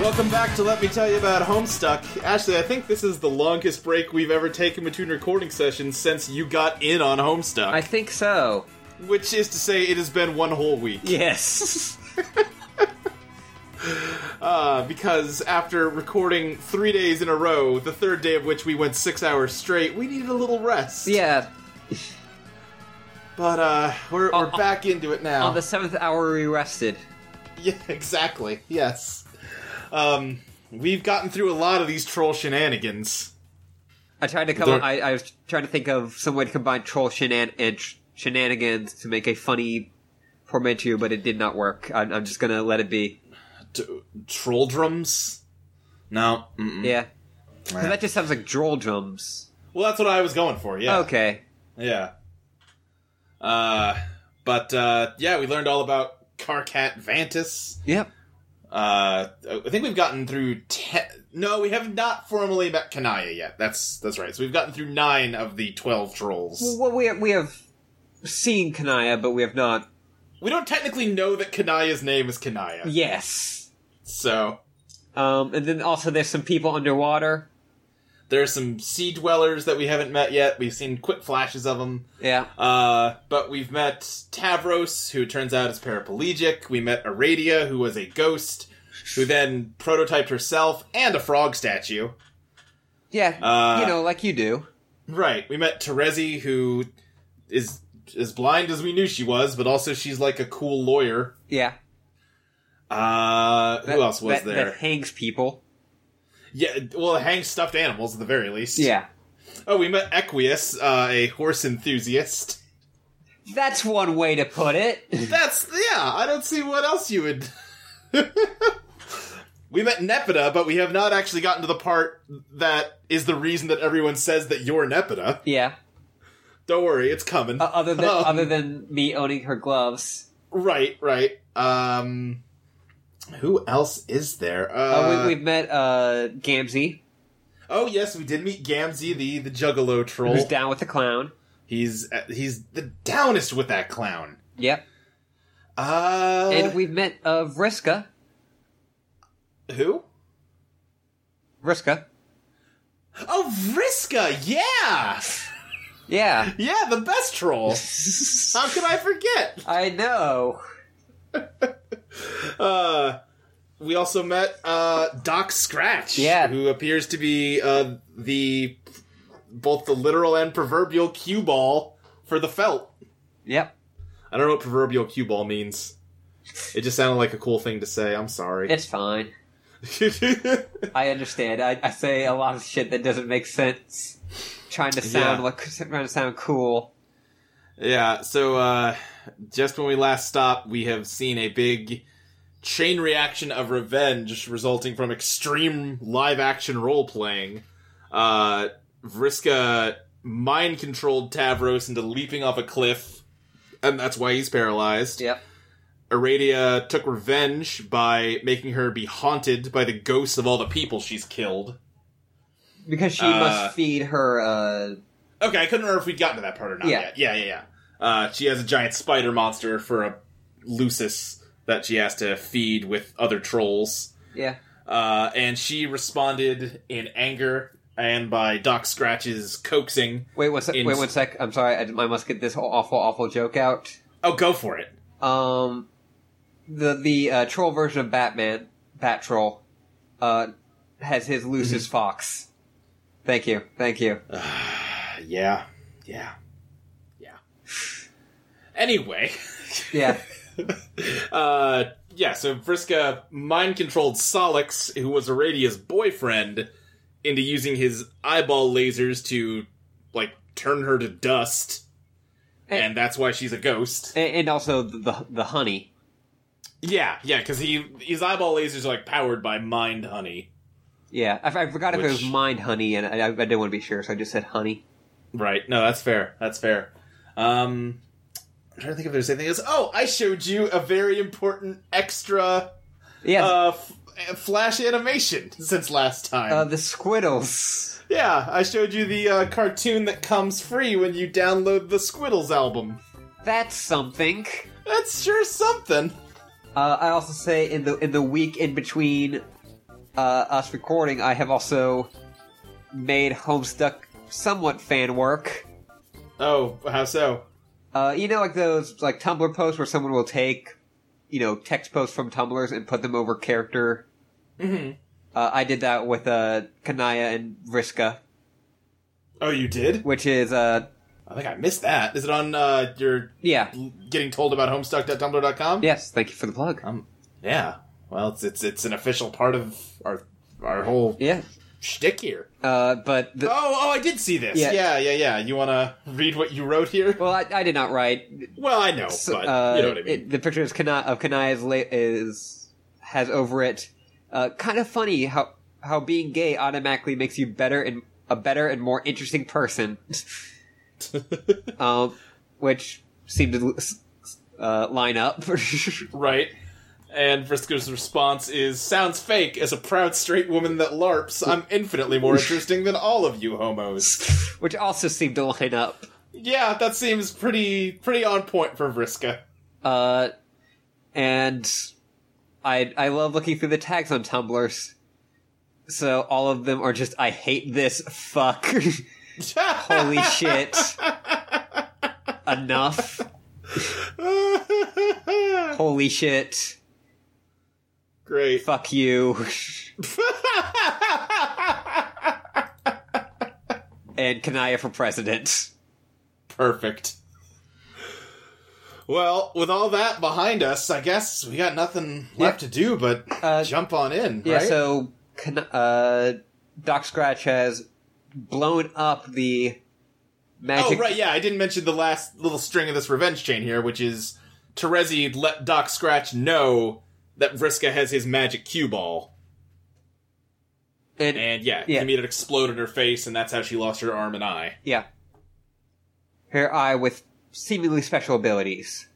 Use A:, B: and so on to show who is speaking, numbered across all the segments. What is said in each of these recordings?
A: Welcome back to Let Me Tell You About Homestuck. Ashley, I think this is the longest break we've ever taken between recording sessions since you got in on Homestuck.
B: I think so.
A: Which is to say, it has been one whole week.
B: Yes.
A: Uh, because after recording three days in a row, the third day of which we went six hours straight, we needed a little rest.
B: yeah.
A: But uh, we're, we're
B: Uh, uh,
A: back into it now.
B: On the seventh hour, we rested.
A: Yeah, exactly. Yes. Um, we've gotten through a lot of these troll shenanigans.
B: I tried to come.
A: There-
B: I, I was trying to think of some way to combine troll shenan- and sh- shenanigans to make a funny portmanteau, but it did not work. I'm, I'm just gonna let it be.
A: T- troll drums? No. mm-mm.
B: Yeah. 'Cause that just sounds like droll drums.
A: Well, that's what I was going for. Yeah.
B: Okay.
A: Yeah. Uh, but uh, yeah, we learned all about Carcat Vantis.
B: Yep.
A: Uh, I think we've gotten through ten. No, we have not formally met Kanaya yet. That's that's right. So we've gotten through nine of the twelve trolls.
B: Well, we have, we have seen Kanaya, but we have not.
A: We don't technically know that Kanaya's name is Kanaya.
B: Yes.
A: So
B: Um, and then also there's some people underwater.
A: there are some sea dwellers that we haven't met yet. We've seen quick flashes of them.
B: Yeah.
A: Uh, but we've met Tavros, who turns out is paraplegic. We met Aradia, who was a ghost, who then prototyped herself and a frog statue.
B: Yeah.
A: Uh,
B: you know, like you do.
A: Right. We met Terezi, who is as blind as we knew she was, but also she's like a cool lawyer.
B: Yeah.
A: Uh,
B: That-
A: who else was
B: that-
A: there?
B: That hangs people.
A: yeah, well, hang stuffed animals at the very least.
B: Yeah.
A: Oh, we met Equius, uh, a horse enthusiast.
B: That's one way to put it.
A: That's yeah. I don't see what else you would. we met Nepeta, but we have not actually gotten to the part that is the reason that everyone says that you're Nepeta.
B: yeah.
A: Don't worry, it's coming.
B: Uh, other than
A: Um,
B: other than me owning her gloves,
A: right, right. Um, who else is there? Uh,
B: uh, we, we've met uh, Gamzee,
A: oh yes, we did meet Gamzee, the the Juggalo troll.
B: who's down with the clown.
A: he's uh, he's the downest with that clown.
B: Yep.
A: Uh,
B: and we've met uh, Vriska.
A: who?
B: Vriska.
A: Oh, Vriska. Yeah,
B: Yeah.
A: yeah, the best troll. How could I forget?
B: I know.
A: Uh, we also met uh, Doc Scratch,
B: Yeah.
A: who appears to be uh, the both the literal and proverbial cue ball for the felt.
B: Yep.
A: I don't know what proverbial cue ball means. It just sounded like a cool thing to say. I'm sorry.
B: It's fine.
A: yeah,
B: I understand. I, I say a lot of shit that doesn't make sense. Trying to sound
A: Yeah.
B: like trying to sound cool.
A: so uh, just when we last stopped, we have seen a big chain reaction of revenge resulting from extreme live action role playing. Uh, Vriska mind controlled Tavros into leaping off a cliff, and that's why he's paralyzed.
B: Yep.
A: Aradia took revenge by making her be haunted by the ghosts of all the people she's killed.
B: Because she
A: Uh,
B: must feed her. Uh,
A: Okay, I couldn't remember if we'd gotten to that part or not
B: Yeah.
A: yet. Yeah, yeah, yeah. Uh, she has a giant spider monster for a Lucis that she has to feed with other trolls.
B: yeah.
A: Uh, and she responded in anger and by Doc Scratch's coaxing.
B: Wait one sec.
A: In-
B: Wait one sec. I'm sorry. I, I must get this whole awful, awful joke out.
A: Oh, go for it.
B: Um, the the uh, troll version of Batman, Bat Troll, uh, has his
A: Mm-hmm.
B: Lucis Fox. Thank you, thank you.
A: Uh. Yeah, yeah, yeah. Anyway.
B: Yeah,
A: Uh, yeah, so Vriska mind controlled Solix, who was Aradia's boyfriend, into using his eyeball lasers to, like, turn her to dust.
B: And-
A: And that's why she's a ghost.
B: and, and also the, the the honey.
A: Yeah, yeah, because he his eyeball lasers are like powered by mind honey,
B: Yeah, I, I forgot if it was
A: Which-
B: mind honey, and I, I didn't want to be sure, so I just said honey.
A: right? No, that's fair. That's fair. Um, I'm trying to think if there's anything else. Oh, I showed you a very important extra
B: Yes. Uh,
A: uh, f- uh, flash animation since last time.
B: uh, the Squiddles.
A: yeah, I showed you the uh, cartoon that comes free when you download the Squiddles album.
B: That's something.
A: That's sure something.
B: Uh, I also say in the in the week in between uh, us recording, I have also made Homestuck somewhat fan work.
A: Oh, how so?
B: Uh, you know, like those like Tumblr posts where someone will take, you know, text posts from Tumblrs and put them over character.
A: Mhm.
B: Uh, I did that with uh, Kanaya and Riska,
A: Oh, you did?
B: which is uh,
A: I think I missed that. Is it on uh, your
B: yeah,
A: getting told about homestuck.tumblr.com?
B: yes. Thank you for the plug.
A: Um, yeah. Well, it's it's it's an official part of our our whole
B: Yeah,
A: shtick here.
B: uh, but the,
A: Oh, oh, I did see this.
B: Yeah.
A: Yeah, yeah, yeah. You want to read what you wrote here?
B: well, I, I did not write.
A: Well, I know,
B: So,
A: Oh, but
B: uh,
A: you know what I mean.
B: it- the picture is Kana- of Kanaya's la- is has over it. Uh, kind of funny how how being gay automatically makes you better and a better and more interesting person. um, which seemed to uh, line up.
A: right. And Frisko's response is sounds fake as a proud straight woman that LARPs. I'm infinitely more interesting than all of you homos.
B: which also seemed to line up.
A: Yeah, that seems pretty pretty on point for Vriska.
B: Uh, and I I love looking through the tags on Tumblrs. So all of them are just I hate this fuck. Holy shit. Enough. Holy shit.
A: Great.
B: Fuck you. and Kanaya for president.
A: Perfect. Well, with all that behind us, I guess we got nothing left to do but
B: Uh,
A: jump on in,
B: Yeah,
A: right?
B: so Kan- uh, Doc Scratch has blown up the
A: oh,
B: magic.
A: right, yeah, I didn't mention the last little string of this revenge chain here, which is Terezi let Doc Scratch know that Vriska has his magic cue ball.
B: and-
A: And yeah,
B: Yeah.
A: I mean, it exploded her face, and that's how she lost her arm and eye.
B: yeah. Her eye with seemingly special abilities.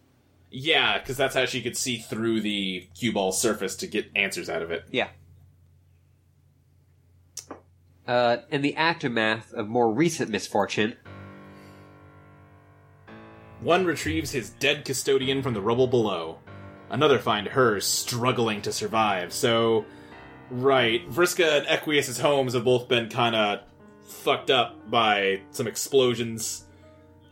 A: Yeah, because that's how she could see through the cue ball surface to get answers out of it.
B: Yeah. Uh, in the aftermath of more recent misfortune,
A: One retrieves his dead custodian from the rubble below. Another find hers struggling to survive. So, right, Vriska and Equius's homes have both been kind of fucked up by some explosions,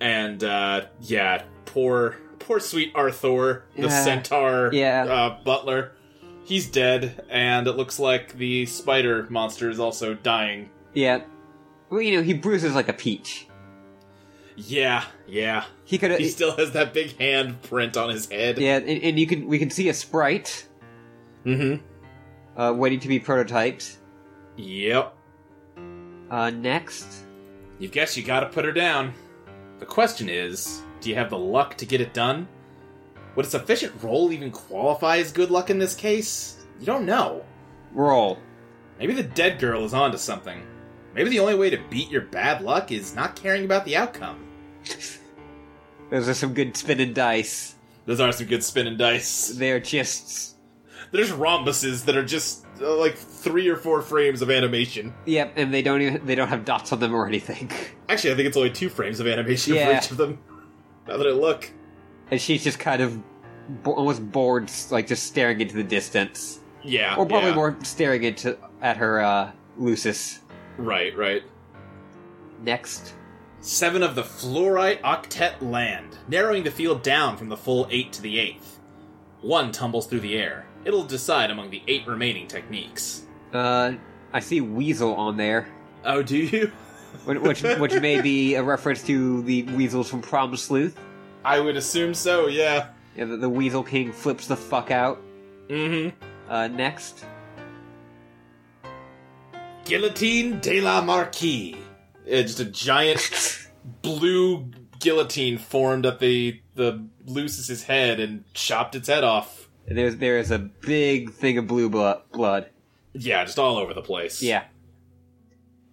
A: and uh, yeah, poor, poor sweet Arthur, the
B: Yeah.
A: centaur
B: Yeah.
A: uh, butler, he's dead, and it looks like the spider monster is also dying.
B: yeah, well, you know, he bruises like a peach.
A: Yeah, yeah,
B: He could,
A: he
B: have
A: still has that big handprint on his head.
B: yeah, and, and you can we can see a sprite
A: Mm-hmm.
B: uh, waiting to be prototyped.
A: Yep.
B: Uh, next,
A: You guess you gotta put her down. The question is do you have the luck to get it done? Would a sufficient roll even qualify as good luck in this case? You don't know.
B: roll.
A: Maybe the dead girl is onto something. Maybe the only way to beat your bad luck is not caring about the outcome.
B: Those are some good spinning dice.
A: Those are some good spinning dice.
B: They're just
A: There's rhombuses that are just uh, like three or four frames of animation.
B: yep, and they don't even they don't have dots on them or anything.
A: Actually, I think it's only two frames of animation
B: Yeah.
A: for each of them. Now that I look.
B: And she's just kind of bo- almost bored, like just staring into the distance.
A: Yeah.
B: Or probably
A: Uh, yeah.
B: more staring into at her uh Lucis.
A: Right, right.
B: Next.
A: Seven of the fluorite octet land, narrowing the field down from the full eight to the eighth. One tumbles through the air. It'll decide among the eight remaining techniques.
B: Uh I see Weasel on there.
A: Oh, do you?
B: Which which, which may be a reference to the Weasels from Prom Sleuth.
A: I would assume so, yeah.
B: Yeah, the, the Weasel King flips the fuck out.
A: Mm hmm.
B: Uh next.
A: Guillotine de la Marquise. Yeah, just a giant blue guillotine formed at the, the Lucis's head and chopped its head off.
B: And there's there is a big thing of blue blo- blood.
A: Yeah, just all over the place.
B: Yeah.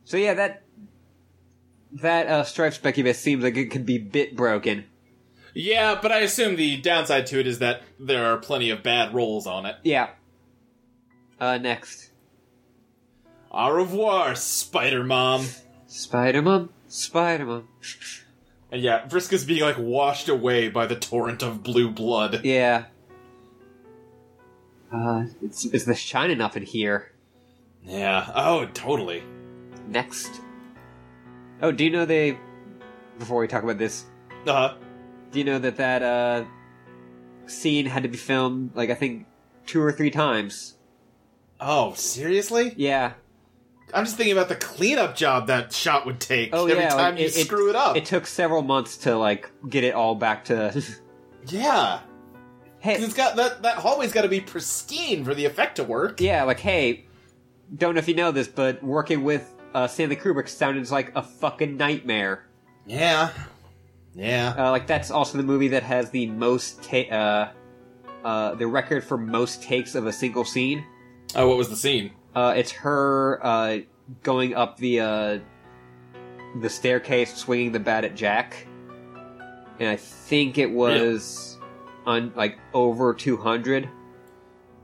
B: So yeah, that that uh, stripes Becky Beth seems like it could be bit broken.
A: Yeah, but I assume the downside to it is that there are plenty of bad rolls on it.
B: Yeah. Uh, next.
A: Au revoir, Spider Mom.
B: Spider Mom? Spider Mom.
A: And yeah, Vriska's being like washed away by the torrent of blue blood.
B: Yeah. Uh, it's, it's the shining up in here.
A: Yeah. Oh, totally.
B: Next. Oh, do you know they. Before we talk about this,
A: Uh huh.
B: do you know that that, uh, scene had to be filmed, like, I think two or three times?
A: Oh, seriously?
B: Yeah.
A: I'm just thinking about the cleanup job that shot would take
B: Oh,
A: every
B: yeah,
A: time
B: like,
A: you
B: it- it-
A: screw it, up.
B: It took several months to, like, get it all back to.
A: yeah. 'Cause
B: hey,
A: It's got that that hallway's got to be pristine for the effect to work.
B: yeah, like, hey, don't know if you know this, but working with uh, Stanley Kubrick sounded like a fucking nightmare.
A: Yeah. Yeah.
B: Uh, like, that's also the movie that has the most ta- uh, uh, the record for most takes of a single scene.
A: Oh, what was the scene?
B: Uh, it's her uh, going up the uh, the staircase, swinging the bat at Jack, and I think it was on like over two hundred.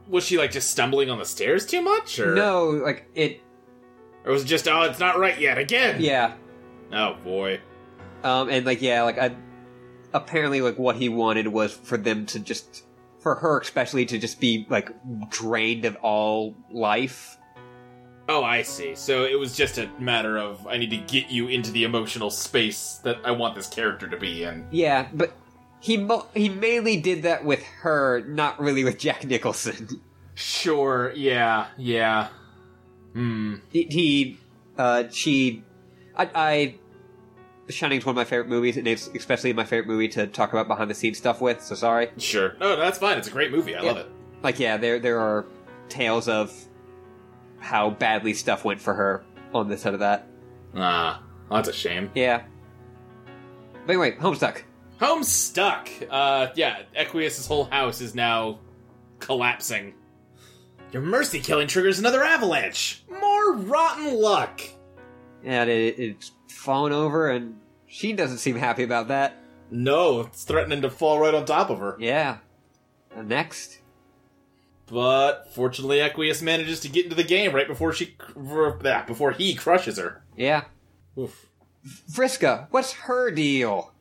A: Was she like just stumbling on the stairs too much, or
B: No, like it.
A: or was it just oh, it's not right yet again?
B: Yeah,
A: Oh boy.
B: um, and like yeah, like I apparently like what he wanted was for them to just for her especially to just be like drained of all life.
A: Oh, I see. So it was just a matter of I need to get you into the emotional space that I want this character to be in.
B: Yeah, but he mo- he mainly did that with her, not really with Jack Nicholson.
A: Sure. Yeah. Yeah. Hmm.
B: he, he uh, she, I, I, The Shining's one of my favorite movies, and it's especially my favorite movie to talk about behind the scenes stuff with. So sorry.
A: Sure. No, that's fine. It's a great movie. I
B: Yeah.
A: love it.
B: Like, yeah, there there are tales of how badly stuff went for her on this side of that.
A: Ah, that's a shame.
B: Yeah. But anyway, Homestuck.
A: Homestuck. Uh, yeah, Equius's whole house is now collapsing. Your mercy killing triggers another avalanche. More rotten luck.
B: And it, it's fallen over, and she doesn't seem happy about that.
A: No, it's threatening to fall right on top of her.
B: Yeah. And next.
A: But fortunately, Equius manages to get into the game right before she cr- ah, before he crushes her.
B: Yeah.
A: Oof.
B: Friska, what's her deal?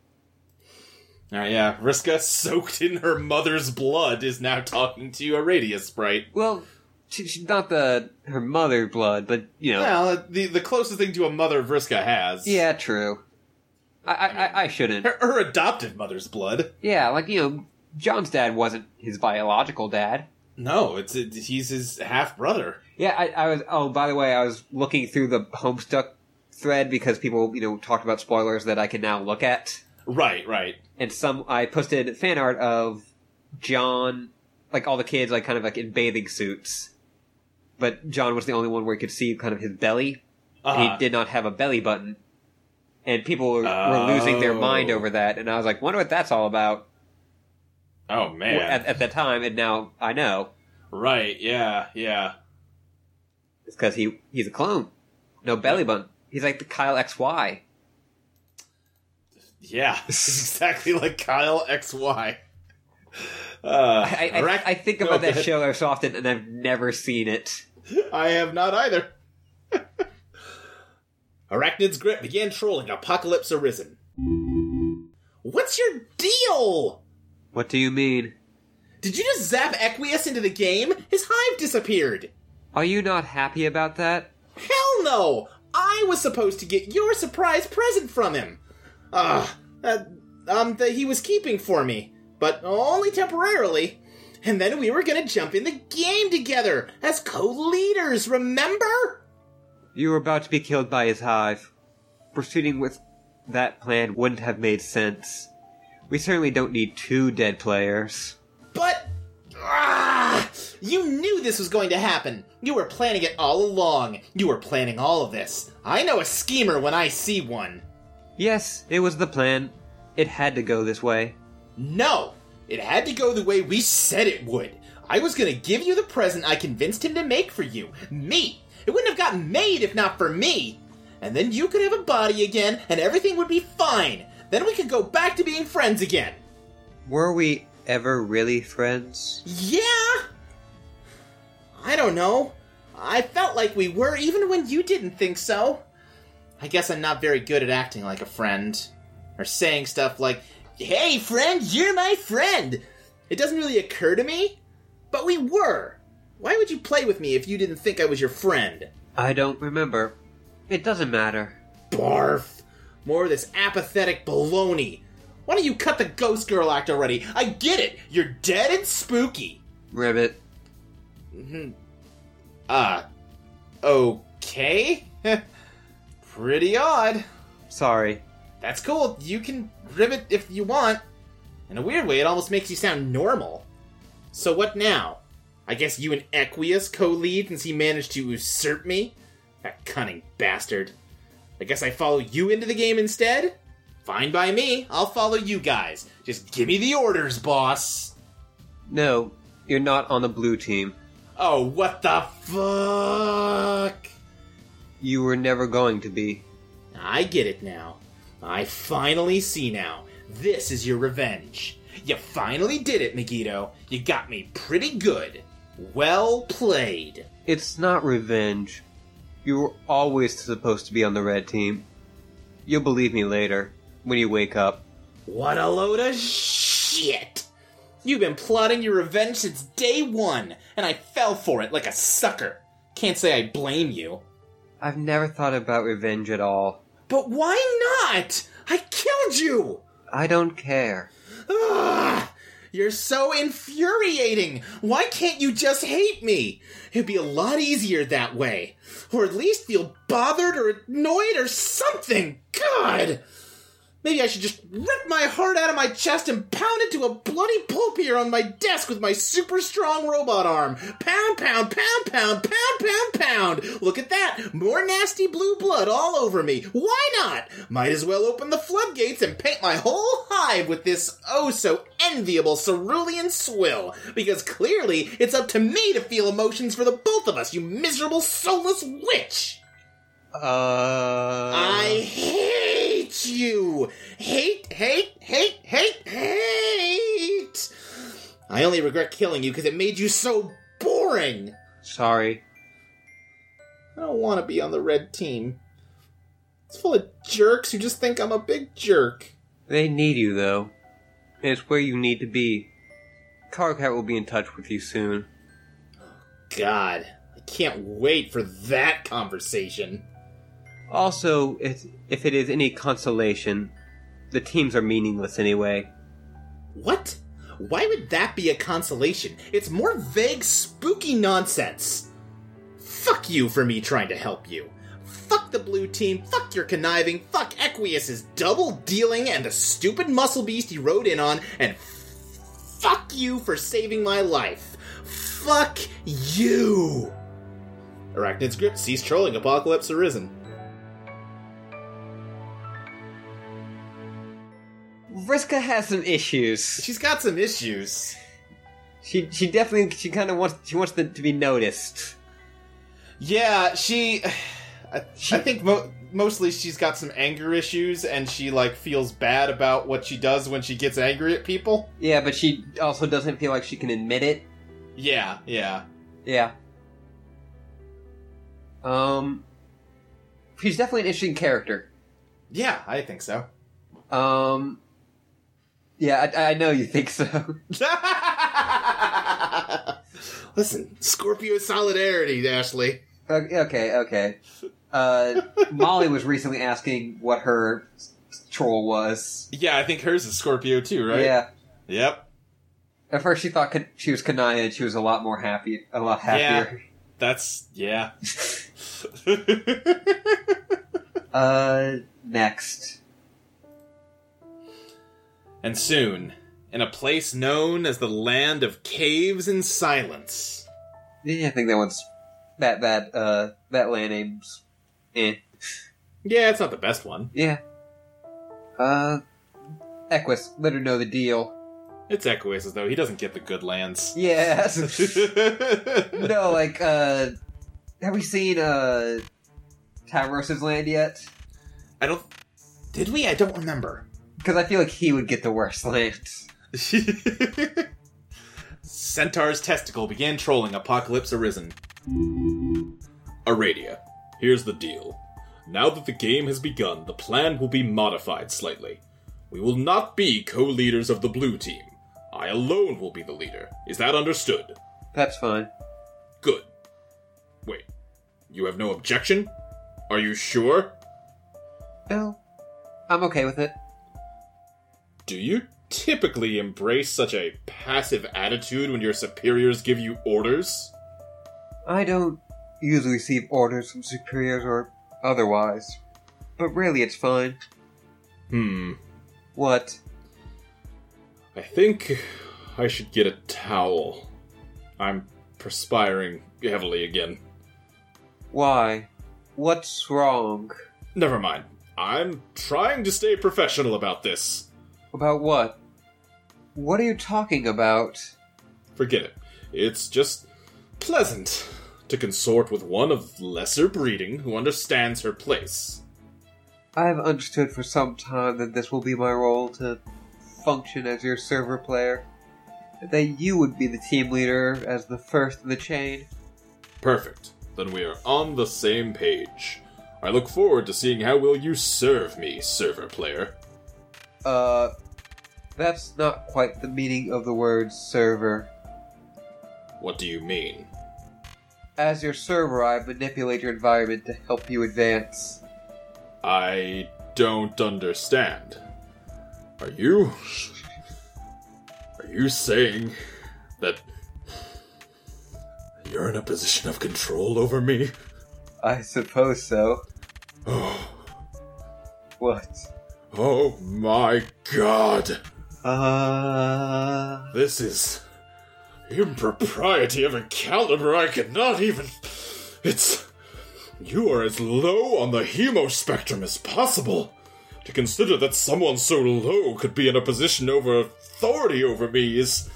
A: All right, yeah. Riska, soaked in her mother's blood, is now talking to a radius sprite.
B: Well, she, she's not the her mother blood, but you know, yeah,
A: Well, the the closest thing to a mother Vriska has.
B: true. I I, I, I shouldn't.
A: Her, her adoptive mother's blood.
B: Yeah, like you know, John's dad wasn't his biological dad.
A: No, it's it, he's his half brother.
B: Yeah, I, I was. Oh, by the way, I was looking through the Homestuck thread because people you know talked about spoilers that I can now look at,
A: Right, right.
B: and some I posted fan art of John, like all the kids, like kind of like in bathing suits. But John was the only one where you could see kind of his belly and
A: Uh,
B: he did not have a belly button. And people were, were losing their mind
A: Oh.
B: over that, and I was like, wonder what that's all about
A: oh man.
B: at, at that time, and now I know.
A: right. Yeah. Yeah.
B: It's because he, he's a clone. No belly button. He's like the Kyle XY.
A: Yeah. It's exactly like Kyle X Y. Uh,
B: I, I,
A: Rack-
B: I think
A: Go
B: about that
A: ahead.
B: show ever so often, and I've never seen it.
A: I have not either. Arachnid's grip began trolling. Apocalypse arisen. What's your deal?
B: What do you mean?
A: Did you just zap Equius into the game? His hive disappeared.
B: Are you not happy about that?
A: Hell no! I was supposed to get your surprise present from him. Ugh, that, um, that he was keeping for me, but only temporarily. And then we were gonna jump in the game together as co-leaders. Remember?
B: You were about to be killed by his hive. Proceeding with that plan wouldn't have made sense. We certainly don't need two dead players.
A: But ah, you knew this was going to happen. You were planning it all along. You were planning all of this. I know a schemer when I see one.
B: Yes, it was the plan. It had to go this way.
A: No! It had to go the way we said it would. I was gonna give you the present I convinced him to make for you. Me! It wouldn't have gotten made if not for me! And then you could have a body again, and everything would be fine. Then we could go back to being friends again.
B: Were we ever really friends?
A: Yeah! I don't know. I felt like we were, even when you didn't think so. I guess I'm not very good at acting like a friend. Or saying stuff like, Hey, friend, you're my friend! It doesn't really occur to me. But we were. Why would you play with me if you didn't think I was your friend?
B: I don't remember. It doesn't matter.
A: Barf! More of this apathetic baloney. Why don't you cut the ghost girl act already? I get it! You're dead and spooky!
B: Ribbit.
A: Mhm. Uh,
C: Ah, okay. Pretty odd.
B: Sorry.
A: That's cool. You can rivet if you want. In a weird way, it almost makes you sound normal. So what now? I guess you and Equius co-lead since he managed to usurp me? That cunning bastard. I guess I follow you into the game instead? Fine by me. I'll follow you guys. Just give me the orders, boss.
B: No, you're not on the blue team.
A: Oh, what the fuck?
B: You were never going to be.
A: I get it now. I finally see now. This is your revenge. You finally did it, Megiddo. You got me pretty good. Well played.
B: It's not revenge. You were always supposed to be on the red team. You'll believe me later, when you wake up.
A: What a load of shit. You've been plotting your revenge since day one, and I fell for it like a sucker. Can't say I blame you.
B: I've never thought about revenge at all.
A: But why not? I killed you!
B: I don't care.
A: Ugh, you're so infuriating! Why can't you just hate me? It'd be a lot easier that way. Or at least feel bothered or annoyed or something! God! Maybe I should just rip my heart out of my chest and pound it to a bloody pulp here on my desk with my super strong robot arm. Pound, pound, pound, pound, pound, pound, pound. Look at that. More nasty blue blood all over me. Why not? Might as well open the floodgates and paint my whole hive with this oh so enviable cerulean swill. Because clearly it's up to me to feel emotions for the both of us, you miserable soulless witch.
B: Uh. Oh,
A: I hate you! Hate, hate, hate, hate, hate! I only regret killing you because it made you so boring!
B: Sorry.
A: I don't want to be on the red team. It's full of jerks who just think I'm a big jerk.
B: They need you, though. It's where you need to be. Carcat will be in touch with you soon.
A: God, I can't wait for that conversation.
B: Also, if, if it is any consolation, the teams are meaningless anyway.
A: What? Why would that be a consolation? It's more vague, spooky nonsense. Fuck you for me trying to help you. Fuck the blue team, fuck your conniving, fuck Equius's double dealing and the stupid muscle beast he rode in on, and f- fuck you for saving my life. Fuck you! Arachnid's grip ceased trolling Apocalypse Arisen.
B: Vriska has some issues.
A: She's got some issues.
B: She she definitely she kind of wants she wants to, to be noticed.
C: Yeah, she. I, I think mo- mostly she's got some anger issues, and she like feels bad about what she does when she gets angry at people.
B: Yeah, but she also doesn't feel like she can admit it.
C: Yeah, yeah.
B: Yeah. Um, she's definitely an interesting character.
C: Yeah, I think so.
B: Um, yeah, I, I know you think so.
A: Listen, Scorpio solidarity, Ashley.
B: okay, okay, okay. Uh, Molly was recently asking what her s- troll was.
C: Yeah, I think hers is Scorpio too, right?
B: Yeah.
C: Yep.
B: At first, she thought Ka- she was Kanaya, and she was a lot more happy, a lot happier.
C: That's yeah.
B: Uh, next.
C: and soon, in a place known as the land of caves and silence.
B: Yeah, I think that one's that that uh that land name's eh.
C: Yeah, it's not the best one.
B: Yeah. Uh Equus, let her know the deal.
C: It's Equius though. He doesn't get the good lands.
B: Yes. no, like uh have we seen uh Tavros' land yet?
C: I don't.
A: Did we? I don't remember.
B: Because I feel like he would get the worst land.
A: Centaur's testicle began trolling Apocalypse Arisen. Aradia, here's the deal. Now that the game has begun, the plan will be modified slightly. We will not be co leaders of the blue team. I alone will be the leader. Is that understood?
B: That's fine.
A: Good. Wait, you have no objection? Are you sure?
B: No, I'm okay with it.
A: Do you typically embrace such a passive attitude when your superiors give you orders?
B: I don't usually receive orders from superiors or otherwise, but really it's fine.
A: Hmm.
B: What?
A: I think I should get a towel. I'm perspiring heavily again.
B: Why? What's wrong?
A: Never mind. I'm trying to stay professional about this.
B: About what? What are you talking about?
A: Forget it. It's just pleasant to consort with one of lesser breeding who understands her place.
B: I have understood for some time that this will be my role to function as your server player. That you would be the team leader as the first in the chain.
A: Perfect. Then we are on the same page. I look forward to seeing how will you serve me, server player.
B: Uh, that's not quite the meaning of the word server.
A: What do you mean?
B: As your server, I manipulate your environment to help you advance.
A: I don't understand. Are you Are you saying that you're in a position of control over me?
B: I suppose so.
A: Oh,
B: What?
A: oh my god.
B: Uh,
A: This is impropriety of a caliber I cannot even. It's. You are as low on the hemo spectrum as possible. To consider that someone so low could be in a position over authority over me is.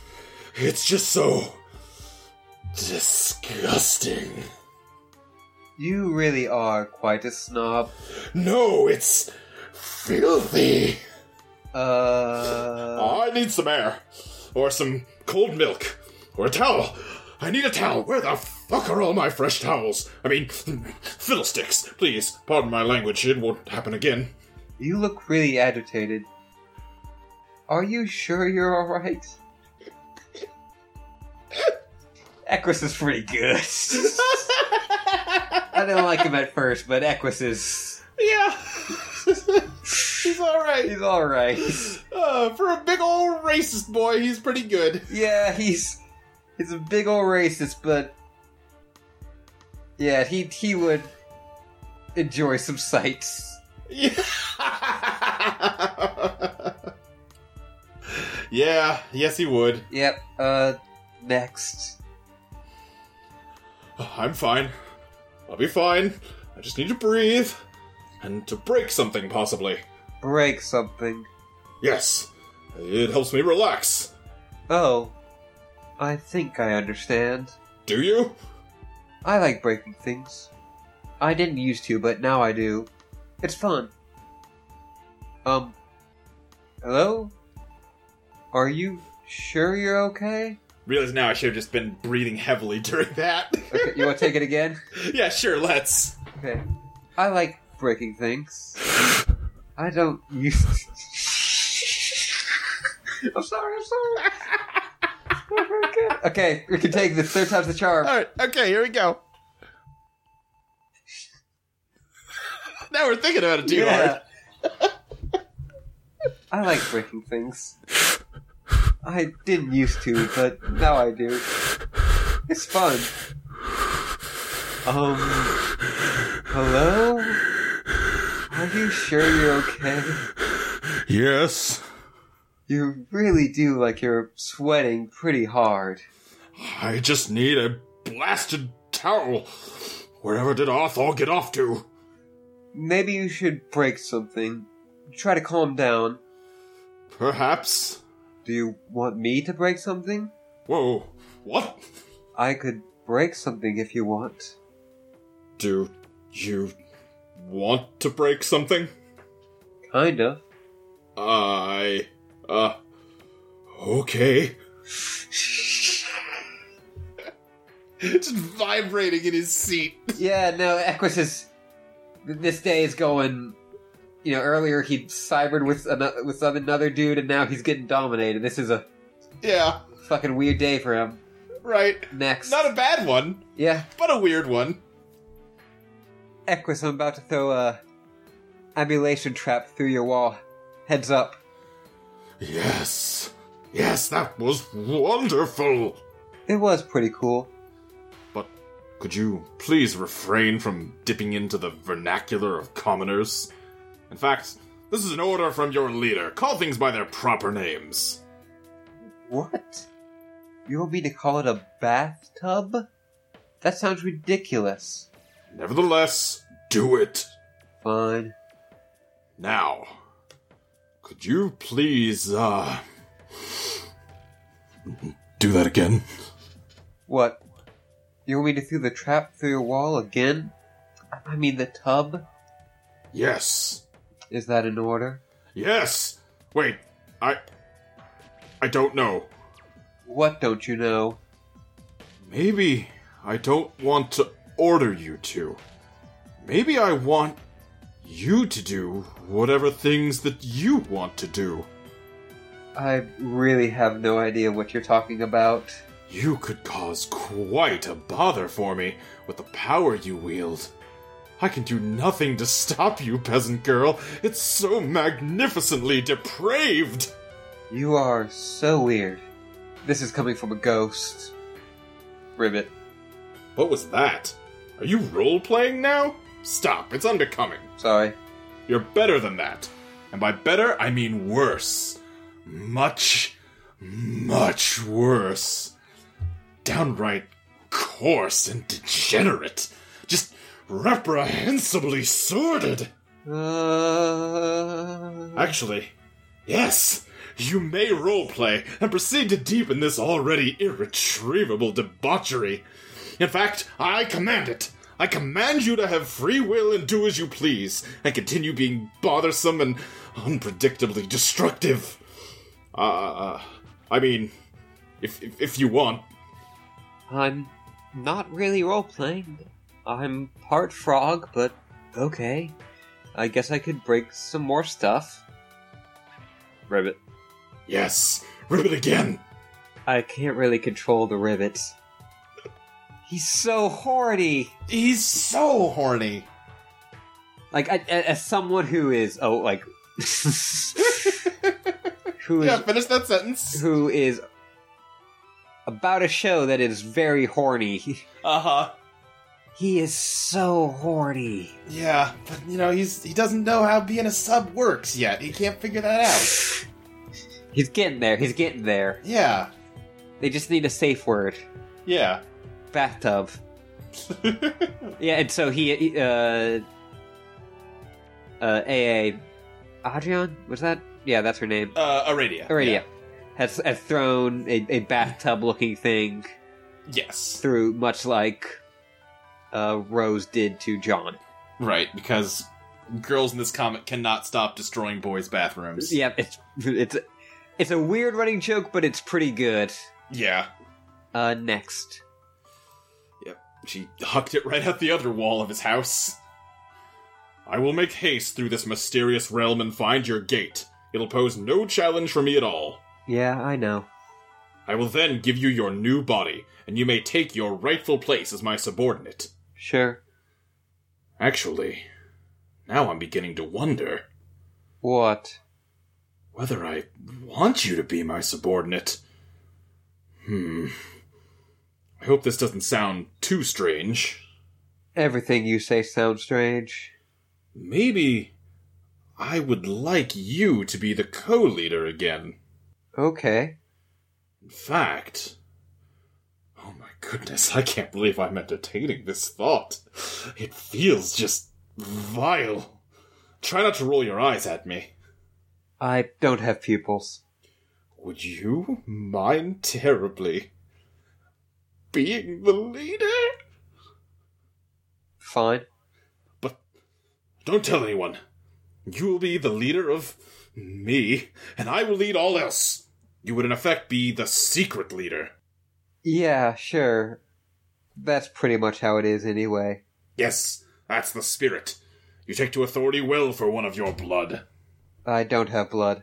A: It's just so. disgusting.
B: you really are quite a snob.
A: No, it's. filthy.
B: Uh,
A: I need some air. Or some cold milk. Or a towel. I need a towel. Where the fuck are all my fresh towels? I mean, fiddlesticks. Please, pardon my language. It won't happen again.
B: you look really agitated. Are you sure you're alright? Equus is pretty good. I didn't like him at first, but Equus is.
A: Yeah. he's alright.
B: He's alright.
A: Uh, for a big old racist boy, he's pretty good.
B: Yeah, he's. He's a big old racist, but. Yeah, he, he would enjoy some sights.
A: Yeah. yeah, yes, he would.
B: Yep. Uh, next.
A: I'm fine. I'll be fine. I just need to breathe. And to break something, possibly.
B: Break something.
A: Yes. It helps me relax.
B: Oh, I think I understand.
A: Do you?
B: I like breaking things. I didn't used to, but now I do. It's fun. Um, hello? Are you sure you're okay?
A: Realize now I should have just been breathing heavily during that.
B: Okay, you want to take it again?
A: yeah, sure, let's.
B: Okay. I like breaking things. I don't use. I'm sorry. I'm sorry. Not very good. Okay, we can take the third time's the charm.
A: Alright, okay, here we go. now we're thinking about it too hard.
B: I like breaking things. I didn't used to, but now I do. It's fun. Um, hello? Are you sure you're okay?
A: Yes.
B: You really do like you're sweating pretty hard.
A: I just need a blasted towel. Wherever did off, I'll get off to.
B: Maybe you should break something. Try to calm down.
A: Perhaps.
B: Do you want me to break something?
A: Whoa. What?
B: I could break something if you want.
A: Do you want to break something?
B: Kind of.
A: I. Uh. okay. Just vibrating in his seat.
B: Yeah, no, Equus is. This day is going. You know, earlier he cybered with another, with some another dude, and now he's getting dominated. This is a
A: Yeah,
B: fucking weird day for him.
A: right.
B: Next,
A: Not a bad one,
B: yeah,
A: but a weird one.
B: Equus, I'm about to throw a emulation trap through your wall. Heads up.
A: Yes. Yes, that was wonderful.
B: It was pretty cool.
A: But could you please refrain from dipping into the vernacular of commoners? In fact, this is an order from your leader. Call things by their proper names.
B: What? You want me to call it a bathtub? That sounds ridiculous.
A: Nevertheless, do it.
B: Fine.
A: Now, could you please, uh. Do that again?
B: What? You want me to throw the trap through your wall again? I- I mean, the tub?
A: Yes.
B: Is that in order?
A: Yes! Wait, I. I don't know.
B: What don't you know?
A: Maybe I don't want to order you to. Maybe I want you to do whatever things that you want to do.
B: I really have no idea what you're talking about.
A: You could cause quite a bother for me with the power you wield. I can do nothing to stop you, peasant girl. It's so magnificently depraved.
B: You are so weird. This is coming from a ghost. Ribbit.
A: What was that? Are you role playing now? Stop, it's unbecoming.
B: Sorry.
A: You're better than that. And by better, I mean worse. Much, much worse. Downright coarse and degenerate. Just reprehensibly sordid.
B: Uh...
A: Actually, yes, you may roleplay and proceed to deepen this already irretrievable debauchery. In fact, I command it. I command you to have free will and do as you please, and continue being bothersome and unpredictably destructive. Uh, uh I mean, if, if if you want,
B: I'm not really role playing. I'm part frog, but okay. I guess I could break some more stuff. Ribbit.
A: yes, rip it again.
B: I can't really control the ribbits. He's so horny.
A: He's so horny.
B: Like I, a- as someone who is oh like who is
A: finish that sentence.
B: who is about a show that is very horny.
A: Uh huh.
B: He is so horny.
A: Yeah, but you know he's he doesn't know how being a sub works yet. He can't figure that out.
B: He's getting there. He's getting there.
A: Yeah,
B: They just need a safe word.
A: yeah.
B: bathtub. yeah, and so he, he, uh, uh, AA, Adrian was that? Yeah, that's her name.
A: Uh, Aradia.
B: Iridia has, has thrown a, a bathtub-looking thing
A: Yes.
B: through, much like uh, Rose did to John.
A: Right, because girls in this comic cannot stop destroying boys' bathrooms.
B: Yeah, it's it's it's a weird running joke, but it's pretty good.
A: Yeah.
B: Uh, next,
A: She hucked it right at the other wall of his house. I will make haste through this mysterious realm and find your gate. It'll pose no challenge for me at all.
B: yeah, I know.
A: I will then give you your new body, and you may take your rightful place as my subordinate.
B: Sure.
A: Actually, now I'm beginning to wonder
B: What?
A: whether I want you to be my subordinate. Hmm. I hope this doesn't sound too strange.
B: Everything you say sounds strange.
A: Maybe I would like you to be the co leader again.
B: Okay.
A: In fact, oh my goodness, I can't believe I'm entertaining this thought. It feels just vile. Try not to roll your eyes at me.
B: I don't have pupils.
A: Would you mind terribly being the leader?
B: Fine.
A: Don't tell anyone. You will be the leader of me, and I will lead all else. You would, in effect, be the secret leader.
B: Yeah, sure. That's pretty much how it is anyway.
A: Yes, that's the spirit. You take to authority well for one of your blood.
B: I don't have blood.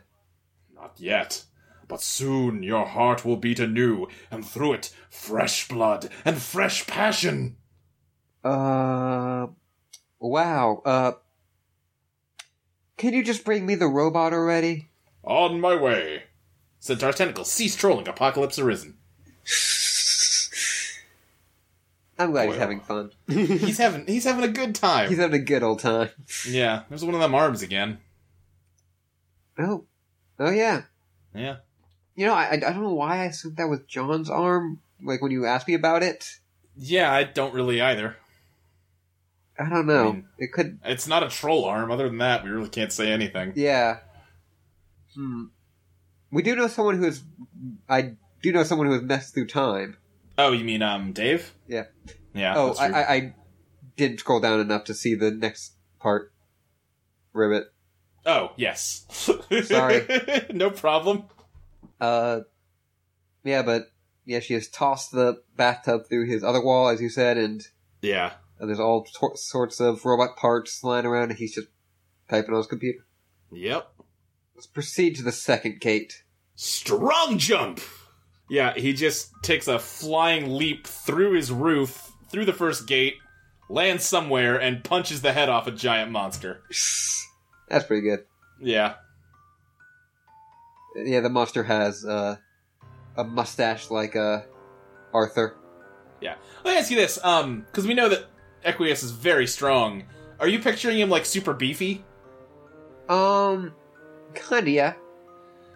A: Not yet. But soon your heart will beat anew, and through it, fresh blood and fresh passion.
B: Uh. Wow, uh. Can you just bring me the robot already?
A: On my way. Since our tentacles cease trolling, Apocalypse Arisen.
B: I'm glad
A: Well.
B: he's having fun.
A: he's having he's having a good time.
B: He's having a good old time.
A: yeah, there's one of them arms again.
B: Oh. Oh, yeah.
A: Yeah.
B: You know, I, I I don't know why I assumed that was John's arm, like when you asked me about it.
A: Yeah, I don't really either.
B: I don't know.
A: I mean-
B: it could.
A: It's not a troll arm. Other than that, we really can't say anything.
B: Yeah. Hmm. We do know someone who is. I do know someone who has messed through time.
A: Oh, you mean um Dave?
B: Yeah.
A: Yeah.
B: oh,
A: that's
B: I,
A: true.
B: I, I did scroll down enough to see the next part. Ribbit.
A: Oh, yes.
B: Sorry.
A: no problem.
B: Uh. Yeah, but yeah, she has tossed the bathtub through his other wall, as you said, and uh,
A: Yeah.
B: there's all tor- sorts of robot parts lying around, and he's just typing on his computer.
A: Yep.
B: Let's proceed to the second gate.
A: Strong jump. Yeah, he just takes a flying leap through his roof, through the first gate, lands somewhere, and punches the head off a giant monster.
B: That's pretty good.
A: Yeah.
B: Yeah, the monster has uh, a mustache like uh, Arthur.
A: Let me ask you this, um, because we know that Equius is very strong. Are you picturing him like super beefy?
B: Um, kinda, yeah.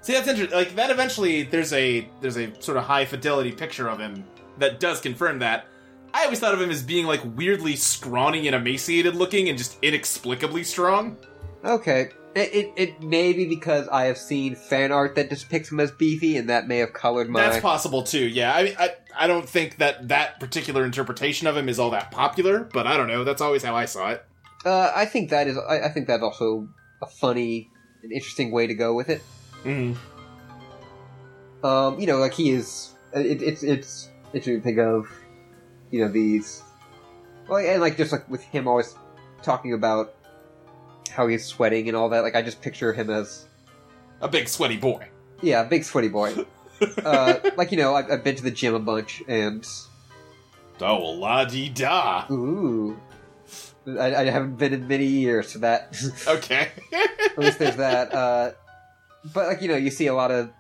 A: See, that's interesting. Like that, eventually, there's a there's a sort of high fidelity picture of him that does confirm that. I always thought of him as being like weirdly scrawny and emaciated looking, and just inexplicably strong.
B: Okay. It, it, it may be because I have seen fan art that depicts him as beefy, and that may have colored my.
A: That's possible too. Yeah, I, I I don't think that that particular interpretation of him is all that popular, but I don't know. That's always how I saw it.
B: uh, I think that is. I, I think that's also a funny and interesting way to go with it.
A: Mm.
B: Um, you know, like he is. It, it's it's interesting to think of, you know, these. Well, and like just like with him always talking about how he's sweating and all that. Like I just picture him as
A: A big sweaty boy.
B: Yeah, big sweaty boy. uh, like you know, I've, I've been to the gym a bunch, and
A: Oh, well, la di da.
B: ooh, I, I haven't been in many years. So that
A: Okay.
B: at least there's that. Uh, but like you know, you see a lot of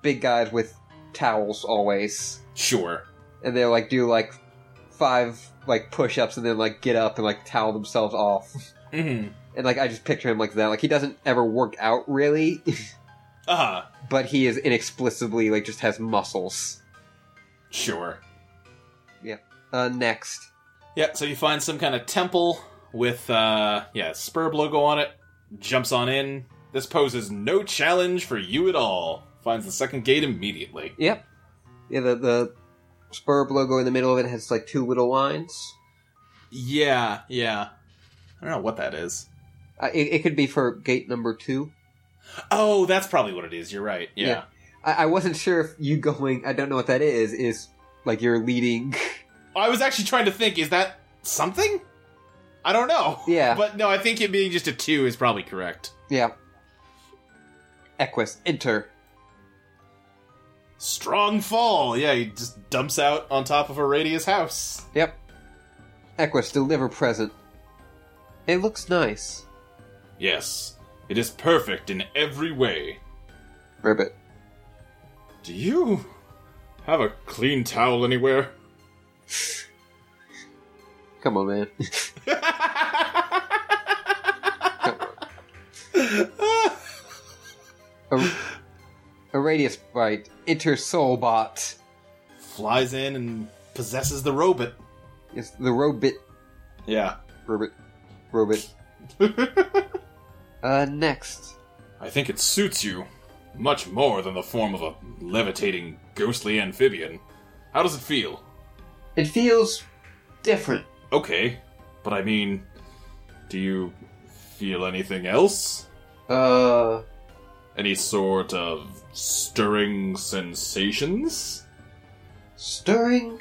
B: big guys with towels always,
A: sure.
B: and they like do like five like push-ups and then like get up and like towel themselves off.
A: Mm-hmm.
B: And like I just picture him like that. Like he doesn't ever work out really,
A: Uh huh.
B: but he is inexplicably like just has muscles.
A: Sure.
B: Uh, next.
A: Yeah, so you find some kind of temple with uh yeah, Spurb logo on it, jumps on in. This poses no challenge for you at all. Finds the second gate immediately.
B: Yep. Yeah, the the Spurb logo in the middle of it has like two little lines.
A: Yeah, yeah. I don't know what that is.
B: Uh, it, it could be for gate number two.
A: Oh, that's probably what it is. You're right. Yeah.
B: Yeah. I, I wasn't sure if you going. I don't know what that is. Is like you're leading.
A: I was actually trying to think is that something? I don't know.
B: Yeah.
A: But no, I think it being just a 2 is probably correct.
B: yeah. Equus, enter.
A: Strong fall. Yeah, he just dumps out on top of Aradia's house.
B: Yep. Equus, deliver present. It looks nice.
A: Yes. It is perfect in every way.
B: Ribbit.
A: Do you have a clean towel anywhere?
B: Come on, man. A, a radius bite. Enter Soulbot.
A: Flies in and possesses the robot.
B: It's the robot.
A: Yeah.
B: Robot. Robot. Uh, next.
A: I think it suits you much more than the form of a levitating, ghostly amphibian. How does it feel?
B: It feels different.
A: Okay, but I mean, do you feel anything else?
B: Uh,
A: any sort of stirring sensations?
B: Stirring.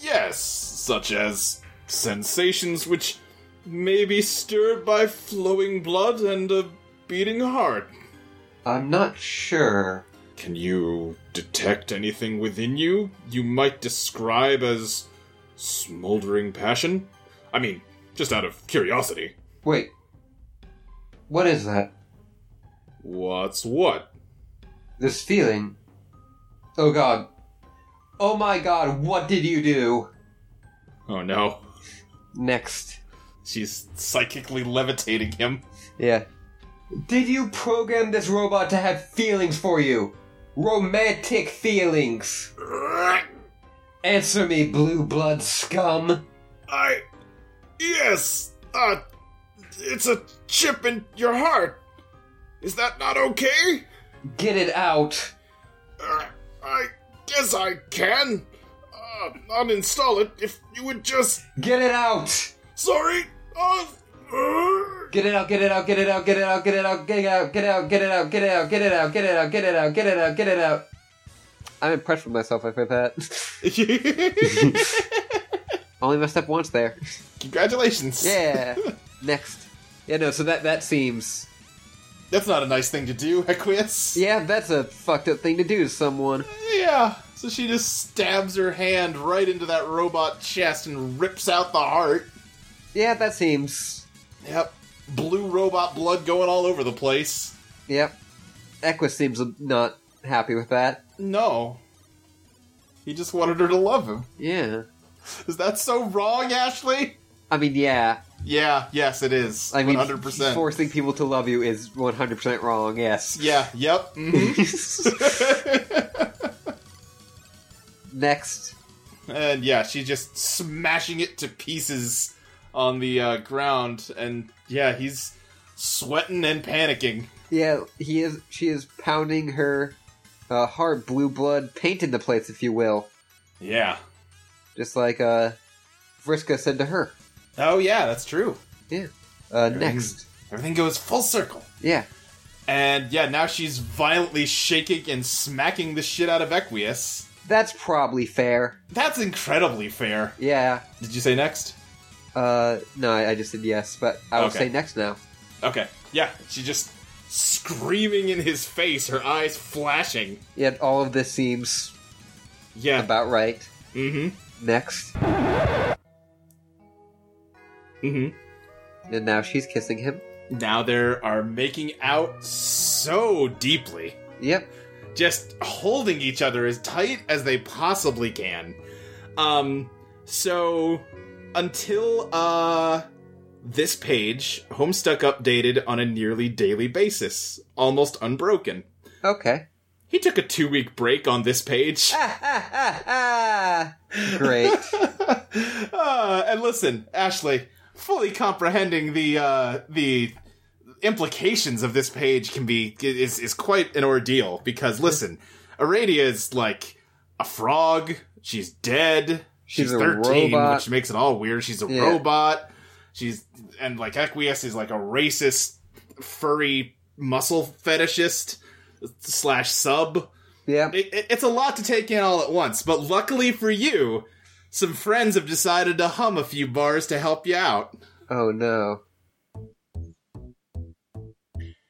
A: Yes, such as sensations which may be stirred by flowing blood and a beating heart.
B: I'm not sure.
A: Can you detect anything within you you might describe as smoldering passion? I mean, just out of curiosity.
B: Wait. What is that?
A: What's what?
B: This feeling. Oh god. Oh my god, what did you do?
A: Oh no.
B: Next.
A: She's psychically levitating him.
B: Yeah. Did you program this robot to have feelings for you? Romantic feelings! Answer me, blue blood scum!
A: I. Yes! Uh. It's a chip in your heart! Is that not okay?
B: Get it out!
A: Uh, I guess I can. Uh, uninstall it if you would just.
B: Get it out!
A: Sorry! Uh, uh,
B: Get it out, get it out, get it out, get it out, get it out, get it out, get it out, get it out, get it out, get it out, get it out, get it out, get it out, get it out. I'm impressed with myself after that. Only messed up once there.
A: Congratulations.
B: Yeah. Next. Yeah, no, so that that seems
A: That's not a nice thing to do, Equius.
B: Yeah, that's a fucked up thing to do to someone.
A: Yeah. So she just stabs her hand right into that robot chest and rips out the heart.
B: Yeah, that seems
A: Yep. Blue robot blood going all over the place.
B: Yep. Equus seems not happy with that.
A: No. He just wanted her to love him.
B: Yeah.
A: Is that so wrong, Ashley?
B: I mean, yeah.
A: Yeah, yes, it is.
B: I mean,
A: 100%.
B: forcing people to love you is 100% wrong, yes.
A: Yeah, yep. Mm-hmm. mhm.
B: Next.
A: and yeah, she's just smashing it to pieces on the uh, ground. And yeah, he's sweating and panicking.
B: Yeah, he is. She is pounding her uh, hard blue blood paint into place, if you will,
A: Yeah.
B: just like uh, Vriska said to her.
A: Oh, yeah, that's true.
B: Uh, next,
A: Everything goes full circle.
B: yeah,
A: And yeah, now she's violently shaking and smacking the shit out of Equius.
B: that's probably fair.
A: That's incredibly fair.
B: Yeah.
A: Did you say next?
B: Uh, no, I, I just said yes, but I will
A: Okay.
B: say next now.
A: Okay. Yeah, she's just screaming in his face, her eyes flashing.
B: Yet all of this seems
A: Yeah.
B: about right.
A: mm
B: Next,
A: hmm. Mm hmm.
B: and now she's kissing him.
A: Now they are making out so deeply.
B: Yep.
A: just holding each other as tight as they possibly can. Um, so until uh this page, Homestuck updated on a nearly daily basis, almost unbroken.
B: Okay.
A: He took a two week break on this page.
B: Ah, ah, ah, ah. Great.
A: uh, and listen, Ashley, fully comprehending the uh, the implications of this page can be is is quite an ordeal because listen, Aradia is like a frog. She's dead. She's,
B: She's a
A: thirteen,
B: robot.
A: which makes it all weird. She's a
B: Yeah.
A: robot. She's and like Equius is like a racist, furry muscle fetishist slash sub
B: Yep.
A: it, it- it's a lot to take in all at once, but luckily for you, some friends have decided to hum a few bars to help you out.
B: Oh no.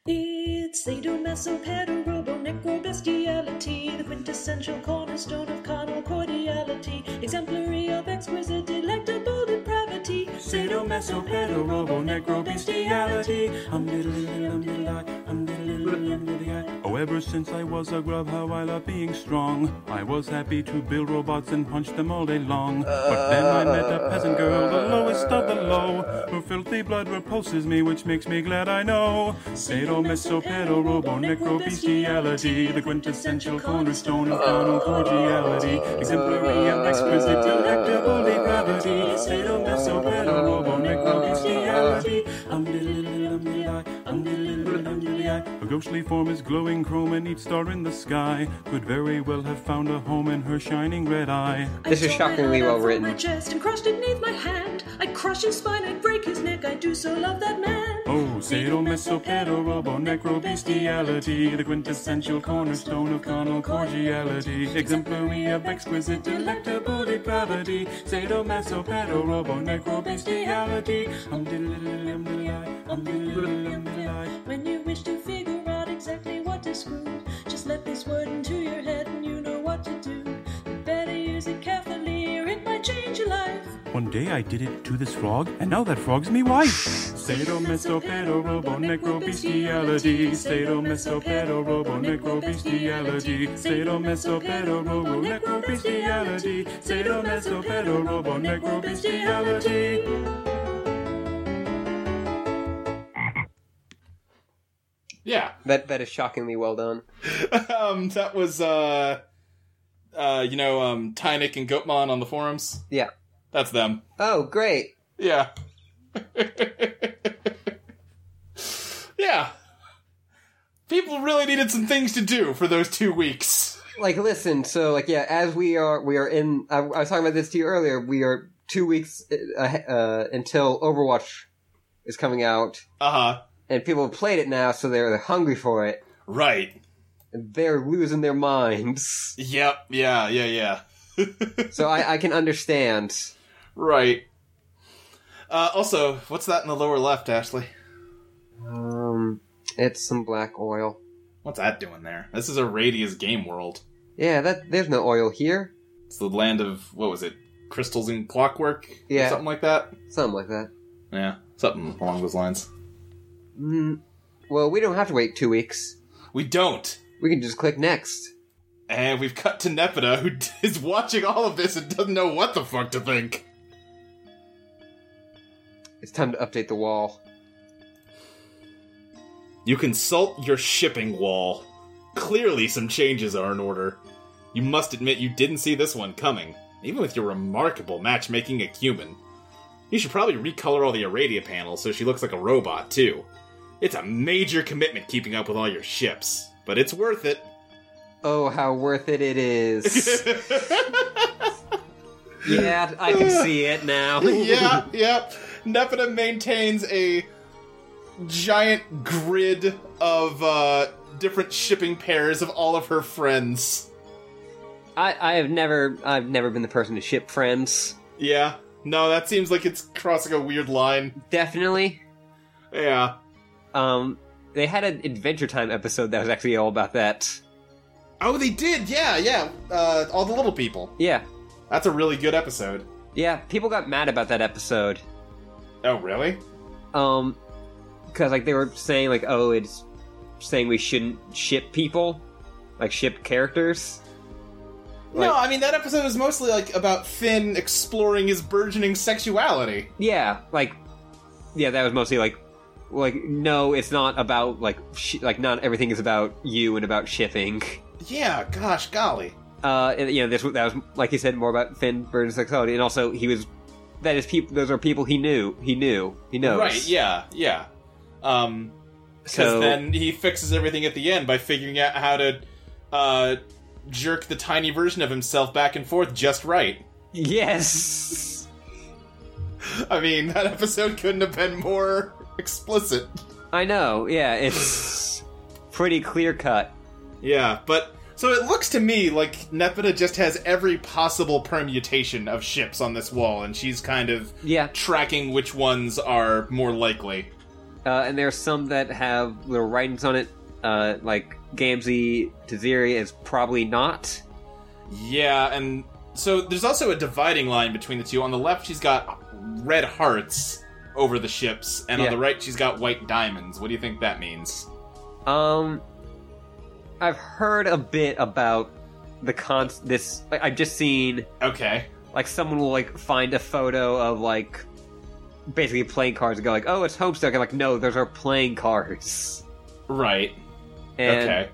D: It's sadomaso-pedorobo necrobestiality, the quintessential cornerstone of carnal cordiality, exemplary of exquisite delectable depravity.
E: Sadomaso-pedorobo necrobestiality. Um diddly um diddly um diddly um diddly Oh, ever since I was a grub, how I love being strong. I was happy to build robots and punch them all day long. But then I met a peasant girl, the lowest of the low. Her filthy blood repulses me, which makes me glad I know. Sadomaso-pedorobo necrobestiality, the quintessential cornerstone of carnal cordiality. Exemplary of exquisite delectable depravity. A ghostly form is glowing chrome, and each star in the sky could very well have found a home in her shining red eye.
B: This is shockingly well written.
D: My chest and crushed it 'neath my hand. I'd crush his spine, I'd break his neck. I do so love that man.
E: Oh, sadomaso-pedorobonecrobestiality, the quintessential cornerstone of carnal cordiality, exemplary of exquisite delectable depravity. Sadomaso-pedorobonecrobestiality. Um, diddle-diddle, um, diddle-eye, um, diddle-diddle, um, diddle-eye.
D: When you wish to figure out exactly what to screw, just let this word into your head and you know what to do. You better use it carefully or it might change your life.
E: One day I did it to this frog, and now that frog's me wife. Sadomaso-pedorobonecrobestiality, sadomaso-pedorobonecrobestiality, sadomaso-pedorobonecrobestiality, sadomaso-pedorobonecrobestiality.
A: Yeah.
B: That that is shockingly well done.
A: Um, that was, uh, uh, you know, um, Tynick and Goatmon on the forums.
B: Yeah.
A: That's them.
B: Oh, great.
A: Yeah. yeah. People really needed some things to do for those two weeks.
B: Like, listen. So, like, yeah. As we are, we are in. I, I was talking about this to you earlier. We are two weeks uh, uh, until Overwatch is coming out,
A: Uh huh.
B: and people have played it now, so they're, they're hungry for it.
A: Right.
B: They're losing their minds.
A: Yep. Yeah. Yeah. Yeah.
B: So I, I can understand.
A: right. Uh, also, what's that in the lower left, Ashley?
B: Um, it's some black oil.
A: What's that doing there? This is a radius game world.
B: Yeah, that there's no oil here.
A: It's the land of what was it? Crystals and clockwork? Or
B: Yeah.
A: something like that.
B: Something like that.
A: Yeah, something along those lines.
B: Mm, well, we don't have to wait two weeks.
A: We don't.
B: We can just click next.
A: And we've cut to Nepeta, who is watching all of this and doesn't know what the fuck to think.
B: It's time to update the wall.
A: You consult your shipping wall. Clearly, some changes are in order. You must admit you didn't see this one coming, even with your remarkable matchmaking acumen. You should probably recolor all the Aradia panels so she looks like a robot, too. It's a major commitment keeping up with all your ships, but it's worth it.
B: Oh, how worth it it is. yeah, I can see it now.
A: yeah, yeah. Nepeta maintains a giant grid of uh, different shipping pairs of all of her friends.
B: I, I have never I've never been the person to ship friends.
A: Yeah. No, that seems like it's crossing a weird line.
B: Definitely.
A: Yeah.
B: Um they had an Adventure Time episode that was actually all about that.
A: Oh, they did. Yeah, yeah. Uh, all the little people.
B: Yeah.
A: That's a really good episode.
B: Yeah, people got mad about that episode.
A: Oh, really?
B: Um cuz like they were saying like oh it's saying we shouldn't ship people, like ship characters.
A: no,
B: Like-
A: I mean that episode was mostly like about Finn exploring his burgeoning sexuality.
B: Yeah, like, yeah, that was mostly like, like no, it's not about like, sh- like not everything is about you and about shipping.
A: Yeah, gosh, golly.
B: Uh, and, you know, this that was like you said more about Finn Burns sexuality, and also he was that is people. Those are people he knew. He knew. He knows.
A: Right, yeah, yeah. Um, Because
B: So
A: then he fixes everything at the end by figuring out how to uh, jerk the tiny version of himself back and forth just right.
B: yes,
A: I mean, that episode couldn't have been more explicit.
B: I know. Yeah, it's pretty clear cut.
A: Yeah, but so it looks to me like Nepeta just has every possible permutation of ships on this wall, and she's kind of
B: Yeah,
A: tracking which ones are more likely.
B: uh, and there are some that have little writings on it, uh, like Gamzee Taziri is probably not.
A: Yeah, and so there's also a dividing line between the two. On the left, she's got red hearts over the ships, and
B: Yeah.
A: on the right, she's got white diamonds. What do you think that means?
B: Um, I've heard a bit about the con. This like, I've just seen
A: Okay.
B: like someone will like find a photo of like basically playing cards and go like, "Oh, it's Homestuck," and like, "No, those are playing cards."
A: Right.
B: And
A: okay.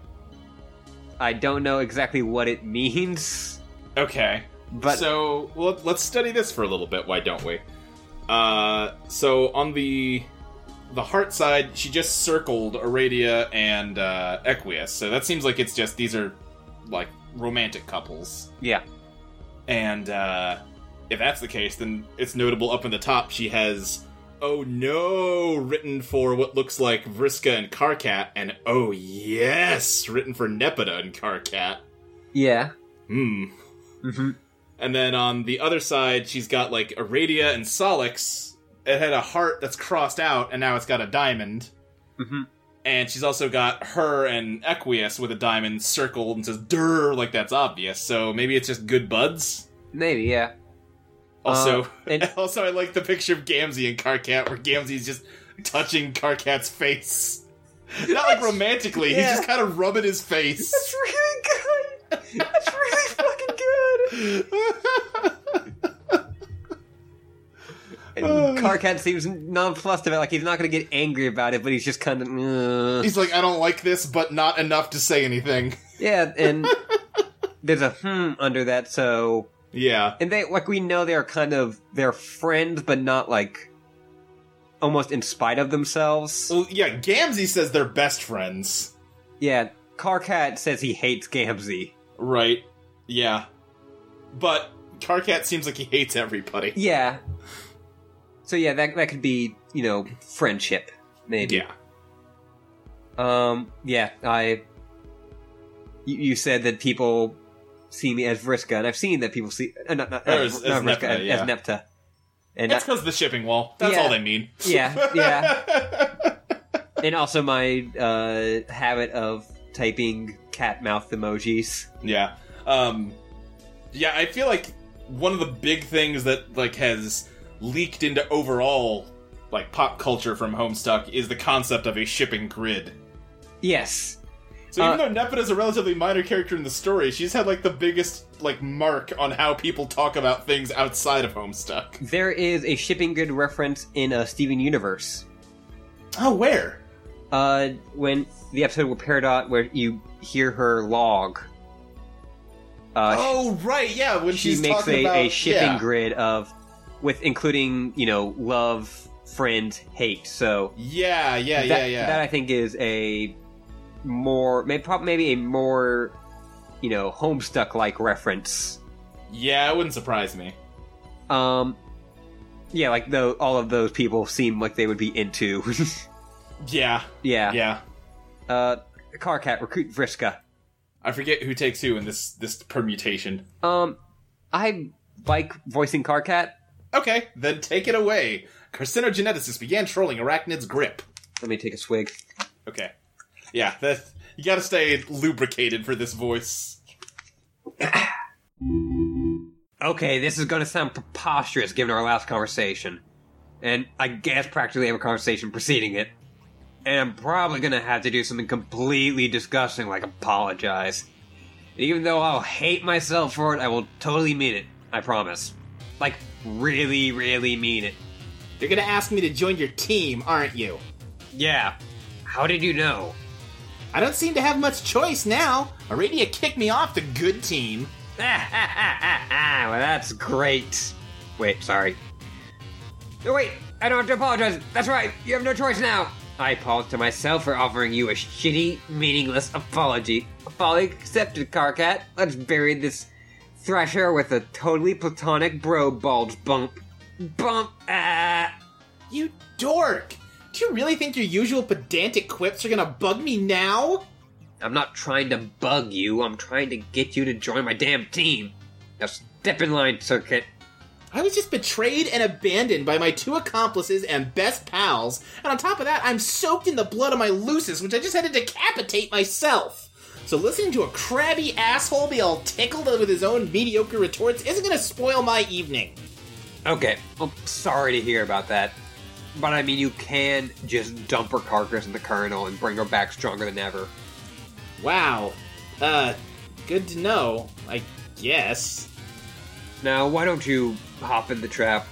B: I don't know exactly what it means,
A: Okay.
B: but
A: so well, let's study this for a little bit. Why don't we? Uh, so on the the heart side, she just circled Aradia and uh, Equius. So that seems like it's just these are like romantic couples.
B: yeah,
A: And uh, if that's the case, then it's notable up in the top she has "Oh no" written for what looks like Vriska and Carcat, and "Oh yes" written for Nepeta and Carcat.
B: Yeah.
A: Hmm.
B: Mm-hmm.
A: And then on the other side, she's got like Aradia and Solix. It had a heart that's crossed out, and now it's got a diamond.
B: Mhm.
A: And she's also got her and Equius with a diamond circled and says "Durr" like that's obvious. So maybe it's just good buds.
B: Maybe, yeah.
A: Also,
B: Uh, and-
A: also I like the picture of Gamzee and Carcat where Gamzee's just touching Carcat's face. Not like romantically, he's
B: Yeah.
A: just kind of rubbing his face.
B: That's really good! That's really fucking good! Carcat seems nonplussed about it, like he's not gonna get angry about it, but he's just kind of. "Ugh."
A: He's like, I don't like this, but not enough to say anything.
B: Yeah, and there's a hmm under that, so
A: Yeah.
B: and they like we know they are kind of they're friends, but not like almost in spite of themselves.
A: Well, yeah, Gamzee says they're best friends.
B: Yeah, Carcat says he hates Gamzee.
A: Right. Yeah. But Carcat seems like he hates everybody.
B: Yeah. So yeah, that that could be you know friendship maybe.
A: Yeah.
B: Um. Yeah. I. You, you said that people see me as Vriska, and I've seen that people see uh, not not,
A: Or as-
B: not
A: as
B: Vriska,
A: Nepta,
B: as,
A: yeah.
B: as Nepta. And
A: That's
B: I,
A: because of the shipping wall. That's
B: Yeah.
A: all they mean.
B: yeah, yeah, and also my uh, habit of typing cat mouth emojis.
A: Yeah. Um yeah, I feel like one of the big things that like has leaked into overall like pop culture from Homestuck is the concept of a shipping grid.
B: Yes.
A: So
B: Uh,
A: even though Nepeta is a relatively minor character in the story, she's had like the biggest like mark on how people talk about things outside of Homestuck.
B: There is a shipping grid reference in a Steven Universe.
A: Oh, where?
B: Uh, when the episode with Peridot, where you hear her log. Uh,
A: oh, right, yeah. When
B: she
A: she's
B: makes
A: talking
B: a,
A: about
B: a shipping
A: yeah.
B: grid of with including you know love friend hate so
A: Yeah, yeah,
B: that,
A: yeah, yeah.
B: that i think is a more maybe probably maybe a more you know homestuck like reference
A: yeah, it wouldn't surprise me.
B: um yeah like though all of those people seem like they would be into
A: Yeah,
B: yeah,
A: yeah.
B: uh car cat recruit vriska
A: I forget who takes who in this this permutation.
B: um i like voicing car cat
A: Okay, then take it away. Carcinogeneticists began trolling Arachnid's grip.
B: let me take a swig
A: Okay. Yeah, that you gotta stay lubricated for this voice.
B: okay, this is going to sound preposterous given our last conversation, and I guess practically every conversation preceding it. And I'm probably going to have to do something completely disgusting, like apologize. Even though I'll hate myself for it, I will totally mean it. I promise. Like, really, really mean it.
A: You're gonna ask me to join your team, aren't you?
B: Yeah. How did you know?
A: I don't seem to have much choice now. Aradia kicked me off the good team.
B: well, that's great. Wait, sorry. No, wait, I don't have to apologize. That's right, you have no choice now. I apologize to myself for offering you a shitty, meaningless apology. Folly accepted, Carcat. Let's bury this thresher with a totally platonic bro bulge bump. Bump! Ah!
F: You dork! Do you really think your usual pedantic quips are gonna bug me now?
B: I'm not trying to bug you, I'm trying to get you to join my damn team. Now step in line, Circuit.
F: I was just betrayed and abandoned by my two accomplices and best pals, and on top of that, I'm soaked in the blood of my Lucis, which I just had to decapitate myself. So listening to a crabby asshole be all tickled with his own mediocre retorts isn't gonna spoil my evening.
B: Okay, I'm sorry to hear about that. But I mean, you can just dump her carcass in the kernel and bring her back stronger than ever.
F: Wow. Uh, good to know, I guess.
B: Now, why don't you hop in the trap,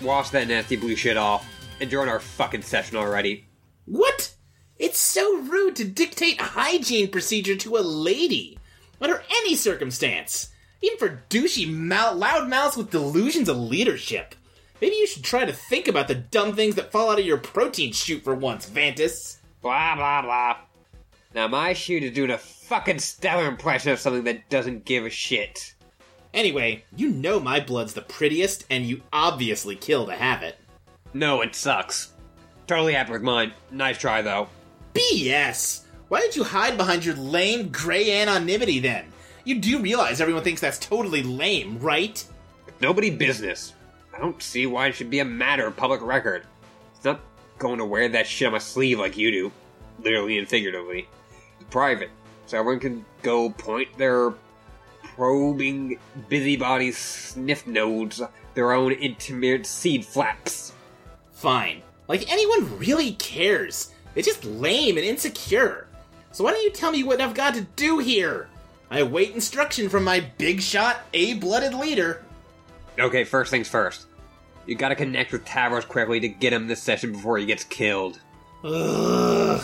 B: wash that nasty blue shit off, and join our fucking session already?
F: What? It's so rude to dictate hygiene procedure to a lady under any circumstance, even for douchey mou- loudmouths with delusions of leadership. Maybe you should try to think about the dumb things that fall out of your protein shoot for once, Vantis.
B: Blah, blah, blah. Now, my shoot is doing a fucking stellar impression of something that doesn't give a shit.
F: Anyway, you know my blood's the prettiest, and you obviously kill to have it.
B: No, it sucks. Totally epic mine. Nice try though.
A: BS! Why did you hide behind your lame gray anonymity then? You do realize everyone thinks that's totally lame, right?
B: Nobody business. I don't see why it should be a matter of public record. It's not going to wear that shit on my sleeve like you do, literally and figuratively. It's private, so everyone can go point their probing busybody sniff nodes their own intimate seed flaps.
A: Fine. Like, anyone really cares. It's just lame and insecure. So why don't you tell me what I've got to do here? I await instruction from my big shot, A-blooded leader.
B: Okay, first things first. You gotta connect with Tavros quickly to get him this session before he gets killed.
A: Ugh.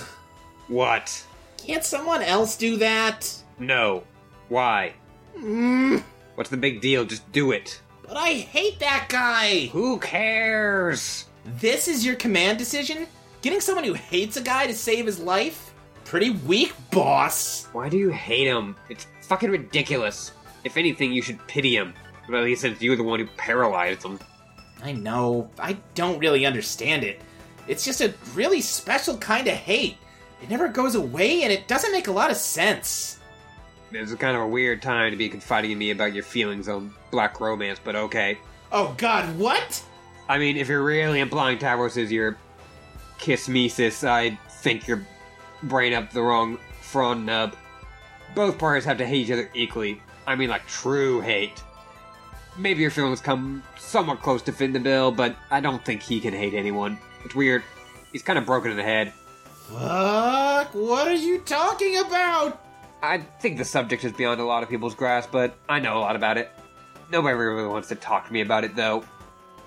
B: What?
A: Can't someone else do that?
B: No. Why?
A: Mm,
B: What's the big deal? Just do it.
A: but I hate that guy!
B: Who cares?
A: This is your command decision? Getting someone who hates a guy to save his life? Pretty weak, boss.
B: Why do you hate him? It's fucking ridiculous. If anything, you should pity him. But at least since you're the one who paralyzed him.
A: I know, I don't really understand it. It's just a really special kind of hate. It never goes away and it doesn't make a lot of sense.
B: This is kind of a weird time to be confiding in me about your feelings on black romance, but okay.
A: Oh god, what?
B: I mean, if you're really implying Tavros is your kiss mesis, I think you're brain up the wrong frond nub. Both parties have to hate each other equally. I mean, like true hate. Maybe your feelings come somewhat close to fitting the bill, but I don't think he can hate anyone. It's weird. He's kind of broken in the head.
A: Fuck, what are you talking about?
B: I think the subject is beyond a lot of people's grasp, but I know a lot about it. Nobody really wants to talk to me about it, though.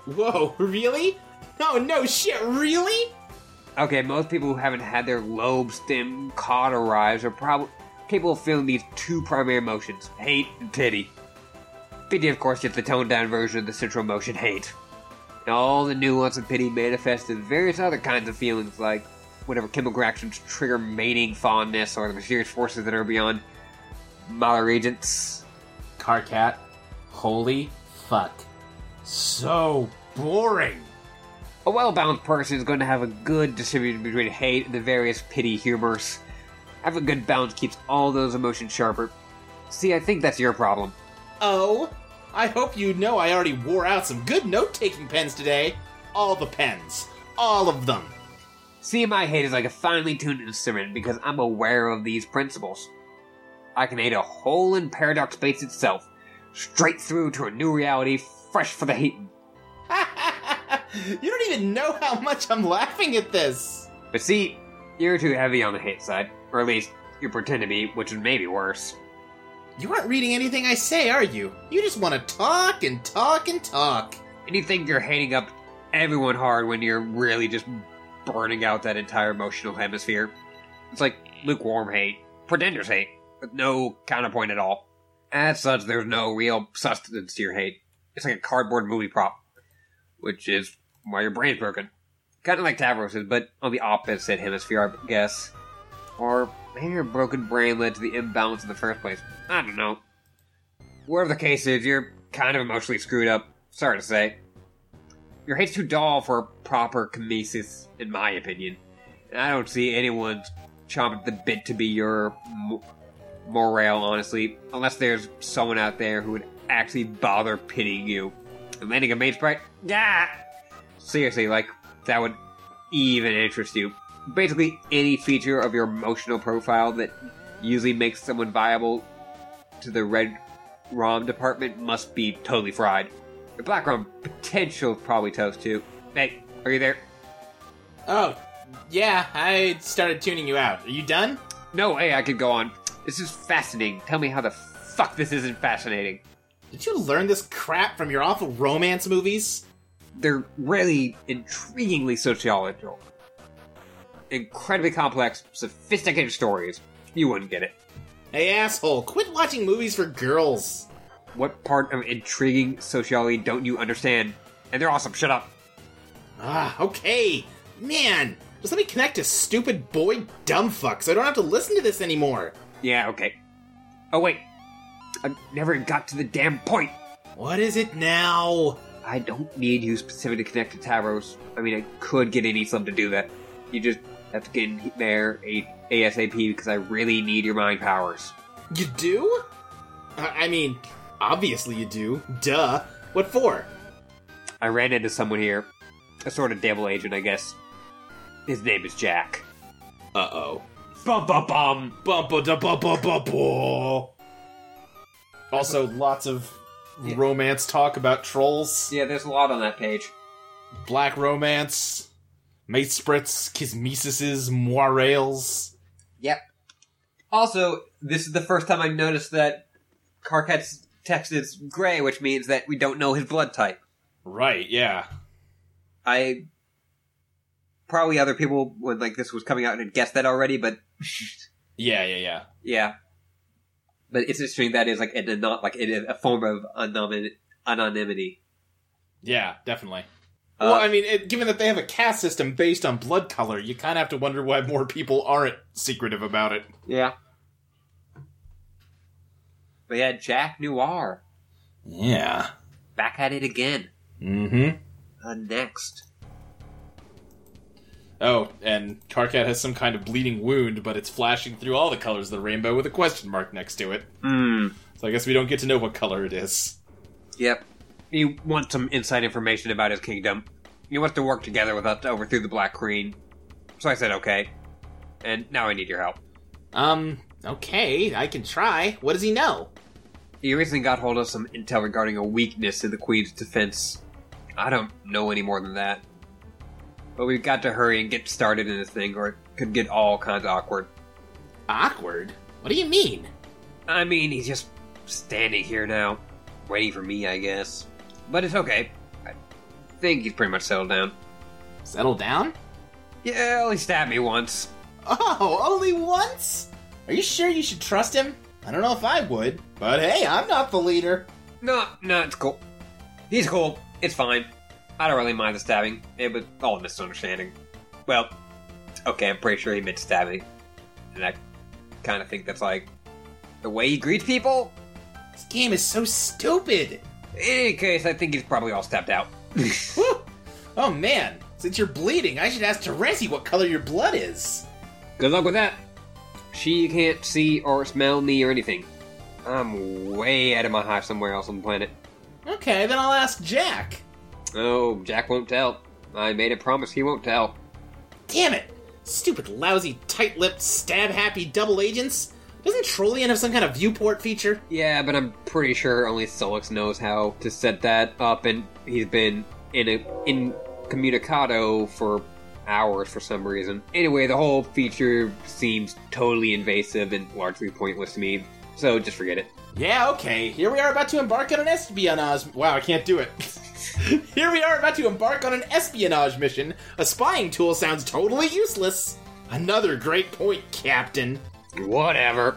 A: Whoa, really? Oh no shit, really?
B: Okay, most people who haven't had their lobe stem cauterized are probably capable of feeling these two primary emotions hate and pity. Pity, of course, is the toned down version of the central emotion hate. And all the nuance of pity manifests in various other kinds of feelings, like whatever chemical reactions trigger mating fondness or the mysterious forces that are beyond Mahler regents.
A: Carcat, holy fuck. So boring.
B: A well balanced person is going to have a good distribution between hate and the various pity humors. Having a good balance keeps all those emotions sharper. See, I think that's your problem.
A: Oh, I hope you know I already wore out some good note taking pens today. All the pens. All of them.
B: See, my hate is like a finely tuned instrument because I'm aware of these principles. I can hate a hole in paradox space itself, straight through to a new reality, fresh for the heating.
A: you don't even know how much I'm laughing at this.
B: But see, you're too heavy on the hate side, or at least you pretend to be, which is maybe worse.
A: You aren't reading anything I say, are you? You just want to talk and talk and talk.
B: And you think you're hating up everyone hard when you're really just burning out that entire emotional hemisphere. It's like lukewarm hate, pretender's hate, with no counterpoint at all. As such, there's no real sustenance to your hate. It's like a cardboard movie prop, which is why your brain's broken. Kind of like Tavros's, but on the opposite hemisphere, I guess. Or maybe your broken brain led to the imbalance in the first place. I don't know. Whatever the case is, you're kind of emotionally screwed up. Sorry to say. Your hate's too dull for proper kinesis, in my opinion. And I don't see anyone chomping at the bit to be your m- morale, honestly, unless there's someone out there who would actually bother pitying you. And landing a main sprite? Yeah! Seriously, like, that would even interest you. Basically, any feature of your emotional profile that usually makes someone viable to the red ROM department must be totally fried. The black ROM potential is probably toast too. Hey, are you there?
A: Oh, yeah, I started tuning you out. Are you done?
B: No way I could go on. This is fascinating. Tell me how the fuck this isn't fascinating.
A: Did you learn this crap from your awful romance movies?
B: They're really intriguingly sociological. Incredibly complex, sophisticated stories. You wouldn't get it.
A: Hey, asshole, quit watching movies for girls.
B: What part of intriguing sociology don't you understand? And they're awesome, shut up.
A: Ah, okay. Man, just let me connect to stupid boy dumb fuck so I don't have to listen to this anymore.
B: Yeah, okay. Oh wait. I never got to the damn point.
A: What is it now?
B: I don't need you specifically to connect to Tavros. I mean, I could get any sub to do that. You just have to get in there a- ASAP because I really need your mind powers.
A: You do? I I mean, obviously you do. Duh. What for?
B: I ran into someone here, a sort of devil agent, I guess. His name is Jack.
A: Uh oh.
B: Bum bum bum.
A: Bumpa da bumpa bumpa. Also, lots of
B: Yeah.
A: romance talk about trolls.
B: Yeah, there's a lot on that page.
A: Black romance, mate spritz, kismesis, moirales.
B: Yep. Also, this is the first time I've noticed that Karkat's text is gray, which means that we don't know his blood type.
A: Right, yeah.
B: I probably other people when like this was coming out had guessed that already, but
A: Yeah, yeah, yeah.
B: yeah. But it's interesting that is like a not like a, a form of anonym- anonymity.
A: Yeah, definitely.
B: Uh,
A: well, I mean, it, given that they have a caste system based on blood color, you kind of have to wonder why more people aren't secretive about it.
B: Yeah. But yeah, Jack Noir
A: Yeah.
B: back at it again.
A: Mm hmm.
B: Uh, next,
A: Oh, and Karkat has some kind of bleeding wound, but it's flashing through all the colors of the rainbow with a question mark next to it.
B: hmm,
A: So I guess we don't get to know what color it is.
B: yep. He wants some inside information about his kingdom. He wants to work together with us to overthrow the Black Queen. So I said, okay. And now I need your help.
A: Um, okay, I can try. What does he know?
B: He recently got hold of some intel regarding a weakness in the Queen's defense. I don't know any more than that. But we've got to hurry and get started in this thing, or it could get all kinds of awkward.
A: Awkward? What do you mean?
B: I mean, he's just standing here now, waiting for me, I guess. But it's okay. I think he's pretty much settled down.
A: Settle down?
B: Yeah, well, he stabbed me once.
A: Oh, only once? Are you sure you should trust him? I don't know if I would, but hey, I'm not the leader.
B: No, no, it's cool. He's cool. It's fine. I don't really mind the stabbing. It was all a misunderstanding. Well, okay, I'm pretty sure he meant stabbing. And I kind of think that's like the way he greets people.
A: This game is so stupid.
B: In any case, I think he's probably all stabbed out.
A: Whew. Oh man, since you're bleeding, I should ask Teresi what color your blood is.
B: Good luck with that. She can't see or smell me or anything. I'm way out of my hive somewhere else on the planet.
A: Okay, then I'll ask Jack.
B: Oh, Jack won't tell. I made a promise he won't tell.
A: Damn it! Stupid, lousy, tight lipped, stab happy double agents. Doesn't Trollian have some kind of viewport feature?
B: Yeah, but I'm pretty sure only Solix knows how to set that up, and he's been in a incommunicado for hours for some reason. Anyway, the whole feature seems totally invasive and largely pointless to me, so just forget it.
A: Yeah, okay. Here we are about to embark on an espionage. Wow, I can't do it. Here we are about to embark on an espionage mission. A spying tool sounds totally useless. Another great point, Captain.
B: Whatever.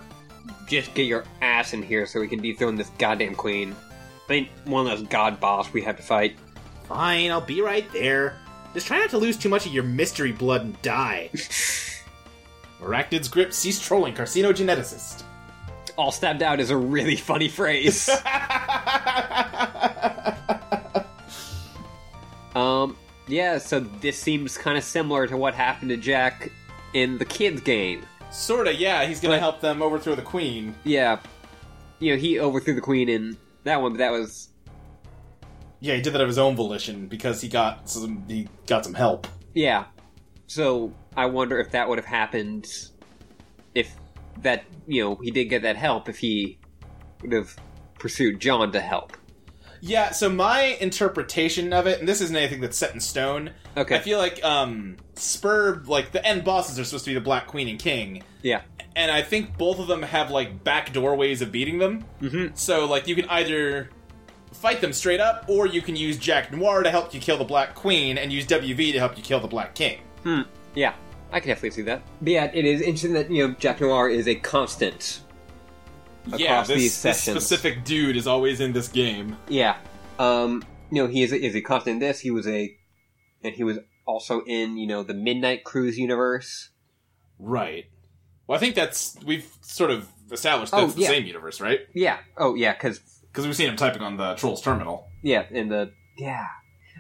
B: Just get your ass in here so we can dethrone this goddamn queen. I think one less god boss we have to fight.
A: Fine, I'll be right there. Just try not to lose too much of your mystery blood and die. Arachnid's grip ceased trolling carcinogeneticist.
B: All stabbed out is a really funny phrase. Um, yeah, so this seems kind of similar to what happened to Jack in the kids' game.
A: Sorta, yeah, he's gonna
B: But-
A: help them overthrow the queen.
B: Yeah. You know, he overthrew the queen in that one, but that was.
A: Yeah, he did that of his own volition because he got some he got some help.
B: Yeah. So I wonder if that would have happened if that, you know, he did get that help, if he would have pursued John to help.
A: Yeah, so my interpretation of it, and this isn't anything that's set in stone.
B: Okay.
A: I feel like um Spurb, like the end bosses are supposed to be the Black Queen and King,
B: yeah.
A: and I think both of them have like back doorways of beating them.
B: Mhm.
A: So like you can either fight them straight up, or you can use Jack Noir to help you kill the Black Queen, and use WV to help you kill the Black King.
B: Yeah. I can definitely see that. But yeah, it is interesting that, you know, Jack Noir is a constant
A: yeah,
B: across
A: this,
B: these
A: this
B: sessions.
A: specific dude is always in this game.
B: Yeah. Um, you know, he is a, is a constant in this. He was a, and he was also in, you know, the Midnight Cruise universe.
A: Right. Well, I think that's we've sort of established
B: Oh,
A: that's the
B: yeah.
A: same universe, right?
B: Yeah. Oh, yeah, because,
A: Because we've seen him typing on the Trolls Terminal.
B: yeah, in the Yeah.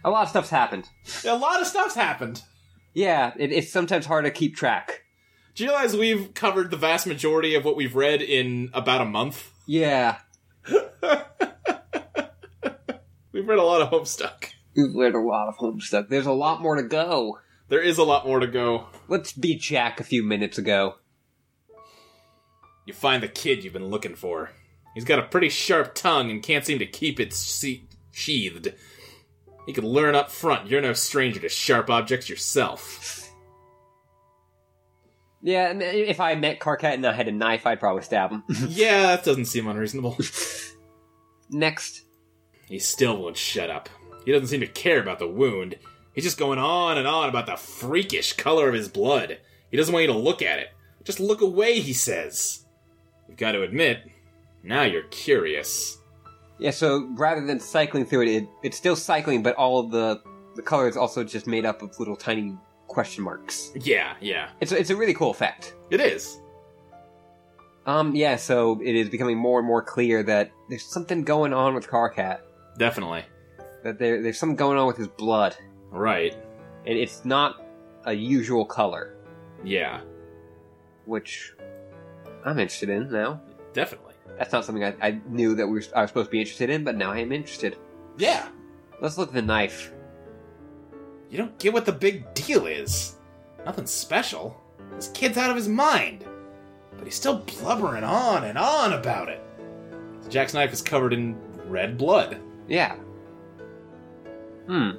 B: A lot of stuff's happened.
A: A lot of stuff's happened.
B: Yeah, it, it's sometimes hard to keep track.
A: Do you realize we've covered the vast majority of what we've read in about a month?
B: Yeah.
A: We've read a lot of Homestuck.
B: We've read a lot of Homestuck. There's a lot more to go.
A: There is a lot more to go.
B: Let's beat Jack a few minutes ago.
A: You find the kid you've been looking for. He's got a pretty sharp tongue and can't seem to keep it se- sheathed. He could learn up front you're no stranger to sharp objects yourself.
B: Yeah, and if I met Carcat and I had a knife, I'd probably stab him.
A: yeah, that doesn't seem unreasonable.
B: Next.
A: He still won't shut up. He doesn't seem to care about the wound. He's just going on and on about the freakish color of his blood. He doesn't want you to look at it. Just look away, he says. You've got to admit, now you're curious.
B: Yeah, so rather than cycling through it, it it's still cycling, but all of the, the color is also just made up of little tiny question marks.
A: Yeah, yeah.
B: It's, it's a really cool effect.
A: It is.
B: Um, yeah, so it is becoming more and more clear that there's something going on with Carcat.
A: Definitely.
B: That there, there's something going on with his blood.
A: Right.
B: And it's not a usual color,
A: Yeah.
B: which I'm interested in now.
A: Definitely.
B: That's not something I, I knew that we were, I was supposed to be interested in, but now I am interested.
A: Yeah.
B: Let's look at the knife.
A: You don't get what the big deal is. Nothing special. This kid's out of his mind. But he's still blubbering on and on about it. Jack's knife is covered in red blood.
B: Yeah. Hmm.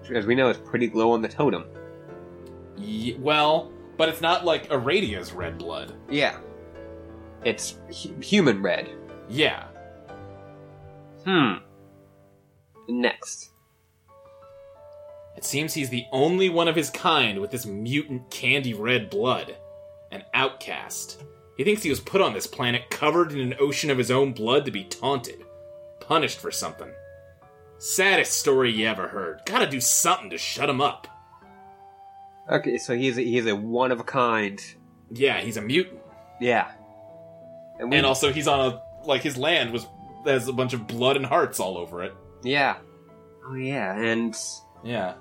B: Which, As we know, it's pretty low on the totem.
A: Ye well, but it's not like Aradia's red blood.
B: Yeah. It's hu- human red.
A: Yeah.
B: Hmm. Next.
A: It seems he's the only one of his kind with this mutant candy red blood. An outcast. He thinks he was put on this planet covered in an ocean of his own blood to be taunted, punished for something. Saddest story you ever heard. Gotta do something to shut him up.
B: Okay, so he's a, he's a one of a kind.
A: Yeah, he's a mutant.
B: Yeah. And, we,
A: And also, he's on a. Like, his land was. has a bunch of blood and hearts all over it.
B: yeah. Oh yeah, and
A: Yeah.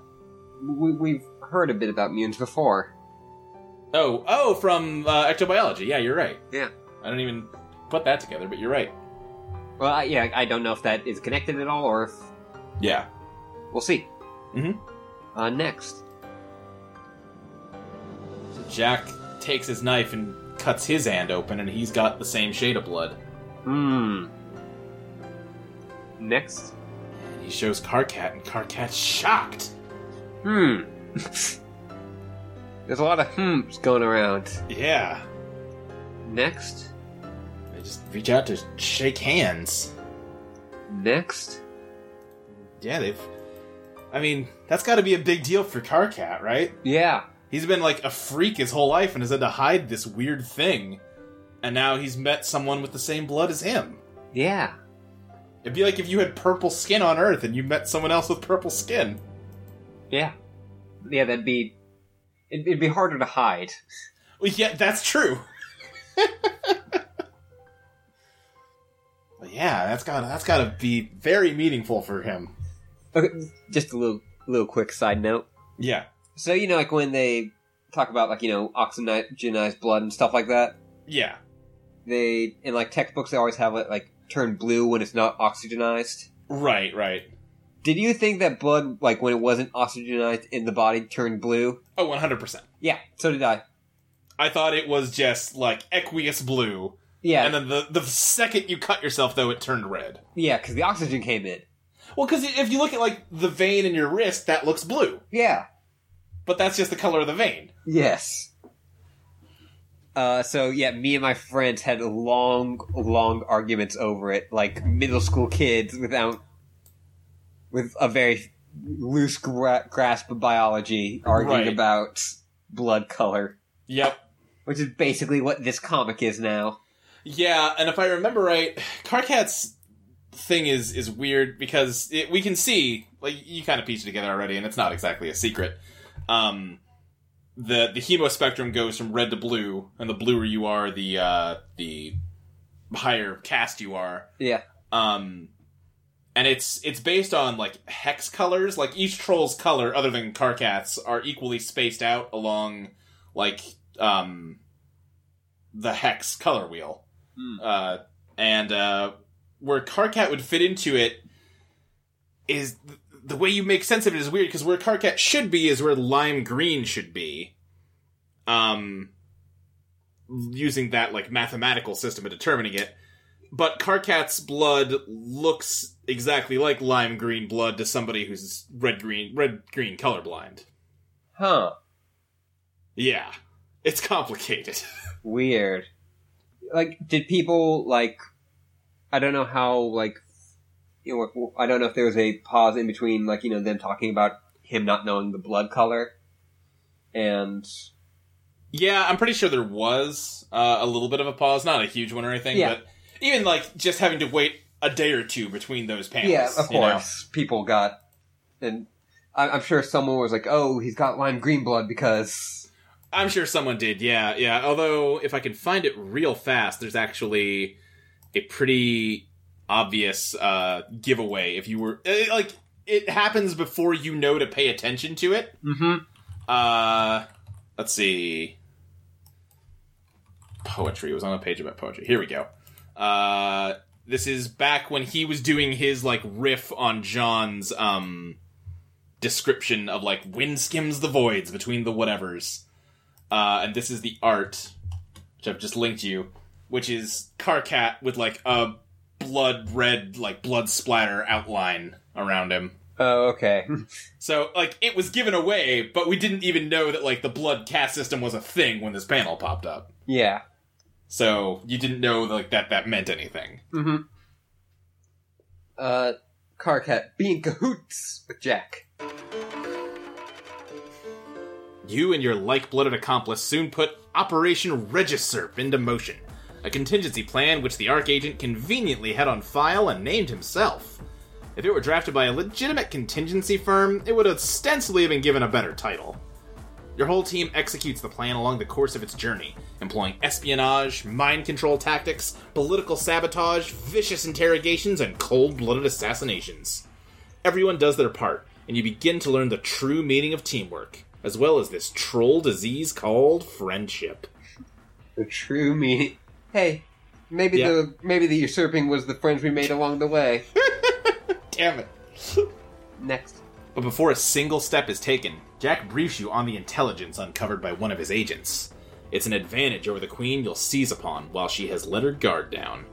B: we, we've heard a bit about mutants before.
A: Oh, oh, from uh, ectobiology. Yeah, you're right.
B: Yeah.
A: I don't even put that together, but you're right.
B: Well, I, yeah, I don't know if that is connected at all, or if
A: Yeah.
B: we'll see.
A: Mhm.
B: Uh, next.
A: Jack takes his knife and cuts his hand open, and he's got the same shade of blood.
B: Hmm. Next.
A: And he shows Carcat, and Carcat's shocked.
B: Hmm. There's a lot of hmms going around.
A: Yeah.
B: Next.
A: They just reach out to shake hands.
B: Next.
A: Yeah, they've. I mean, that's got to be a big deal for Carcat, right?
B: Yeah.
A: He's been like a freak his whole life and has had to hide this weird thing. And now he's met someone with the same blood as him.
B: Yeah.
A: It'd be like if you had purple skin on Earth and you met someone else with purple skin.
B: Yeah. Yeah, that'd be. It'd, it'd be harder to hide.
A: Well, yeah, that's true. But yeah, that's got that's got to be very meaningful for him.
B: Okay, just a little, little quick side note.
A: Yeah,
B: So you know, like when they talk about like you know oxygenized blood and stuff like that,
A: yeah,
B: they in like textbooks they always have it like turn blue when it's not oxygenized.
A: right, right.
B: Did you think that blood, like when it wasn't oxygenized in the body, turned blue?
A: Oh, one hundred percent.
B: Yeah, so did I.
A: I thought it was just like aqueous blue,
B: Yeah,
A: and then the the second you cut yourself, though, it turned red.
B: yeah, because the oxygen came in.
A: Well, because if you look at like the vein in your wrist, that looks blue,
B: Yeah.
A: but that's just the color of the vein.
B: Yes. Uh, so yeah, me and my friends had long, long arguments over it, like middle school kids without, with a very loose gra- grasp of biology, arguing
A: Right.
B: about blood color,
A: Yep.
B: which is basically what this comic is now.
A: Yeah, and if I remember right, Carcat's thing is is weird because it, we can see like you kind of piece it together already, and it's not exactly a secret. Um, the the hemo spectrum goes from red to blue, and the bluer you are, the uh, the higher cast you are.
B: Yeah.
A: Um, and it's it's based on like hex colors. Like each troll's color, other than Carcats, are equally spaced out along like um the hex color wheel.
G: Hmm.
A: Uh, and uh, where Carcat would fit into it is th- the way you make sense of it is weird because where Carcat should be is where lime green should be. Um, using that like mathematical system of determining it. But Carcat's blood looks exactly like lime green blood to somebody who's red green red green colorblind.
B: Huh.
A: Yeah. It's complicated.
B: Weird. Like, did people like? I don't know how like. You know, like, I don't know if there was a pause in between, like you know, them talking about him not knowing the blood color, and
A: Yeah, I'm pretty sure there was uh, a little bit of a pause, not a huge one or anything,
B: Yeah.
A: but even like just having to wait a day or two between those panels.
B: yeah, of course,
A: you know?
B: people got, and I- I'm sure someone was like, "Oh, he's got lime green blood because."
A: I'm sure someone did. Yeah, yeah. Although if I can find it real fast, there's actually a pretty obvious uh, giveaway. If you were eh, like, it happens before you know to pay attention to it.
B: Mm-hmm.
A: Uh, let's see. Poetry It was on a page about poetry. Here we go. Uh, this is back when he was doing his like riff on John's um description of like wind skims the voids between the whatevers. Uh, and this is the art, which I've just linked you, which is Carcat with like a blood red like blood splatter outline around him.
B: Oh, okay.
A: So, like, it was given away, but we didn't even know that, like, the blood cast system was a thing when this panel popped up.
B: yeah.
A: So, you didn't know, like, that that meant anything.
B: Mm-hmm. Uh, Carcat being cahoots with Jack.
A: You and your like blooded accomplice soon put Operation Regiserp into motion, a contingency plan which the ARC agent conveniently had on file and named himself. If it were drafted by a legitimate contingency firm, it would ostensibly have been given a better title. Your whole team executes the plan along the course of its journey, employing espionage, mind control tactics, political sabotage, vicious interrogations, and cold blooded assassinations. Everyone does their part, and you begin to learn the true meaning of teamwork, as well as this troll disease called friendship.
B: The true meaning. Hey, maybe
A: Yeah.
B: the maybe the usurping was the friends we made along the way.
A: Damn it.
B: Next.
A: But before a single step is taken, Jack briefs you on the intelligence uncovered by one of his agents. It's an advantage over the Queen you'll seize upon while she has let her guard down.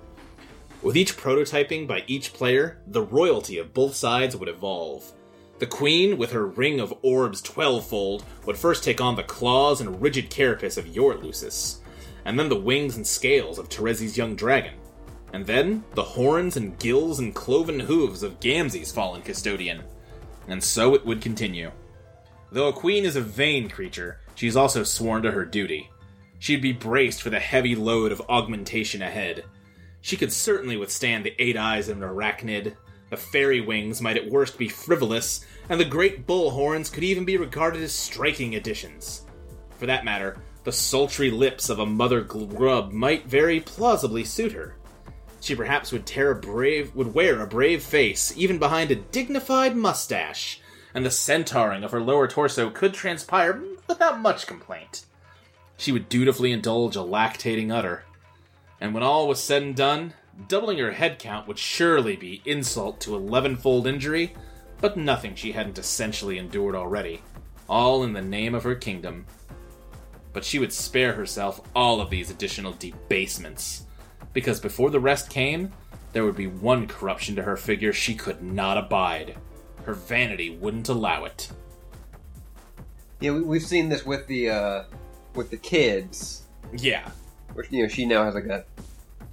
A: With each prototyping by each player, the royalty of both sides would evolve. The Queen, with her ring of orbs twelvefold, would first take on the claws and rigid carapace of your Lucis, and then the wings and scales of Terezi's young dragon, and then the horns and gills and cloven hooves of Gamzee's fallen custodian and so it would continue. Though a queen is a vain creature, she is also sworn to her duty. She'd be braced for the heavy load of augmentation ahead. She could certainly withstand the eight eyes of an arachnid, the fairy wings might at worst be frivolous, and the great bull horns could even be regarded as striking additions. For that matter, the sultry lips of a mother grub might very plausibly suit her. She perhaps would tear a brave would wear a brave face, even behind a dignified mustache, and the centauring of her lower torso could transpire without much complaint. She would dutifully indulge a lactating udder. And when all was said and done, doubling her head count would surely be insult to elevenfold injury, but nothing she hadn't essentially endured already, all in the name of her kingdom. But she would spare herself all of these additional debasements because before the rest came, there would be one corruption to her figure she could not abide. Her vanity wouldn't allow it.
B: Yeah, we, we've seen this with the uh, with the kids.
A: Yeah.
B: Which you know she now has like a.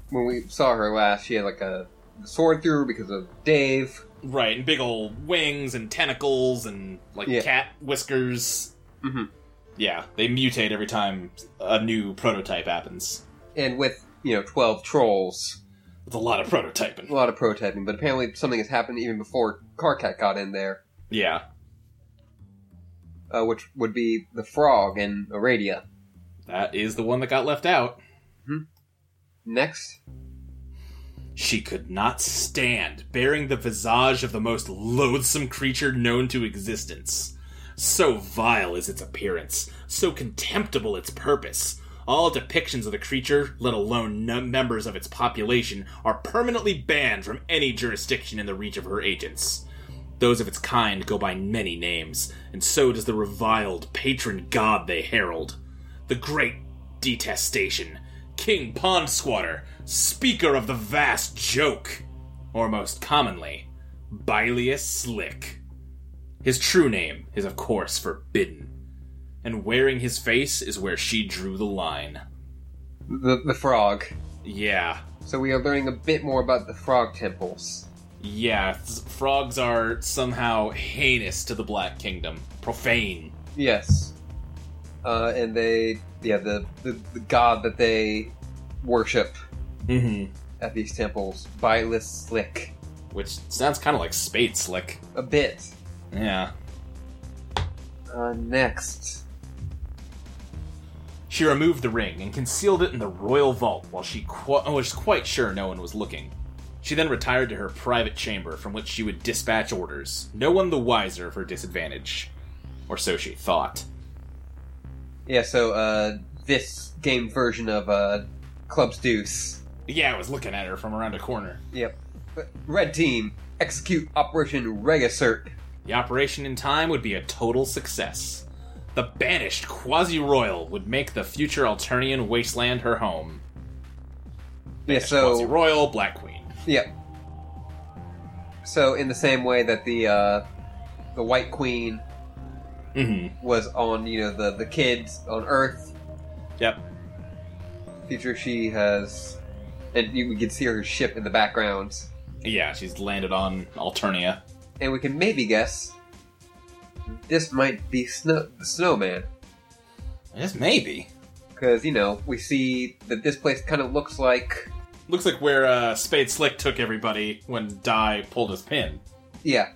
B: When we saw her last, she had like a sword through her because of Dave.
A: Right, and big old wings and tentacles and like
B: Yeah.
A: cat whiskers.
B: Mhm.
A: Yeah, they mutate every time a new prototype happens.
B: and with you know 12 trolls
A: It's a lot of prototyping.
B: a lot of prototyping but apparently something has happened even before carcat got in there
A: Yeah.
B: uh, which would be the frog and aradia
A: That is the one that got left out.
B: next
A: she could not stand, bearing the visage of the most loathsome creature known to existence. So vile is its appearance, so contemptible its purpose. All depictions of the creature, let alone no- members of its population, are permanently banned from any jurisdiction in the reach of her agents. Those of its kind go by many names, and so does the reviled patron god they herald. The Great Detestation, King Pond Squatter, Speaker of the Vast Joke, or most commonly, Bileus Slick. His true name is, of course, forbidden, and wearing his face is where she drew the line.
B: The, the frog.
A: Yeah,
B: So we are learning a bit more about the frog temples.
A: yeah, th- frogs are somehow heinous to the Black Kingdom, profane.
B: Yes. Uh, and they, yeah, the, the, the god that they worship
A: Mm-hmm.
B: at these temples, Bilus Slick.
A: Which sounds kind of like Spade Slick.
B: A bit.
A: Yeah.
B: Uh, next.
A: She removed the ring and concealed it in the royal vault while she qu- was quite sure no one was looking. She then retired to her private chamber from which she would dispatch orders, no one the wiser of her disadvantage. Or so she thought.
B: Yeah, so uh, this game version of uh, Club's Deuce.
A: Yeah, I was looking at her from around a corner.
B: Yep. Red Team, execute Operation Regassert.
A: The operation in time would be a total success. The banished Quasi Royal would make the future Alternian wasteland her home.
B: Yeah,
A: Quasi
B: so.
A: Royal, Black Queen.
B: Yep. So, in the same way that the uh, the White Queen
A: Mm hmm.
B: was on, you know, the, the kids on Earth,
A: Yep.
B: future she has. And you we can see her ship in the background.
A: Yeah, she's landed on Alternia.
B: And we can maybe guess this might be Snow- the Snowman.
A: Yes, maybe.
B: Because, you know, we see that this place kind of looks like.
A: Looks like where uh, Spade Slick took everybody when Die pulled his pin.
B: Yeah,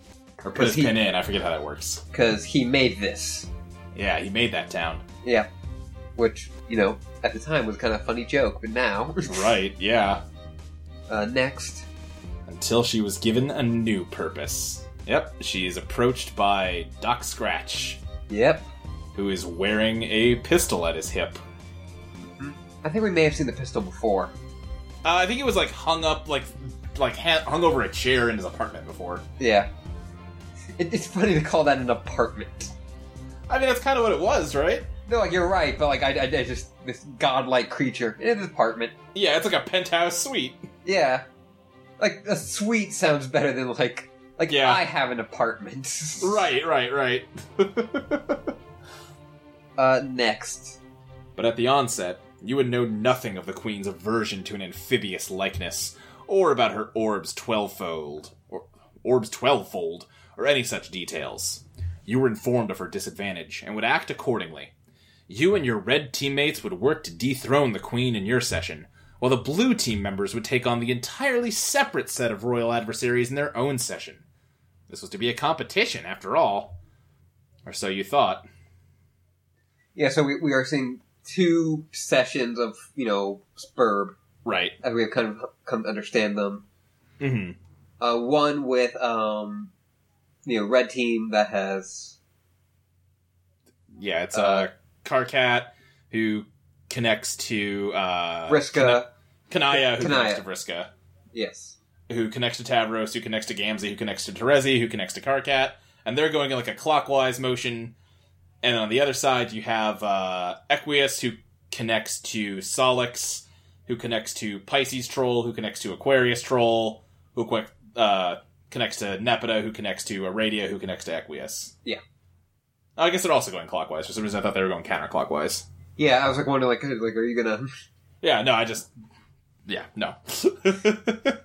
A: Or put his
B: He-
A: pin in, I forget how that works.
B: because he made this.
A: Yeah, he made that town.
B: Yeah. Which, you know, at the time was kind of a funny joke, but now.
A: Right, yeah.
B: uh, next.
A: Until she was given a new purpose. Yep, she is approached by Doc Scratch,
B: Yep.
A: who is wearing a pistol at his hip.
B: I think we may have seen the pistol before.
A: Uh, I think it was like hung up, like like ha- hung over a chair in his apartment before.
B: Yeah. It, it's funny to call that an apartment.
A: I mean, that's kind of what it was, right?
B: No, like, you're right, but, like, I, I, I just. This godlike creature in an apartment.
A: Yeah, it's like a penthouse suite.
B: Yeah. Like, a suite sounds better than, like. Like,
A: Yeah.
B: I have an apartment.
A: Right, right, right.
B: Uh, next.
A: But at the onset, you would know nothing of the queen's aversion to an amphibious likeness, or about her orbs twelvefold, or orbs twelvefold, or any such details. You were informed of her disadvantage and would act accordingly. You and your red teammates would work to dethrone the queen in your session, while the blue team members would take on the entirely separate set of royal adversaries in their own session. This was to be a competition, after all. Or so you thought.
B: Yeah, so we, we are seeing two sessions of, you know, Spurb,
A: Right.
B: as we have kind of come to understand them.
A: Mm hmm.
B: Uh, one with, um, you know, Red Team that has,
A: Yeah, it's uh, Carcat who connects to uh,
B: Briska.
A: Kanaya, who
B: Kanaya.
A: connects to Vriska,
B: yes.
A: who connects to Tavros, who connects to Gamzee, who connects to Terezi, who connects to Carcat, and they're going in like a clockwise motion. And on the other side, you have uh, Equius, who connects to Solix, who connects to Pisces Troll, who connects to Aquarius Troll, who que- uh, connects to Nepeta, who connects to Aradia, who connects to Equius. Oh,
B: Yeah.
A: I guess they're also going clockwise. For some reason, I thought they were going counterclockwise.
B: Yeah, I was like wondering, like, like, are you gonna,
A: Yeah, no, I just. Yeah, no.
B: uh,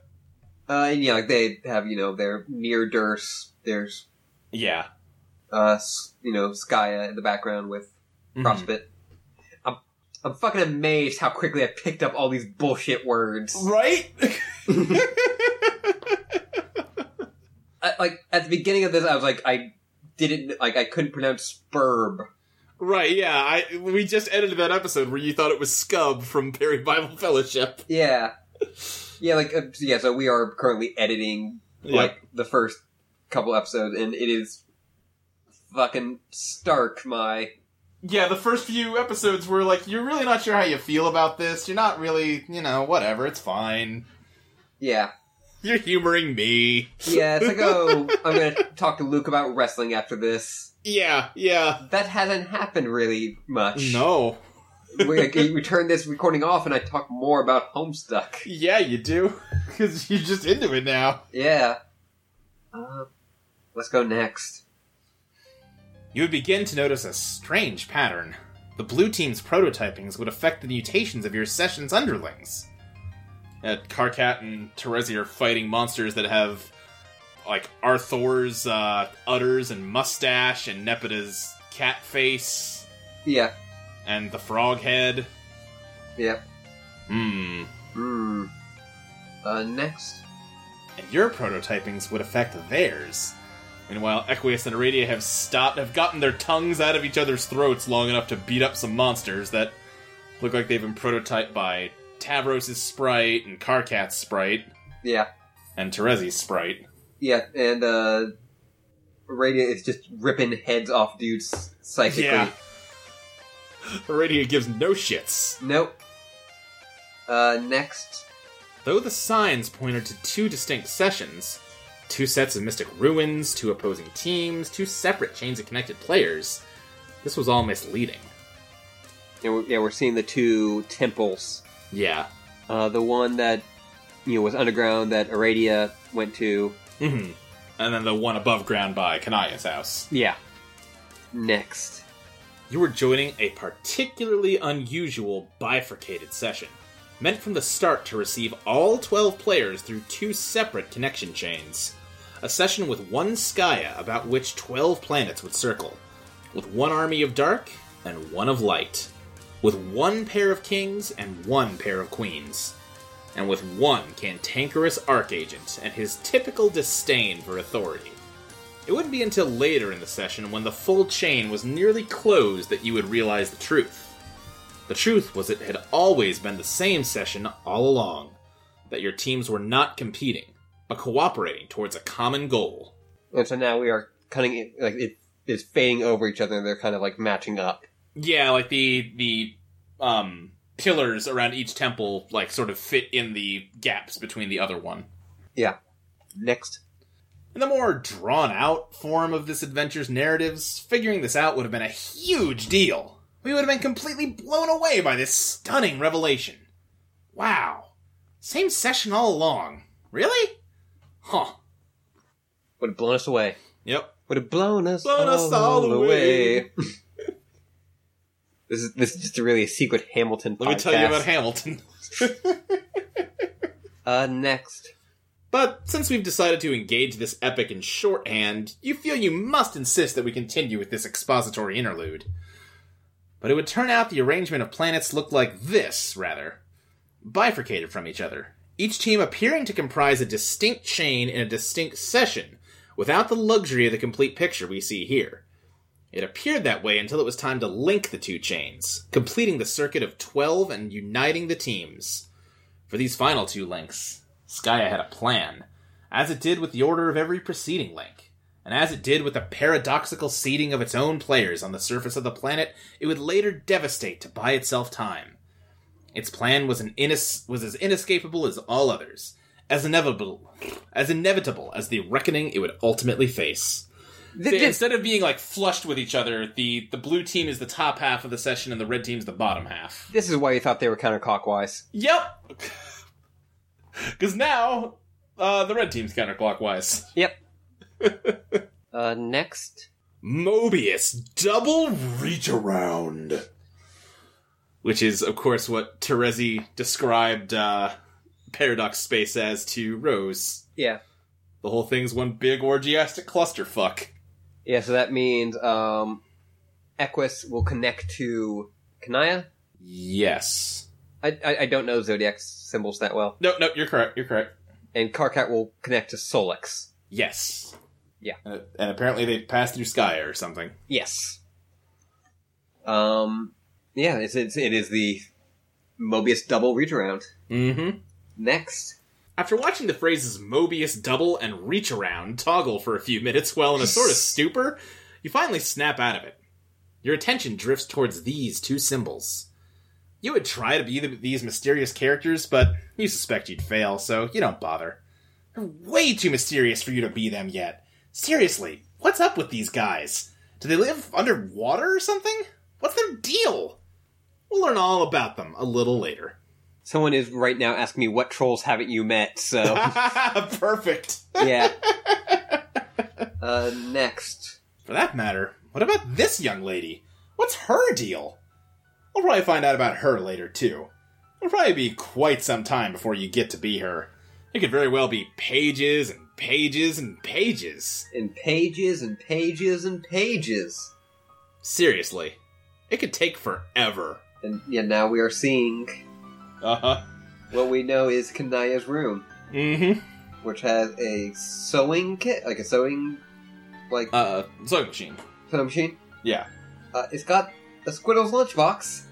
B: and yeah, like they have, you know, their near Durse, there's,
A: yeah.
B: uh, s- you know, Skaya in the background with
A: Mm-hmm.
B: Frostbit. I'm, I'm fucking amazed how quickly I picked up all these bullshit words.
A: Right?
B: I, like at the beginning of this, I was like, I didn't like I couldn't pronounce spurb.
A: right, yeah. I We just edited that episode where you thought it was Scub from Perry Bible Fellowship.
B: Yeah, Yeah, like uh, yeah. So we are currently editing
A: Yeah.
B: like the first couple episodes, and it is fucking stark. My
A: Yeah, the first few episodes were like, you're really not sure how you feel about this. You're not really, you know, whatever, it's fine.
B: yeah,
A: You're humoring me.
B: yeah. It's like oh, I'm gonna talk to Luke about wrestling after this.
A: Yeah, yeah.
B: That hasn't happened really much.
A: No.
B: we, like, we turn this recording off, and I talk more about Homestuck.
A: Yeah, you do. Because you're just into it now.
B: Yeah. Uh, let's go next.
A: You would begin to notice a strange pattern. The blue team's prototypings would affect the mutations of your session's underlings. Uh, Karkat and Terezi are fighting monsters that have, like, Arthur's uh, udders and mustache, and Nepida's cat face,
B: Yeah.
A: and the frog head.
B: Yeah.
A: Hmm.
B: Hmm. Uh, next.
A: and your prototypings would affect theirs. Meanwhile, Equius and Aradia have stopped, have gotten their tongues out of each other's throats long enough to beat up some monsters that look like they've been prototyped by Tavros' sprite and Karkat's sprite
B: Yeah.
A: and Terezi's sprite.
B: Yeah, and uh Radia is just ripping heads off dudes psychically.
A: Yeah. Aradia gives no shits.
B: Nope. Uh next.
A: Though the signs pointed to two distinct sessions two sets of mystic ruins, two opposing teams, two separate chains of connected players this was all misleading.
B: Yeah we're, yeah, we're seeing the two temples.
A: Yeah.
B: Uh the one that you know was underground that Aradia went to.
A: hmm And then the one above ground by Kanaya's house.
B: Yeah. Next.
A: You were joining a particularly unusual bifurcated session, meant from the start to receive all 12 players through two separate connection chains. A session with one Skya about which 12 planets would circle, with one army of dark and one of light, with one pair of kings and one pair of queens, and with one cantankerous archagent and his typical disdain for authority. It wouldn't be until later in the session, when the full chain was nearly closed, that you would realize the truth. The truth was it had always been the same session all along that your teams were not competing, but cooperating towards a common goal.
B: And so now we are cutting it like it is fading over each other and they're kind of like matching up.
A: Yeah, like the the um pillars around each temple like sort of fit in the gaps between the other one.
B: Yeah. Next.
A: In the more drawn out form of this adventure's narratives, figuring this out would have been a huge deal. We would have been completely blown away by this stunning revelation. Wow. Same session all along. Really? Huh.
B: Would have blown us away.
A: Yep.
B: would have blown us
A: Blown
B: all,
A: us all
B: away.
A: away.
B: this is this is just a really a secret Hamilton.
A: Let me tell you about Hamilton.
B: uh, next.
A: But since we've decided to engage this epic in shorthand, you feel you must insist that we continue with this expository interlude. But it would turn out the arrangement of planets looked like this, rather bifurcated from each other, each team appearing to comprise a distinct chain in a distinct session, without the luxury of the complete picture we see here. It appeared that way until it was time to link the two chains, completing the circuit of 12 and uniting the teams. For these final two links, Skya had a plan, as it did with the order of every preceding link, and as it did with the paradoxical seeding of its own players on the surface of the planet it would later devastate to buy itself time. Its plan was an ines- was as inescapable as all others, as inevitable as inevitable as the reckoning it would ultimately face.
B: Th- this-
A: instead of being like flushed with each other, the the blue team is the top half of the session and the red team's the bottom half.
B: this is why you thought they were counterclockwise.
A: Yep. Because now uh, the red team's counterclockwise.
B: Yep. uh, next.
A: Mobius double reach around, which is of course what Terezi described uh, paradox space as to Rose.
B: Yeah.
A: The whole thing's one big orgiastic clusterfuck.
B: Yeah. So that means um, Equus will connect to Kanaya.
A: Yes.
B: I, I I don't know zodiac symbols that well,
A: No, no, you're correct. You're correct.
B: and Karkat will connect to Solix.
A: Yes.
B: Yeah.
A: And, and apparently they passed through Sky or something.
B: Yes. Um. Yeah. It's, it's it is the Mobius double reach around.
A: Mm-hmm.
B: Next.
A: After watching the phrases Mobius double and reach around toggle for a few minutes while in a sort of stupor, you finally snap out of it. Your attention drifts towards these two symbols. You would try to be the, these mysterious characters, but you suspect you'd fail, so you don't bother. They're way too mysterious for you to be them yet. Seriously, what's up with these guys? Do they live underwater or something? What's their deal? We'll learn all about them a little later.
B: Someone is right now asking me what trolls haven't you met, so
A: Perfect.
B: yeah. Uh, next.
A: For that matter, what about this young lady? What's her deal? We'll probably find out about her later, too. It'll probably be quite some time before you get to be her. It could very well be pages and pages and pages.
B: And pages and pages and pages.
A: Seriously. It could take forever.
B: And yeah, now we are seeing
A: Uh huh.
B: what we know is Kanaya's room,
A: Mm hmm.
B: which has a sewing kit, like a sewing, like
A: Uh, sewing machine.
B: sewing machine.
A: Yeah.
B: Uh, it's got a Squiddles lunchbox.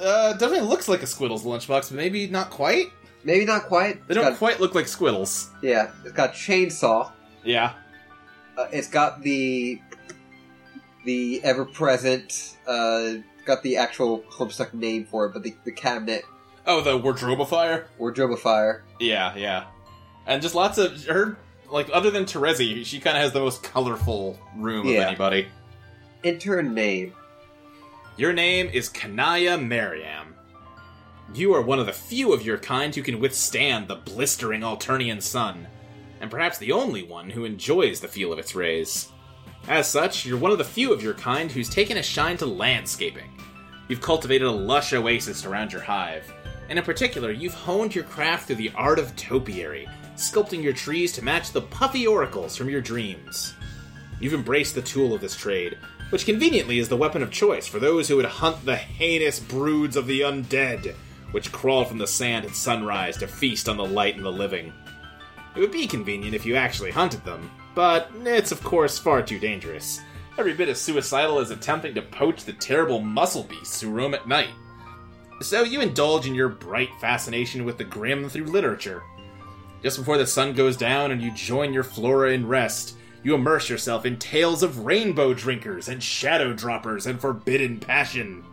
A: Uh, definitely looks like a Squiddles lunchbox, but maybe not quite.
B: Maybe not quite.
A: They
B: It's
A: don't
B: got-
A: quite look like Squiddles.
B: Yeah, it's got chainsaw.
A: Yeah.
B: Uh, it's got the the ever present. Uh, got the actual Homestuck name for it, but the, the cabinet
A: Oh, the wardrobifier?
B: wardrobifier.
A: Yeah, yeah. And just lots of her like other than Terezi, she kinda has the most colorful room
B: Yeah.
A: of anybody.
B: Enter name.
A: Your name is Kanaya Mariam. You are one of the few of your kind who can withstand the blistering Alternian sun, and perhaps the only one who enjoys the feel of its rays. As such, you're one of the few of your kind who's taken a shine to landscaping. You've cultivated a lush oasis around your hive, and in particular, you've honed your craft through the art of topiary, sculpting your trees to match the puffy oracles from your dreams. You've embraced the tool of this trade, which conveniently is the weapon of choice for those who would hunt the heinous broods of the undead, which crawl from the sand at sunrise to feast on the light and the living. It would be convenient if you actually hunted them, but it's of course far too dangerous. Every bit as suicidal as attempting to poach the terrible muscle beasts who roam at night. So you indulge in your bright fascination with the grim through literature, just before the sun goes down and you join your flora in rest, you immerse yourself in tales of rainbow drinkers and shadow droppers and forbidden passion.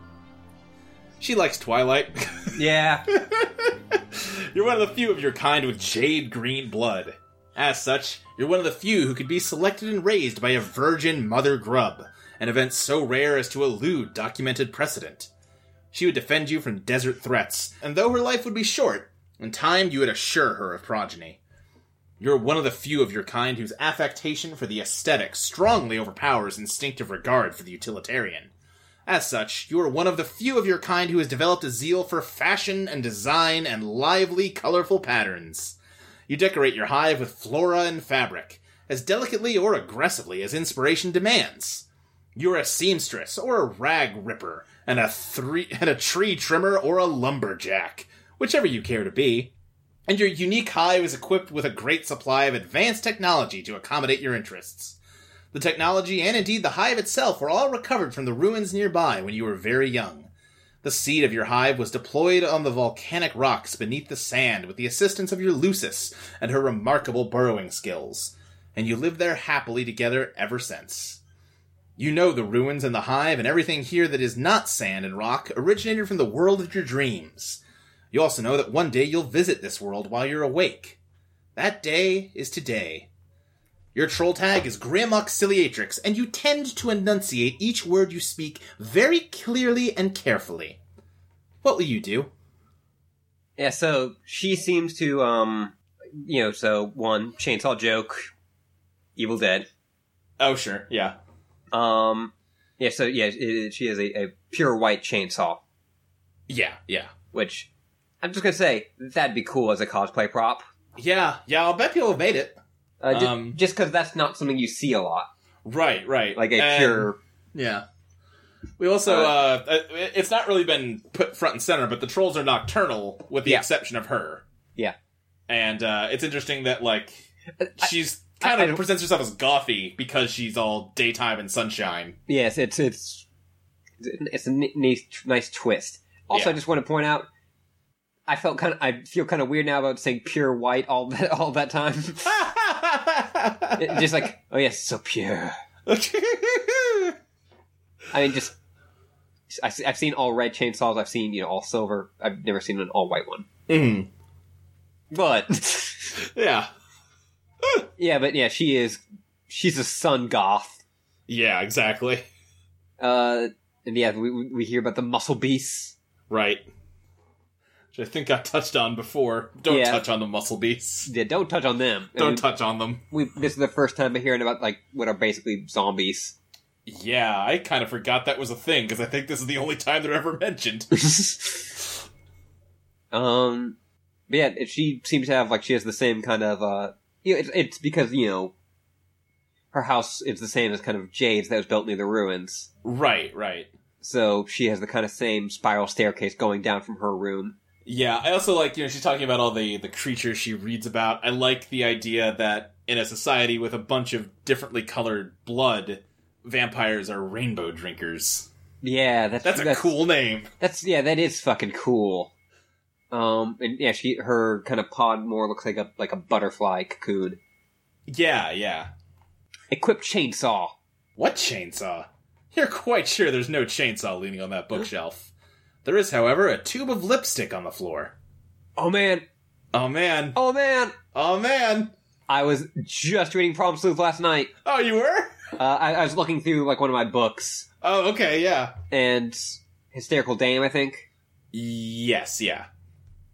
A: She likes Twilight.
B: Yeah,
A: You're one of the few of your kind with jade green blood. As such, you're one of the few who could be selected and raised by a virgin mother grub, an event so rare as to elude documented precedent. She would defend you from desert threats, and though her life would be short, in time you would assure her of progeny. You're one of the few of your kind whose affectation for the aesthetic strongly overpowers instinctive regard for the utilitarian. As such, you are one of the few of your kind who has developed a zeal for fashion and design and lively, colorful patterns. You decorate your hive with flora and fabric, as delicately or aggressively as inspiration demands. You're a seamstress or a rag ripper, and a three and a tree trimmer or a lumberjack, whichever you care to be. And your unique hive is equipped with a great supply of advanced technology to accommodate your interests. The technology and indeed the hive itself were all recovered from the ruins nearby when you were very young. The seed of your hive was deployed on the volcanic rocks beneath the sand with the assistance of your Lucis and her remarkable burrowing skills, and you lived there happily together ever since. You know the ruins and the hive and everything here that is not sand and rock originated from the world of your dreams. You also know that one day you'll visit this world while you're awake. That day is today. Your troll tag is Grim Auxiliatrix, and you tend to enunciate each word you speak very clearly and carefully. What will you do?
B: yeah. So she seems to, um, you know, so one chainsaw joke, Evil Dead.
A: Oh, sure, yeah.
B: Um, yeah. So yeah, it, it- she has a, a pure white chainsaw,
A: Yeah, yeah.
B: which I'm just gonna say that'd be cool as a cosplay prop.
A: Yeah, yeah, I'll bet people have made it.
B: Uh, ju-
A: Um,
B: just because that's not something you see a lot,
A: Right, right.
B: like a
A: And-
B: pure.
A: Yeah. We also,
B: Uh,
A: uh, uh, it's not really been put front and center, but the trolls are nocturnal, with the
B: Yeah.
A: exception of her.
B: Yeah. Uh,
A: And uh, it's interesting that, like,
B: I-
A: she's
B: I-
A: kind
B: I
A: of
B: don't-
A: presents herself as gothy because she's all daytime and sunshine.
B: Yes, it's it's it's a ni- nice nice twist.
A: Yeah.
B: Also, I just want to point out, I I felt kind of, I feel kind of weird now about saying pure white all that all that time. It- just like, oh yes, so pure. I mean, just I, have seen all red chainsaws. I've seen you know all silver. I've never seen an all white one.
A: Mhm.
B: Mm-hmm. But
A: yeah.
B: yeah, but yeah, she is. She's a sun goth.
A: Yeah, exactly.
B: Uh, and yeah, we we we hear about the muscle beasts.
A: Right. Which I think I touched on before. Don't
B: Yeah.
A: touch on the muscle beasts.
B: Yeah, don't touch on them. I
A: Don't
B: mean,
A: touch on them.
B: we, this is the first time I'm hearing about like what are basically zombies.
A: Yeah, I kind of forgot that was a thing because I think this is the only time they're ever mentioned.
B: um, but yeah, it- she seems to have like she has the same kind of uh, you know, it's it's because you know her house is the same as kind of Jade's that was built near the ruins,
A: right, right.
B: so she has the kind of same spiral staircase going down from her room.
A: Yeah, I also like, you know, she's talking about all the the creatures she reads about. I like the idea that in a society with a bunch of differently colored blood, vampires are rainbow drinkers.
B: Yeah, that's
A: That's a cool name.
B: That's yeah, that is fucking cool. Um, and yeah, she her kind of pod more looks like a like a butterfly cocoon.
A: Yeah, yeah.
B: Equipped chainsaw.
A: What chainsaw? You're quite sure there's no chainsaw leaning on that bookshelf. There is, however, a tube of lipstick on the floor.
B: Oh man,
A: Oh man.
B: oh man.
A: Oh man.
B: I was just reading Problem Sleuth last night.
A: Oh, you were?
B: Uh, I, I was looking through like one of my books
A: Oh, okay, yeah.
B: and Hysterical Dame, I think.
A: Yes, yeah.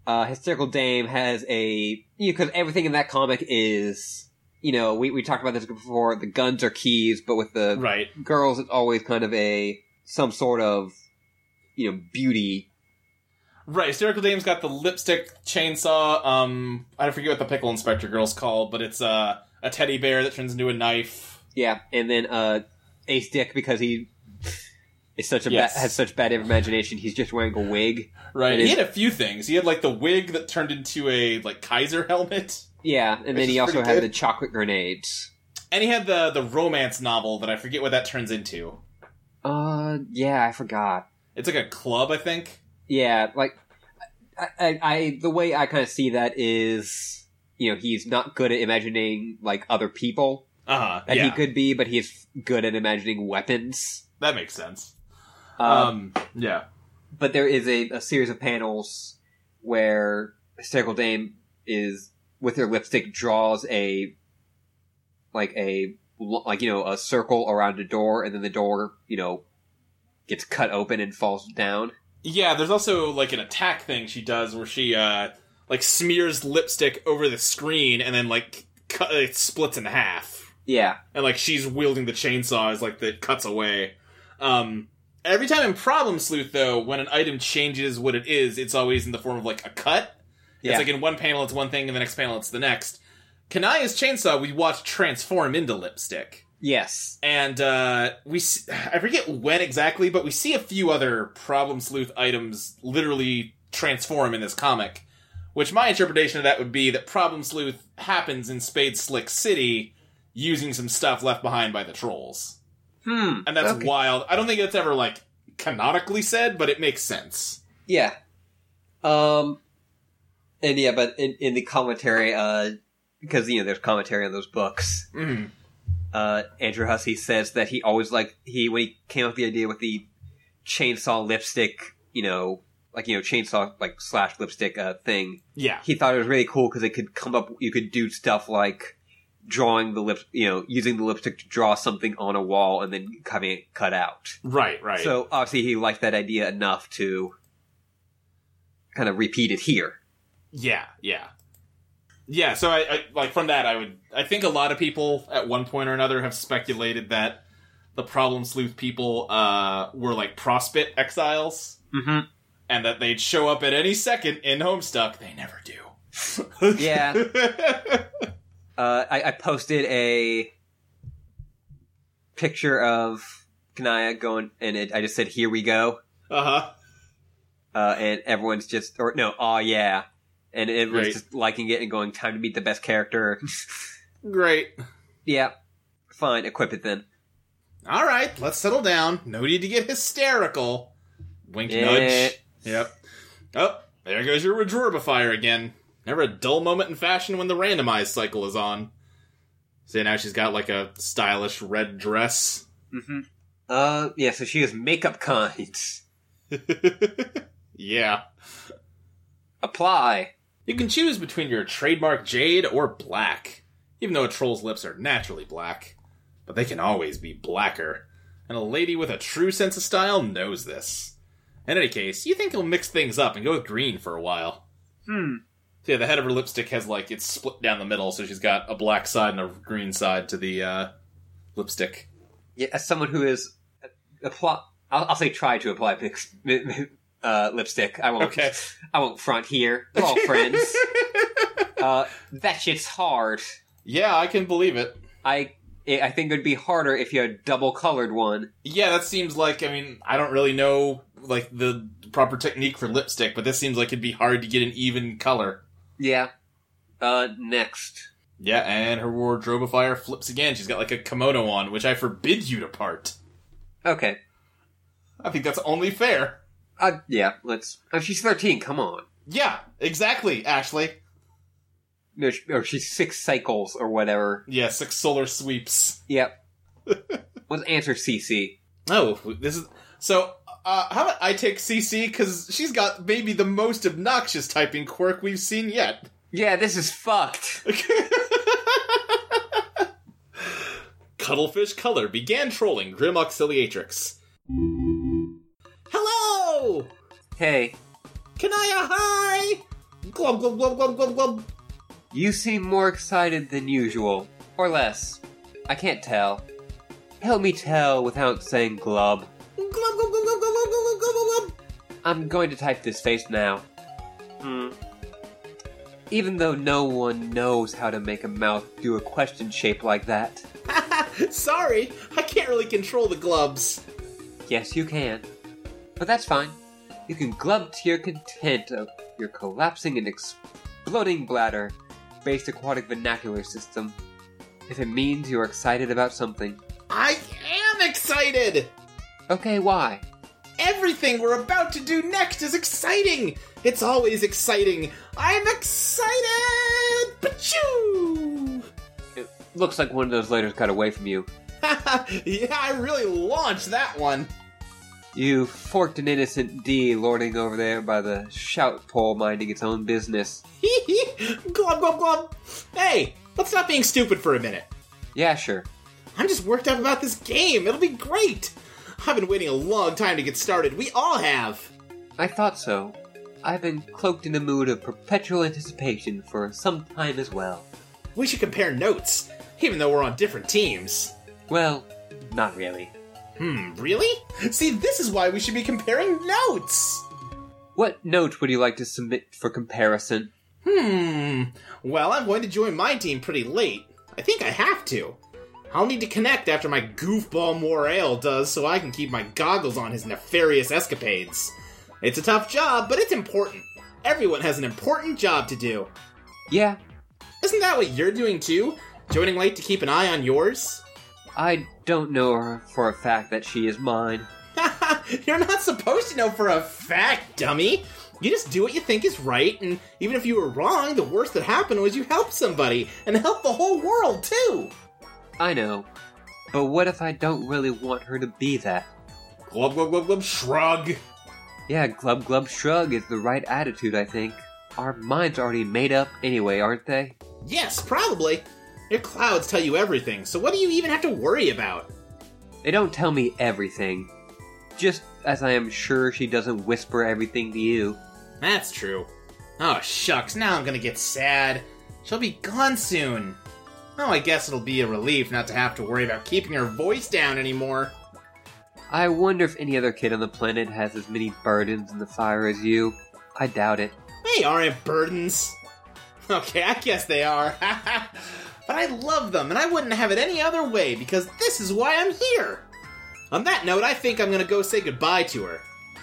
B: Uh, Hysterical Dame has a you because everything in that comic is you know we we talked about this before. The guns are keys, but with the
A: Right.
B: girls, it's always kind of a some sort of you know beauty.
A: Right, Hysterical Dame's got the lipstick chainsaw, um I forget what the pickle inspector girl's called, but it's uh a teddy bear that turns into a knife.
B: Yeah, and then uh, Ace Dick because he is such a
A: Yes.
B: ba- has such bad imagination. He's just wearing a wig.
A: Right.
B: It
A: He
B: is-
A: had a few things. He had like the wig that turned into a like Kaiser helmet.
B: Yeah, and
A: Which
B: then he
A: is
B: also
A: pretty
B: had
A: good.
B: the chocolate grenades.
A: And he had the the romance novel that I forget what that turns into.
B: Uh, yeah, I forgot.
A: It's like a club, I think.
B: Yeah, like I, I, I the way I kind of see that is, you know, he's not good at imagining like other people
A: Uh huh.
B: that
A: yeah,
B: he could be, but he's good at imagining weapons.
A: that makes sense.
B: Um,
A: Um, yeah,
B: but there is a, a series of panels where Hysterical Dame is with her lipstick draws a like a lo- like you know a circle around a door, and then the door you know gets cut open and falls down.
A: yeah. There's also like an attack thing she does where she uh like smears lipstick over the screen and then like cut it splits in half
B: Yeah,
A: and like she's wielding the chainsaw as like that cuts away. Um, every time in Problem Sleuth though, when an item changes what it is, it's always in the form of like a cut.
B: yeah.
A: It's like in one panel it's one thing, and the next panel it's the next. Kanaya's chainsaw we watched transform into lipstick.
B: yes.
A: and uh, we s- I forget when exactly, but we see a few other problem sleuth items literally transform in this comic. Which my interpretation of that would be that problem sleuth happens in Spade Slick City using some stuff left behind by the trolls,
B: Hmm.
A: and that's
B: Okay.
A: wild. I don't think that's ever like canonically said, but it makes sense.
B: Yeah. Um. And yeah, but in, in the commentary, uh, because you know there's commentary on those books.
A: Mm.
B: uh, Andrew Hussey says that he always liked he when he came up with the idea with the chainsaw lipstick, you know, like you know chainsaw like slash lipstick uh, thing.
A: Yeah,
B: He thought it was really cool because it could come up. You could do stuff like drawing the lip, you know, using the lipstick to draw something on a wall and then having it cut out.
A: right, right.
B: So obviously he liked that idea enough to kind of repeat it here.
A: Yeah, yeah, yeah. So I, I like from that, I would. I think a lot of people at one point or another have speculated that the problem sleuth people uh, were like prospect exiles,
B: Mm-hmm.
A: and that they'd show up at any second in Homestuck. They never do.
B: Yeah. uh, I, I posted a picture of Kanaya going, and it, I just said, "Here we go,"
A: uh huh.
B: uh, and everyone's just, or no, oh yeah, and everyone's
A: Right.
B: just liking it and going, "Time to meet the best character."
A: Great.
B: yeah, fine, equip it then.
A: All right, let's settle down. No need to get hysterical. Wink,
B: Yeah.
A: nudge. Yep. Oh, There goes your Redrabifier again. Never a dull moment in fashion when the randomized cycle is on. See, now she's got like a stylish red dress.
B: Uh, yeah, so she is makeup kind.
A: Yeah.
B: Apply.
A: You can choose between your trademark jade or black. Even though a troll's lips are naturally black, but they can always be blacker. And a lady with a true sense of style knows this. In any case, you think he'll mix things up and go with green for a while. Hmm. So yeah, the head of her lipstick has like it's split down the middle, so she's got a black side and a green side to the uh, lipstick.
B: Yeah, as someone who is uh, apply, I'll, I'll say try to apply mix, mi- mi- uh, lipstick. I won't.
A: Okay.
B: I won't front here. We're all friends. Uh, that shit's hard.
A: Yeah, I can believe it.
B: I I I think it'd be harder if you had a double colored one.
A: Yeah, that seems like I mean, I don't really know like the proper technique for lipstick, but this seems like it'd be hard to get an even color.
B: Yeah. Uh, next.
A: Yeah, and her wardrobifier flips again. She's got like a kimono on, which I forbid you to part.
B: Okay.
A: I think that's only fair.
B: Uh, yeah. Let's. Oh, she's thirteen. Come on.
A: Yeah, exactly, Ashley.
B: No, sh or she's six cycles or whatever.
A: Yeah, six solar sweeps.
B: Yep. Let's answer CC.
A: Oh, this is so. Uh, how about I take CC because she's got maybe the most obnoxious typing quirk we've seen yet.
B: Yeah, this is fucked.
A: Cuttlefish Color began trolling Grim Auxiliatrix. Hello!
B: hey,
A: Kanaya, hi! Glub, glub, glub, glub, glub, glub.
B: you seem more excited than usual, or less. I can't tell. Help me tell without saying glub.
A: Glub, glub, glub, glub, glub, glub, glub, glub, glub.
B: I'm going to type this face now. Hmm. Even though no one knows how to make a mouth do a question shape like that.
A: Sorry, I can't really control the glubs.
B: Yes, you can. But that's fine. You can glub to your content of your collapsing and exploding bladder based aquatic vernacular system if it means you're excited about something.
A: I am excited!
B: Okay, why?
A: Everything we're about to do next is exciting! It's always exciting! I'm excited! Pachoo!
B: It looks like one of those letters got away from you.
A: yeah, I really launched that one.
B: You forked an innocent D lording over there by the shout pole minding its own business.
A: Hee hee! Glub, glub, glub! Hey, let's stop being stupid for a minute.
B: Yeah, sure.
A: I'm just worked up about this game. It'll be great. I've been waiting a long time to get started. We all have.
B: I thought so. I've been cloaked in a mood of perpetual anticipation for some time as well.
A: We should compare notes, even though we're on different teams.
B: Well, not really.
A: Hmm, really? See, this is why we should be comparing notes.
B: What note would you like to submit for comparison?
A: Hmm. Well, I'm going to join my team pretty late. I think I have to. I'll need to connect after my goofball Morale does so I can keep my goggles on his nefarious escapades. It's a tough job, but it's important. Everyone has an important job to do.
B: Yeah,
A: Isn't that what you're doing too? Joining late to keep an eye on yours?
B: I don't know her for a fact that she is mine.
A: You're not supposed to know for a fact, dummy. You just do what you think is right, and even if you were wrong, the worst that happened was you helped somebody, and helped the whole world, too!
B: I know. But what if I don't really want her to be that?
A: Glub, glub, glub, glub, shrug!
B: Yeah, glub glub shrug is the right attitude, I think. Our minds are already made up anyway, aren't they?
A: Yes, probably. Your clouds tell you everything, so what do you even have to worry about?
B: They don't tell me everything. Just as I am sure she doesn't whisper everything to you.
A: That's true. Oh, shucks, now I'm gonna get sad. She'll be gone soon. Oh, I guess it'll be a relief not to have to worry about keeping her voice down anymore.
B: I wonder if any other kid on the planet has as many burdens in the fire as you. I doubt it.
A: They aren't burdens. Okay, I guess they are. but I love them, and I wouldn't have it any other way because this is why I'm here. On that note, I think I'm gonna go say goodbye to her.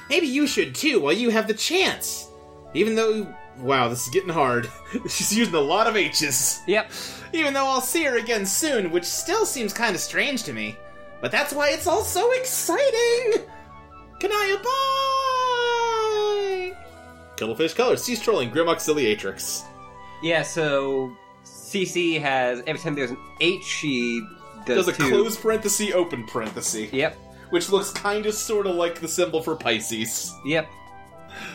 A: Maybe you should too while you have the chance. Even though. Wow, this is getting hard. She's using a lot of H's.
B: Yep.
A: Even though I'll see her again soon, which still seems kind of strange to me. But that's why it's all so exciting! Kanaya, bye! Cuttlefish Colors. Cease trolling Grim Auxiliatrix.
B: Yeah, so CC has every time there's an H, she does,
A: Does a
B: two.
A: close parenthesis, open parenthesis,
B: Yep,
A: which looks kind of sort of like the symbol for Pisces.
B: yep.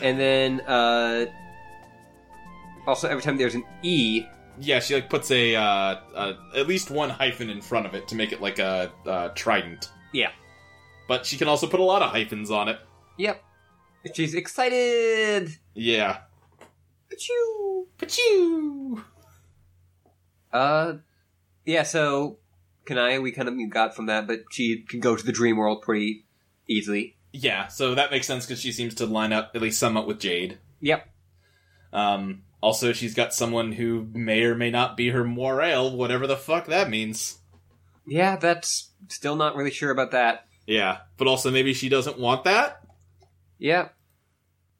B: And then uh, also every time there's an E,
A: Yeah, she like puts a, uh, uh at least one hyphen in front of it to make it like a uh, trident.
B: yeah,
A: But she can also put a lot of hyphens on it.
B: yep. She's excited.
A: Yeah.
B: Achoo.
A: Pachoo!
B: Uh, yeah. So Kanaya, we kind of got from that, but she can go to the dream world pretty easily.
A: Yeah, so that makes sense because she seems to line up at least somewhat with Jade.
B: Yep.
A: Um, also, she's got someone who may or may not be her Morale, whatever the fuck that means.
B: Yeah, that's still not really sure about that.
A: Yeah, but also maybe she doesn't want that.
B: Yep.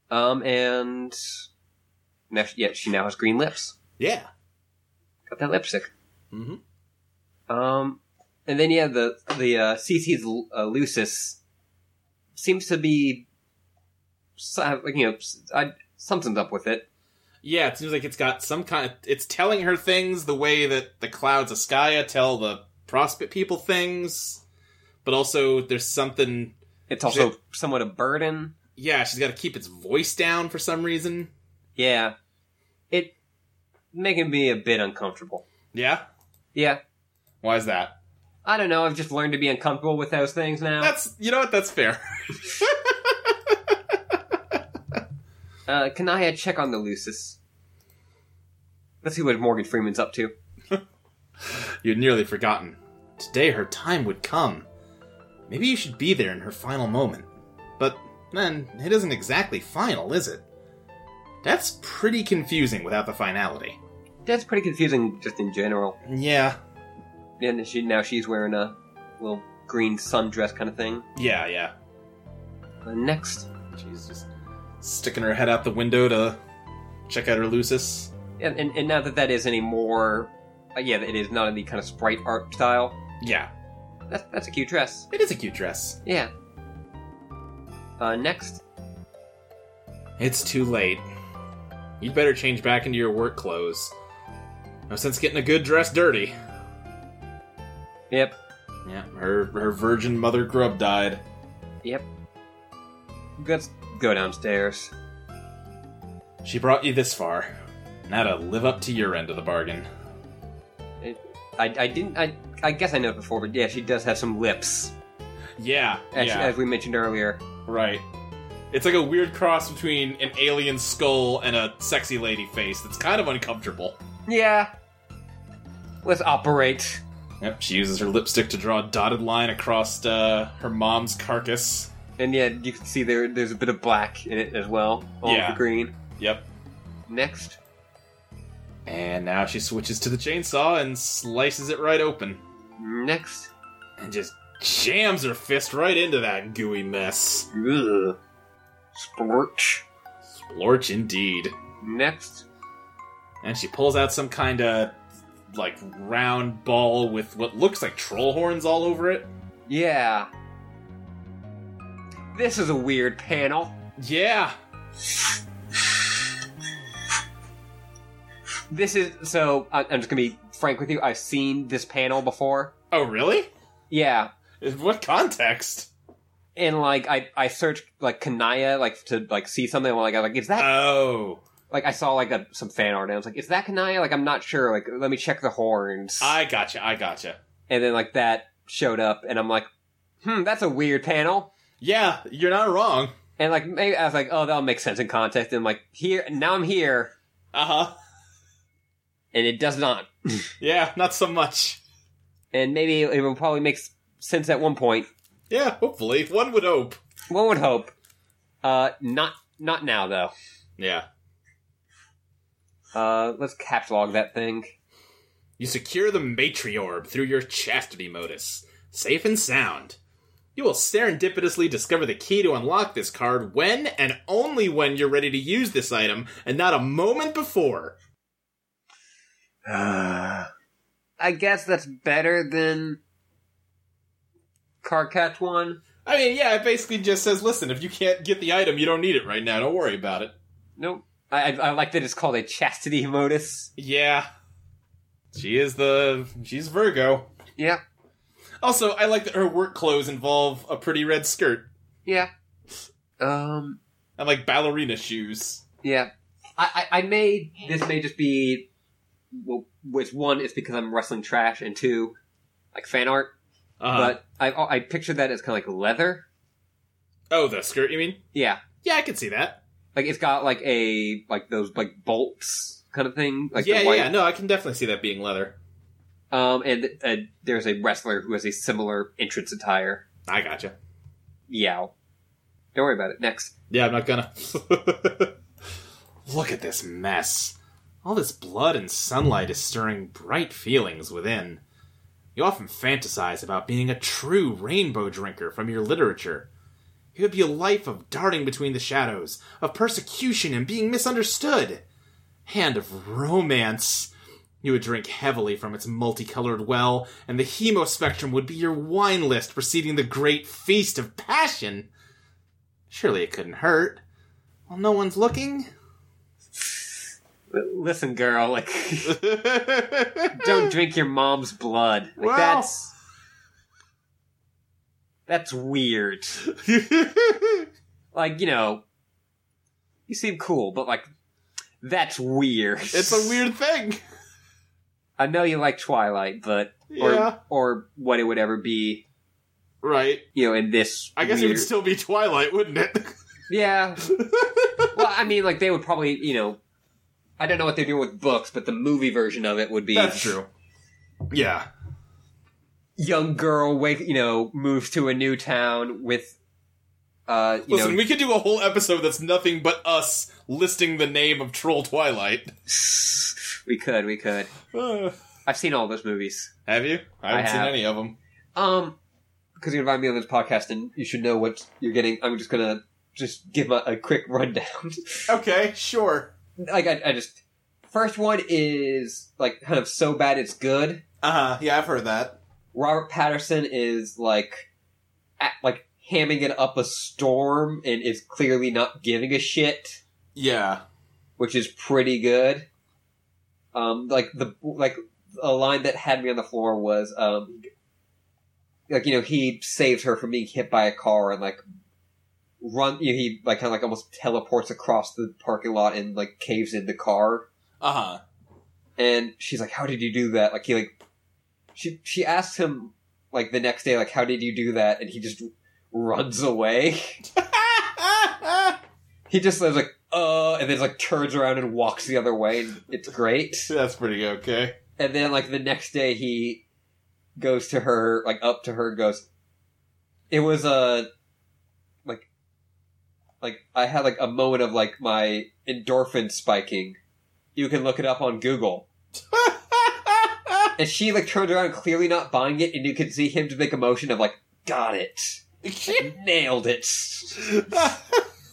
B: Um, and now, she- yeah, she now has green lips.
A: Yeah,
B: Got that lipstick.
A: Mhm.
B: Um, and then yeah, the the uh, CC's uh, Lucis seems to be, so- like you know, s- I, something's up with it.
A: yeah. It seems like it's got some kind. Of, it's telling her things the way that the clouds of Skya tell the prospect people things, but also there's something.
B: It's also somewhat a burden.
A: Yeah, she's got to keep its voice down for some reason.
B: Yeah, it making me a bit uncomfortable.
A: Yeah,
B: Yeah,
A: why is that?
B: I don't know. I've just learned to be uncomfortable with those things now.
A: That's you know what? That's fair.
B: Uh, can I uh, check on the Lucis? Let's see what Morgan Freeman's up to.
A: You'd nearly forgotten. Today her time would come. Maybe you should be there in her final moment. But then, it isn't exactly final, is it? That's pretty confusing without the finality.
B: That's pretty confusing, just in general.
A: Yeah.
B: And she now she's wearing a little green sundress kind of thing.
A: Yeah, yeah.
B: Uh, next,
A: She's just sticking her head out the window to check out her Lucis.
B: and, and, and now that that is any more, uh, yeah, it is not any kind of sprite art style.
A: Yeah,
B: That's that's a cute dress.
A: it is a cute dress.
B: Yeah. Uh, next,
A: It's too late. You'd better change back into your work clothes. No sense getting a good dress dirty.
B: yep,
A: Yeah, her her virgin mother grub died.
B: yep. Let's go downstairs.
A: She brought you this far. Now to live up to your end of the bargain.
B: I, I didn't I I guess I know it before, but yeah, she does have some lips,
A: Yeah,
B: as,
A: yeah,
B: as we mentioned earlier.
A: right. It's like a weird cross between an alien skull and a sexy lady face that's kind of uncomfortable.
B: Yeah. Let's operate.
A: Yep, she uses her lipstick to draw a dotted line across uh, her mom's carcass.
B: And yeah, you can see there there's a bit of black in it as well. All
A: Yeah.
B: the green.
A: Yep.
B: Next.
A: And now she switches to the chainsaw and slices it right open.
B: Next.
A: And just jams her fist right into that gooey mess.
B: Ugh. Splorch.
A: Splorch indeed.
B: Next.
A: and she pulls out some kind of like round ball with what looks like troll horns all over it.
B: Yeah. This is a weird panel.
A: Yeah,
B: This is so I, I'm just gonna be frank with you. I've seen this panel before.
A: Oh, really?
B: Yeah.
A: In what context?
B: and like I I searched like Kanaya like to like see something like I was like is that
A: Oh,
B: like I saw like a, some fan art and I was like is that Kanaya like I'm not sure like let me check the horns
A: I gotcha. I gotcha.
B: and then like that showed up and I'm like hmm that's a weird panel
A: Yeah, you're not wrong.
B: and like maybe I was like oh that'll make sense in context and I'm like here now I'm here
A: Uh huh.
B: and it does not
A: Yeah, not so much.
B: and maybe it will probably make s- sense at one point
A: Yeah, hopefully one would hope.
B: one would hope uh not not now though
A: Yeah.
B: uh let's catalog that thing
A: You secure the matriorb through your chastity modus, safe and sound. You will serendipitously discover the key to unlock this card when and only when you're ready to use this item, and not a moment before.
B: I guess that's better than Carcat one.
A: I mean, yeah, it basically just says, listen, if you can't get the item, you don't need it right now. Don't worry about it.
B: Nope. I, I, I like that it's called a chastity modus.
A: Yeah. She is the she's Virgo.
B: Yeah.
A: Also, I like that her work clothes involve a pretty red skirt
B: Yeah. Um.
A: and like ballerina shoes.
B: Yeah. I, I, I may. This may just be. Well, which one is because I'm wrestling trash, and two, like fan art.
A: Uh-huh.
B: But I I picture that as kind of like leather.
A: oh, the skirt you mean?
B: Yeah.
A: Yeah, I can see that.
B: Like it's got like a like those like bolts kind of thing. Like
A: yeah,
B: the
A: yeah,
B: white.
A: yeah, no, I can definitely see that being leather.
B: Um. And uh, there's a wrestler who has a similar entrance attire.
A: I gotcha.
B: Yow. Don't worry about it. Next.
A: Yeah, I'm not gonna. Look at this mess. All this blood and sunlight is stirring bright feelings within. You often fantasize about being a true rainbow drinker from your literature. It would be a life of darting between the shadows, of persecution and being misunderstood, and of romance. You would drink heavily from its multicolored well, and the hemospectrum would be your wine list preceding the great feast of passion. Surely it couldn't hurt. Well, no one's looking.
B: L- Listen, girl. Like, don't drink your mom's blood. Like
A: Well.
B: that's that's weird. Like you know, you seem cool, but like that's weird.
A: it's a weird thing.
B: I know you like Twilight, but
A: Yeah.
B: or or what it would ever be,
A: Right.
B: you know, in this.
A: I guess it
B: weird...
A: would still be Twilight, wouldn't it?
B: Yeah. well, I mean, like they would probably, you know, I don't know what they do with books, but the movie version of it would be
A: Yeah.
B: young girl wake, you know, moves to a new town with, uh, you
A: Listen,
B: know,
A: we could do a whole episode that's nothing but us listing the name of Troll Twilight.
B: we could, we could. I've seen all those movies.
A: have you? I haven't seen
B: have.
A: any of them.
B: Um, because you invite me on this podcast, and you should know what you're getting. I'm just gonna just give a, a quick rundown.
A: Okay, sure.
B: like I, I just first one is like kind of so bad it's good.
A: Uh huh. Yeah, I've heard that.
B: Robert Patterson is like at, like hamming it up a storm and is clearly not giving a shit,
A: Yeah.
B: which is pretty good. Um, like the like a line that had me on the floor was um, like you know he saved her from being hit by a car and like run you know, he like kind of like almost teleports across the parking lot and like caves in the car
A: Uh huh.
B: and she's like, "How did you do that?" Like he like she she asks him like the next day, like, "How did you do that?" And he just runs away. he just says like, "Uh," and then like turns around and walks the other way. And it's great.
A: That's pretty okay.
B: And then like the next day, he goes to her like up to her and goes, "It was a like like I had like a moment of like my endorphin spiking." You can look it up on Google. And she like turned around, clearly not buying it, and you could see him just make a motion of like, "Got it, nailed it."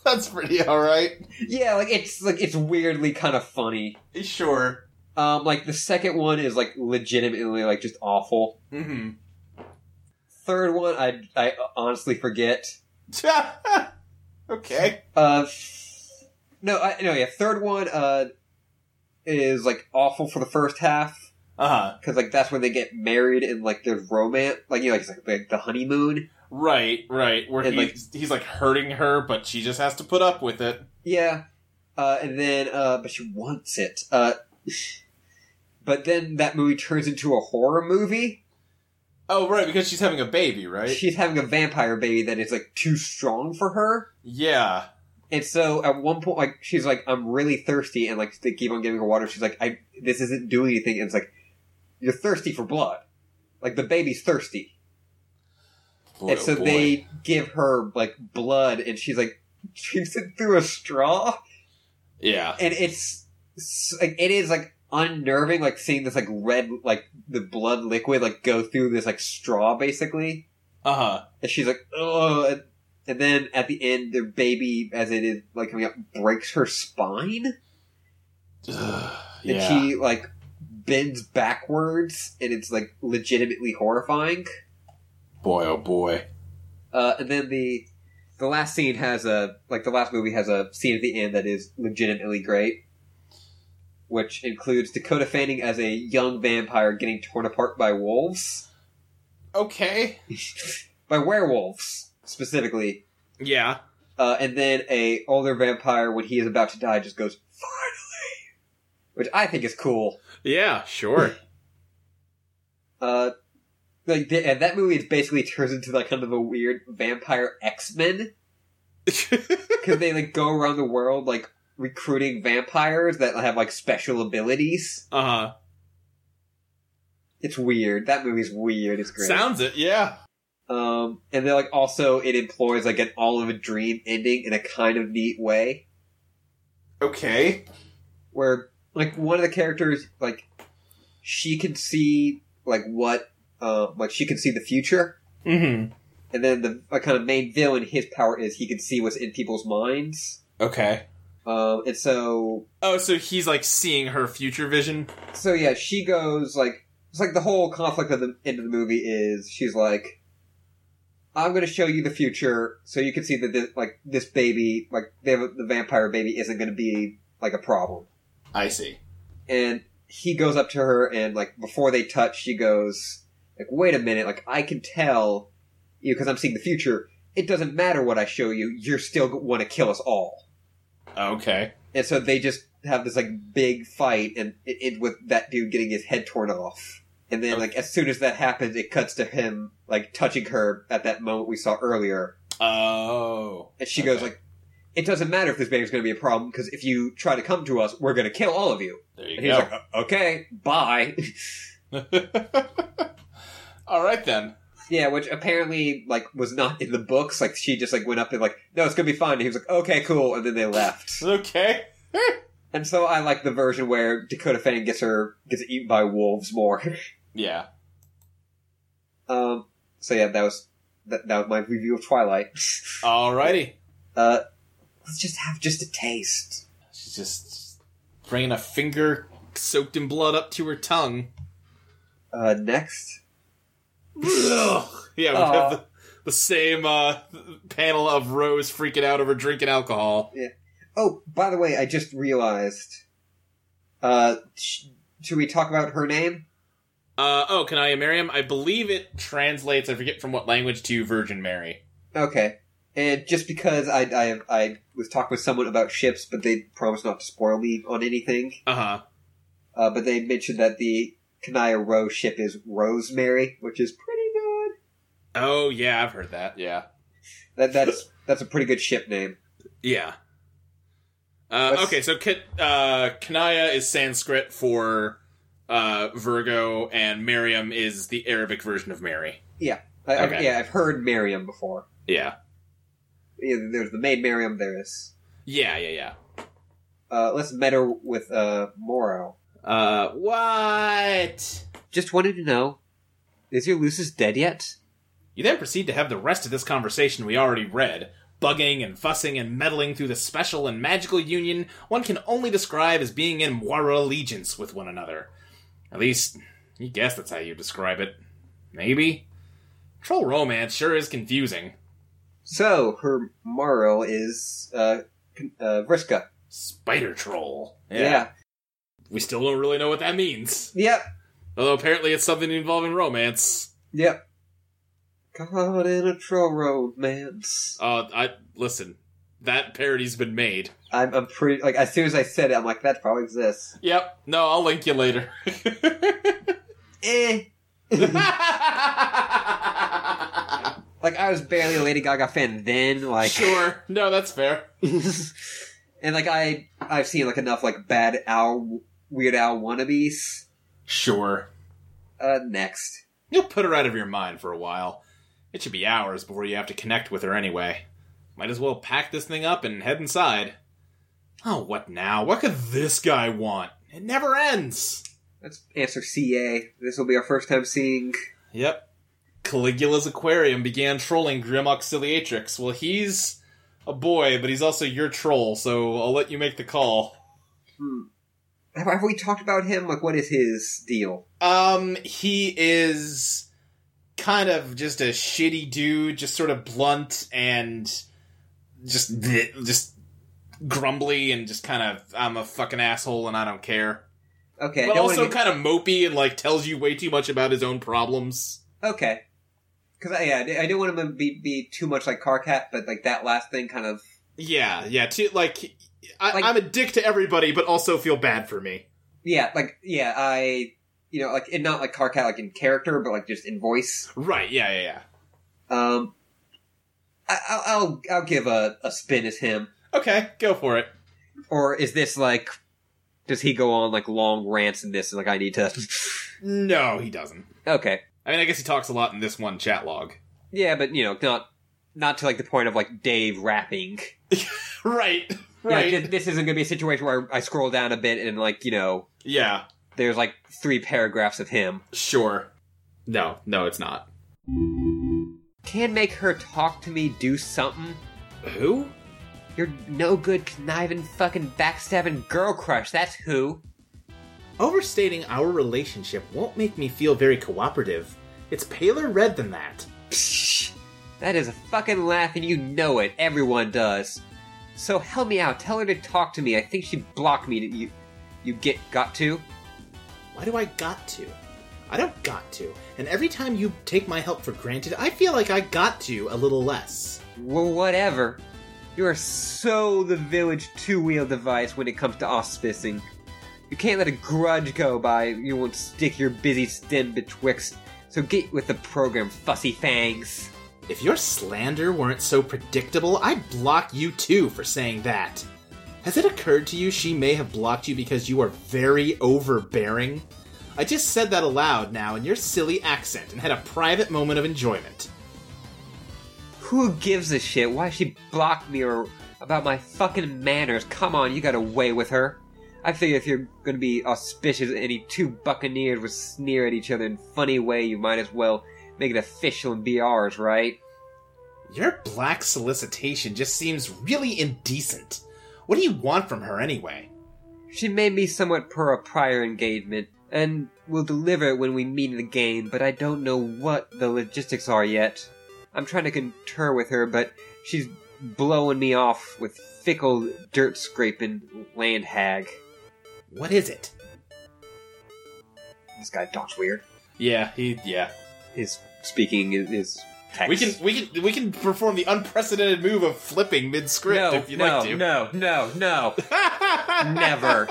A: that's pretty alright.
B: Yeah, like it's like it's weirdly kind of funny.
A: Sure.
B: Um, like the second one is like legitimately like just awful.
A: Mm-hmm.
B: Third one, I I honestly forget.
A: okay.
B: Uh, no, I, no, yeah. Third one, uh, is like awful for the first half
A: Uh huh.
B: because like that's when they get married and like there's romance, like you know, like, it's, like the, the honeymoon.
A: Right, right. Where
B: And,
A: he, he's like hurting her, but she just has to put up with it.
B: Yeah. Uh, and then, uh, but she wants it. Uh, but then that movie turns into a horror movie.
A: Oh, right, because she's having a baby, right?
B: She's having a vampire baby that is like too strong for her.
A: yeah.
B: And so at one point, like, she's like, I'm really thirsty. And like, they keep on giving her water. She's like, I, this isn't doing anything. And it's like, you're thirsty for blood. Like, the baby's thirsty.
A: Boy,
B: and
A: oh
B: so
A: boy.
B: they give her like blood and she's like, drinks it through a straw.
A: Yeah.
B: and it's s- like it is like unnerving like seeing this like red like the blood liquid like go through this like straw basically
A: Uh huh.
B: and she's like oh and then at the end the baby as it is like coming up breaks her spine and
A: yeah.
B: she like bends backwards and it's like legitimately horrifying
A: Boy, oh boy.
B: uh, and then the the last scene has a like the last movie has a scene at the end that is legitimately great, which includes Dakota Fanning as a young vampire getting torn apart by wolves,
A: Okay.
B: by werewolves specifically,
A: Yeah.
B: uh, and then a older vampire when he is about to die just goes finally, which I think is cool.
A: Yeah, sure.
B: Uh, like th- and that movie is basically turns into like kind of a weird vampire X Men because they like go around the world like recruiting vampires that have like special abilities.
A: uh huh.
B: It's weird. That movie's weird. It's great.
A: Sounds it, yeah.
B: um, and then like also it employs like an all of a dream ending in a kind of neat way
A: Okay.
B: where like one of the characters like she can see like what uh, like she can see the future
A: Mm
B: And then the uh, kind of main villain, his power is he can see what's in people's minds.
A: hmm. Okay.
B: Um, and so,
A: Oh, so he's like seeing her future vision?
B: so yeah, she goes like it's like the whole conflict of the end of the movie is she's like, "I'm going to show you the future, so you can see that this, like this baby, like they have, a- the vampire baby, isn't going to be like a problem."
A: I see.
B: And he goes up to her and like before they touch, she goes like, "Wait a minute, like I can tell you because I'm seeing the future. It doesn't matter what I show you; you're still want to kill us all."
A: Okay.
B: And so they just have this like big fight, and it ends with that dude getting his head torn off. And then, like as soon as that happens, it cuts to him like touching her at that moment we saw earlier,
A: Oh.
B: and she goes
A: Okay.
B: like, "It doesn't matter if this baby's going to be a problem because if you try to come to us, we're going to kill all of you."
A: There you
B: And he's
A: go.
B: like, "O- "Okay, bye."
A: All right then.
B: yeah, which apparently like was not in the books. Like she just like went up and like, "No, it's going to be fine." And he was like, "Okay, cool," and then they left.
A: Okay.
B: and so I like the version where Dakota Fanning gets her gets eaten by wolves more.
A: Yeah.
B: Um, so yeah, that was that, that was my review of Twilight.
A: Alrighty.
B: Uh, let's just have just a taste.
A: She's just bringing a finger soaked in blood up to her tongue.
B: Uh, next,
A: Ugh. yeah, we
B: Aw.
A: have the, the same uh, panel of Rose freaking out over drinking alcohol.
B: oh, by the way, I just realized. Uh, sh- should we talk about her name?
A: Uh, oh, can I marry him? I believe it translates. I forget from what language to Virgin Mary.
B: Okay. And just because I, I I was talking with someone about ships, but they promised not to spoil me on anything.
A: Uh huh.
B: Uh, but they mentioned that the Kanaya Rose ship is Rosemary, which is pretty good.
A: Oh yeah, I've heard that. Yeah.
B: That that's that's a pretty good ship name.
A: Yeah. Uh,
B: Let's-
A: okay, so K- uh, Kanaya is Sanskrit for uh, Virgo, and Miriam is the Arabic version of Mary.
B: I, I've-
A: Okay.
B: yeah, I've heard Miriam before.
A: Yeah.
B: Yeah, there's the maid Miriam. There is.
A: Yeah, yeah, yeah.
B: Uh, let's meta with uh, Moro.
A: Uh, what?
B: Just wanted to know, is your Lucis dead yet?
A: You then proceed to have the rest of this conversation we already read, bugging and fussing and meddling through the special and magical union one can only describe as being in moral allegiance with one another. At least, you guess that's how you describe it. Maybe? Troll romance sure is confusing.
B: So her Moro is uh, con- uh, Vriska.
A: Spider troll.
B: Yeah.
A: We still don't really know what that means.
B: Yep.
A: Although apparently it's something involving romance.
B: Yep. Caught in a troll romance.
A: Uh, I listen. That parody's been made.
B: I'm, I'm pretty like as soon as I said it, I'm like that probably exists.
A: Yep. No, I'll link you later.
B: Eh. Like I was barely a Lady Gaga fan then. Like
A: sure. No, that's fair.
B: and like I I've seen like enough like bad owl weird owl wannabes.
A: Sure.
B: Uh, next.
A: You'll put her out of your mind for a while. It should be hours before you have to connect with her anyway. Might as well pack this thing up and head inside. Oh, what now? What could this guy want? It never ends.
B: Let's answer CA. This will be our first time seeing.
A: Yep. Caligula's aquarium began trolling Grim Auxiliatrix. Well, he's a boy, but he's also your troll, so I'll let you make the call.
B: Have, have we talked about him? Like, what is his deal?
A: Um, he is kind of just a shitty dude, just sort of blunt and
H: just bleh, just grumbly and just kind of I'm a fucking asshole and I don't care.
B: Okay. I
H: But
B: don't wanna
H: also
B: get-
H: kind of mopey and like tells you way too much about his own problems.
B: Okay. Because I, yeah, I di- I didn't want him to be, be too much like Carcat, but like that last thing kind of.
H: Yeah, yeah. Too, like, I,
B: Like-
H: I'm a dick to everybody, but also feel bad for me.
B: Yeah, like, yeah, I. You know, like, and not like Carcat, like in character, but like just in voice.
H: Right? Yeah, yeah, yeah.
B: Um. I, I'll, I'll, I'll give a, a spin as him.
H: Okay, go for it.
B: Or is this like. Does he go on like long rants in this and like I need to.
H: No, he doesn't.
B: okay.
H: I mean, I guess he talks a lot in this one chat log.
B: Yeah, but you know, not. Not to like the point of like Dave rapping.
H: Right.
B: You know,
H: Right.
B: thi- this isn't going to be a situation where I scroll down a bit and like, you know,
H: yeah.
B: there's like three paragraphs of him.
H: Sure. No, no, it's not.
B: Can make her talk to me, do something.
H: Who?
B: You're no good, conniving, fucking backstabbing girl crush. That's who.
A: Overstating our relationship won't make me feel very cooperative. It's paler red than that.
B: Psh, that is a fucking laugh, and you know it. Everyone does. So help me out. Tell her to talk to me. I think she blocked me. Did You, you get got to.
A: Why do I got to? I don't got to. And every time you take my help for granted, I feel like I got to a little less.
B: Well, whatever. You are so the village two-wheel device when it comes to auspicing. You can't let a grudge go by. You won't stick your busy stem betwixt. So get with the program, fussy fangs.
A: If your slander weren't so predictable, I'd block you too for saying that. Has it occurred to you she may have blocked you because you are very overbearing? I just said that aloud now in your silly accent and had a private moment of enjoyment.
B: Who gives a shit why she blocked me or about my fucking manners? Come on, you got away with her. I figure if you're gonna be auspicious, any two buccaneers would sneer at each other in funny way. You might as well make it official and be ours, right?
A: Your black solicitation just seems really indecent. What do you want from her anyway?
B: She made me somewhat per a prior engagement, and will deliver it when we meet in the game, but I don't know what the logistics are yet. I'm trying to conter with her, but she's blowing me off with fickle, dirt scraping land hag.
A: What is it?
B: This guy talks weird.
H: Yeah, he. Yeah.
B: His speaking is, is text.
H: We can we can we can perform the unprecedented move of flipping mid script
B: no,
H: if you'd
B: no,
H: like to.
B: no, no, no. Never.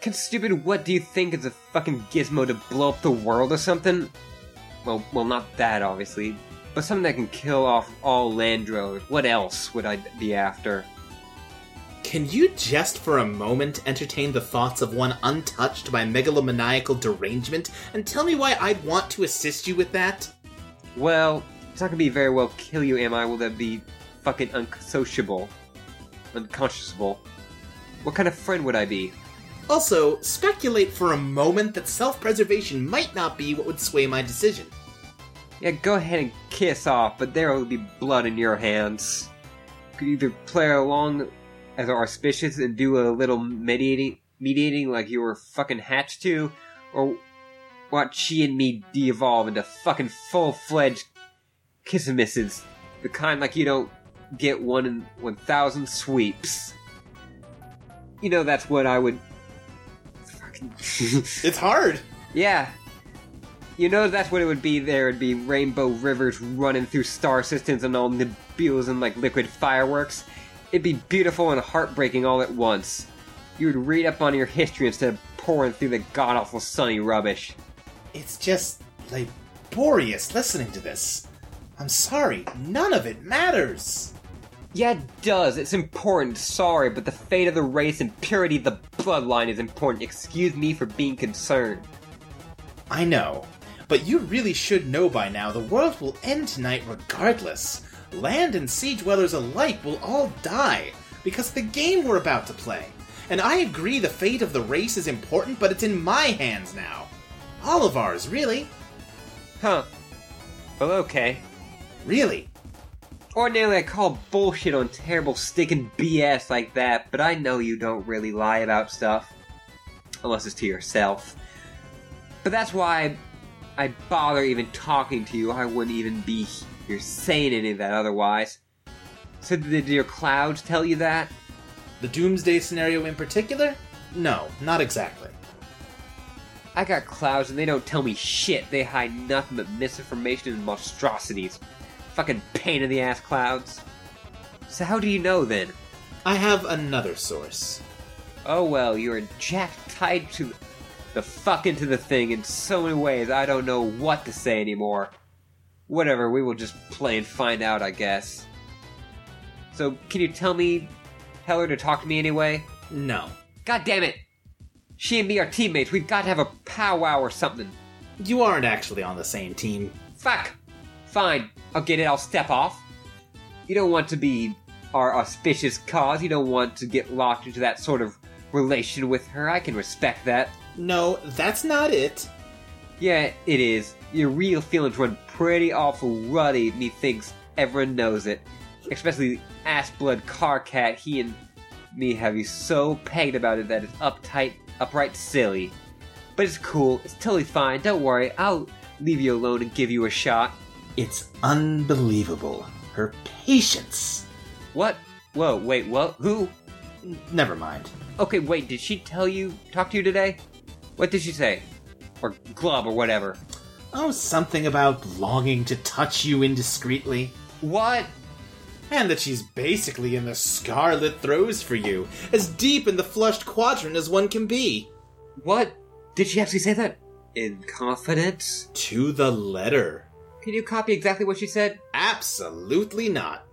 B: Can stupid what do you think is a fucking gizmo to blow up the world or something? Well, well, not that obviously, but something that can kill off all Landros. What else would I be after?
A: Can you just for a moment entertain the thoughts of one untouched by megalomaniacal derangement and tell me why I'd want to assist you with that?
B: Well, it's not gonna be very well kill you, am I? Will that be fucking unsociable, unconscionable? What kind of friend would I be?
A: Also, speculate for a moment that self preservation might not be what would sway my decision.
B: Yeah, go ahead and kiss off, but there will be blood in your hands. You could either play along as auspicious and do a little mediating, mediating like you were fucking hatched to, or watch she and me de-evolve into fucking full-fledged kissemisses, the kind like you don't get one in 1,000 sweeps. You know, that's what I would... Fucking...
H: It's hard.
B: Yeah. You know that's what it would be there. It'd be rainbow rivers running through star systems and all nebulas and like liquid fireworks. It'd be beautiful and heartbreaking all at once. You would read up on your history instead of pouring through the god awful sunny rubbish.
A: It's just laborious listening to this. I'm sorry, none of it matters.
B: Yeah, it does. It's important, sorry, but the fate of the race and purity of the bloodline is important. Excuse me for being concerned.
A: I know. But you really should know by now the world will end tonight regardless. Land and siege dwellers alike will all die because of the game we're about to play. And I agree the fate of the race is important, but it's in my hands now. All of ours, really.
B: Huh. Well, okay.
A: Really.
B: Ordinarily, I call bullshit on terrible stinking BS like that, but I know you don't really lie about stuff. Unless it's to yourself. But that's why I bother even talking to you. I wouldn't even be you're saying any of that otherwise. So did your clouds tell you that?
A: The doomsday scenario in particular? No, not exactly.
B: I got clouds and they don't tell me shit. They hide nothing but misinformation and monstrosities. Fucking pain in the ass clouds. So how do you know then?
A: I have another source.
B: Oh well, you're jacked tied to the fuck into the thing in so many ways I don't know what to say anymore. Whatever, we will just play and find out, I guess. So can you tell me tell her to talk to me anyway?
A: No.
B: God damn it! She and me are teammates. We've got to have a powwow or something.
A: You aren't actually on the same team.
B: Fuck! Fine, I'll get it, I'll step off. You don't want to be our auspicious cause, you don't want to get locked into that sort of relation with her. I can respect that.
A: No, that's not it.
B: Yeah, it is. Your real feelings run pretty awful ruddy, methinks everyone knows it. Especially ass blood car cat, he and me have you so pegged about it that it's uptight, upright silly. But it's cool, it's totally fine, don't worry, I'll leave you alone and give you a shot.
A: It's unbelievable. Her patience.
B: What? Whoa, wait, what? Who?
A: N- Never mind.
B: Okay, wait, did she tell you, talk to you today? What did she say? Or glub or whatever.
A: Oh, something about longing to touch you indiscreetly.
B: What?
A: And that she's basically in the scarlet throes for you, as deep in the flushed quadrant as one can be.
B: What? Did she actually say that? In confidence?
A: To the letter.
B: Can you copy exactly what she said?
A: Absolutely not.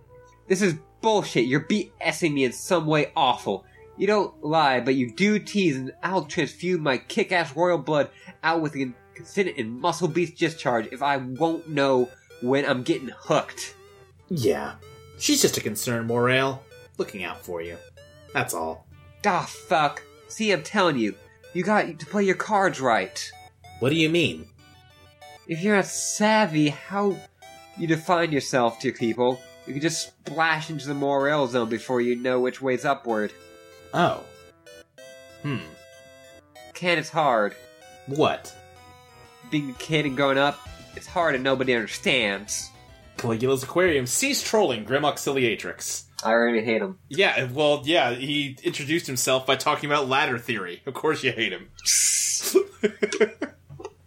B: This is bullshit. You're BSing me in some way awful. You don't lie, but you do tease, and I'll transfuse my kick ass royal blood out with the consent and muscle beast discharge if I won't know when I'm getting hooked.
A: Yeah. She's just a concern, Morale. Looking out for you. That's all.
B: Ah, fuck. See, I'm telling you, you got to play your cards right.
A: What do you mean?
B: If you're not savvy, how you define yourself to people, you can just splash into the morale zone before you know which way's upward.
A: Oh. Hmm.
B: Can it's hard.
A: What?
B: Being a kid and growing up, it's hard and nobody understands.
I: Caligula's Aquarium. Cease trolling Grim Auxiliatrix.
B: I already hate him.
I: Yeah, well, yeah, he introduced himself by talking about ladder theory. Of course you hate him.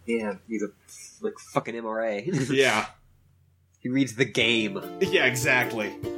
B: Yeah, he's a like fucking MRA.
I: yeah.
B: he reads the game.
I: Yeah, exactly.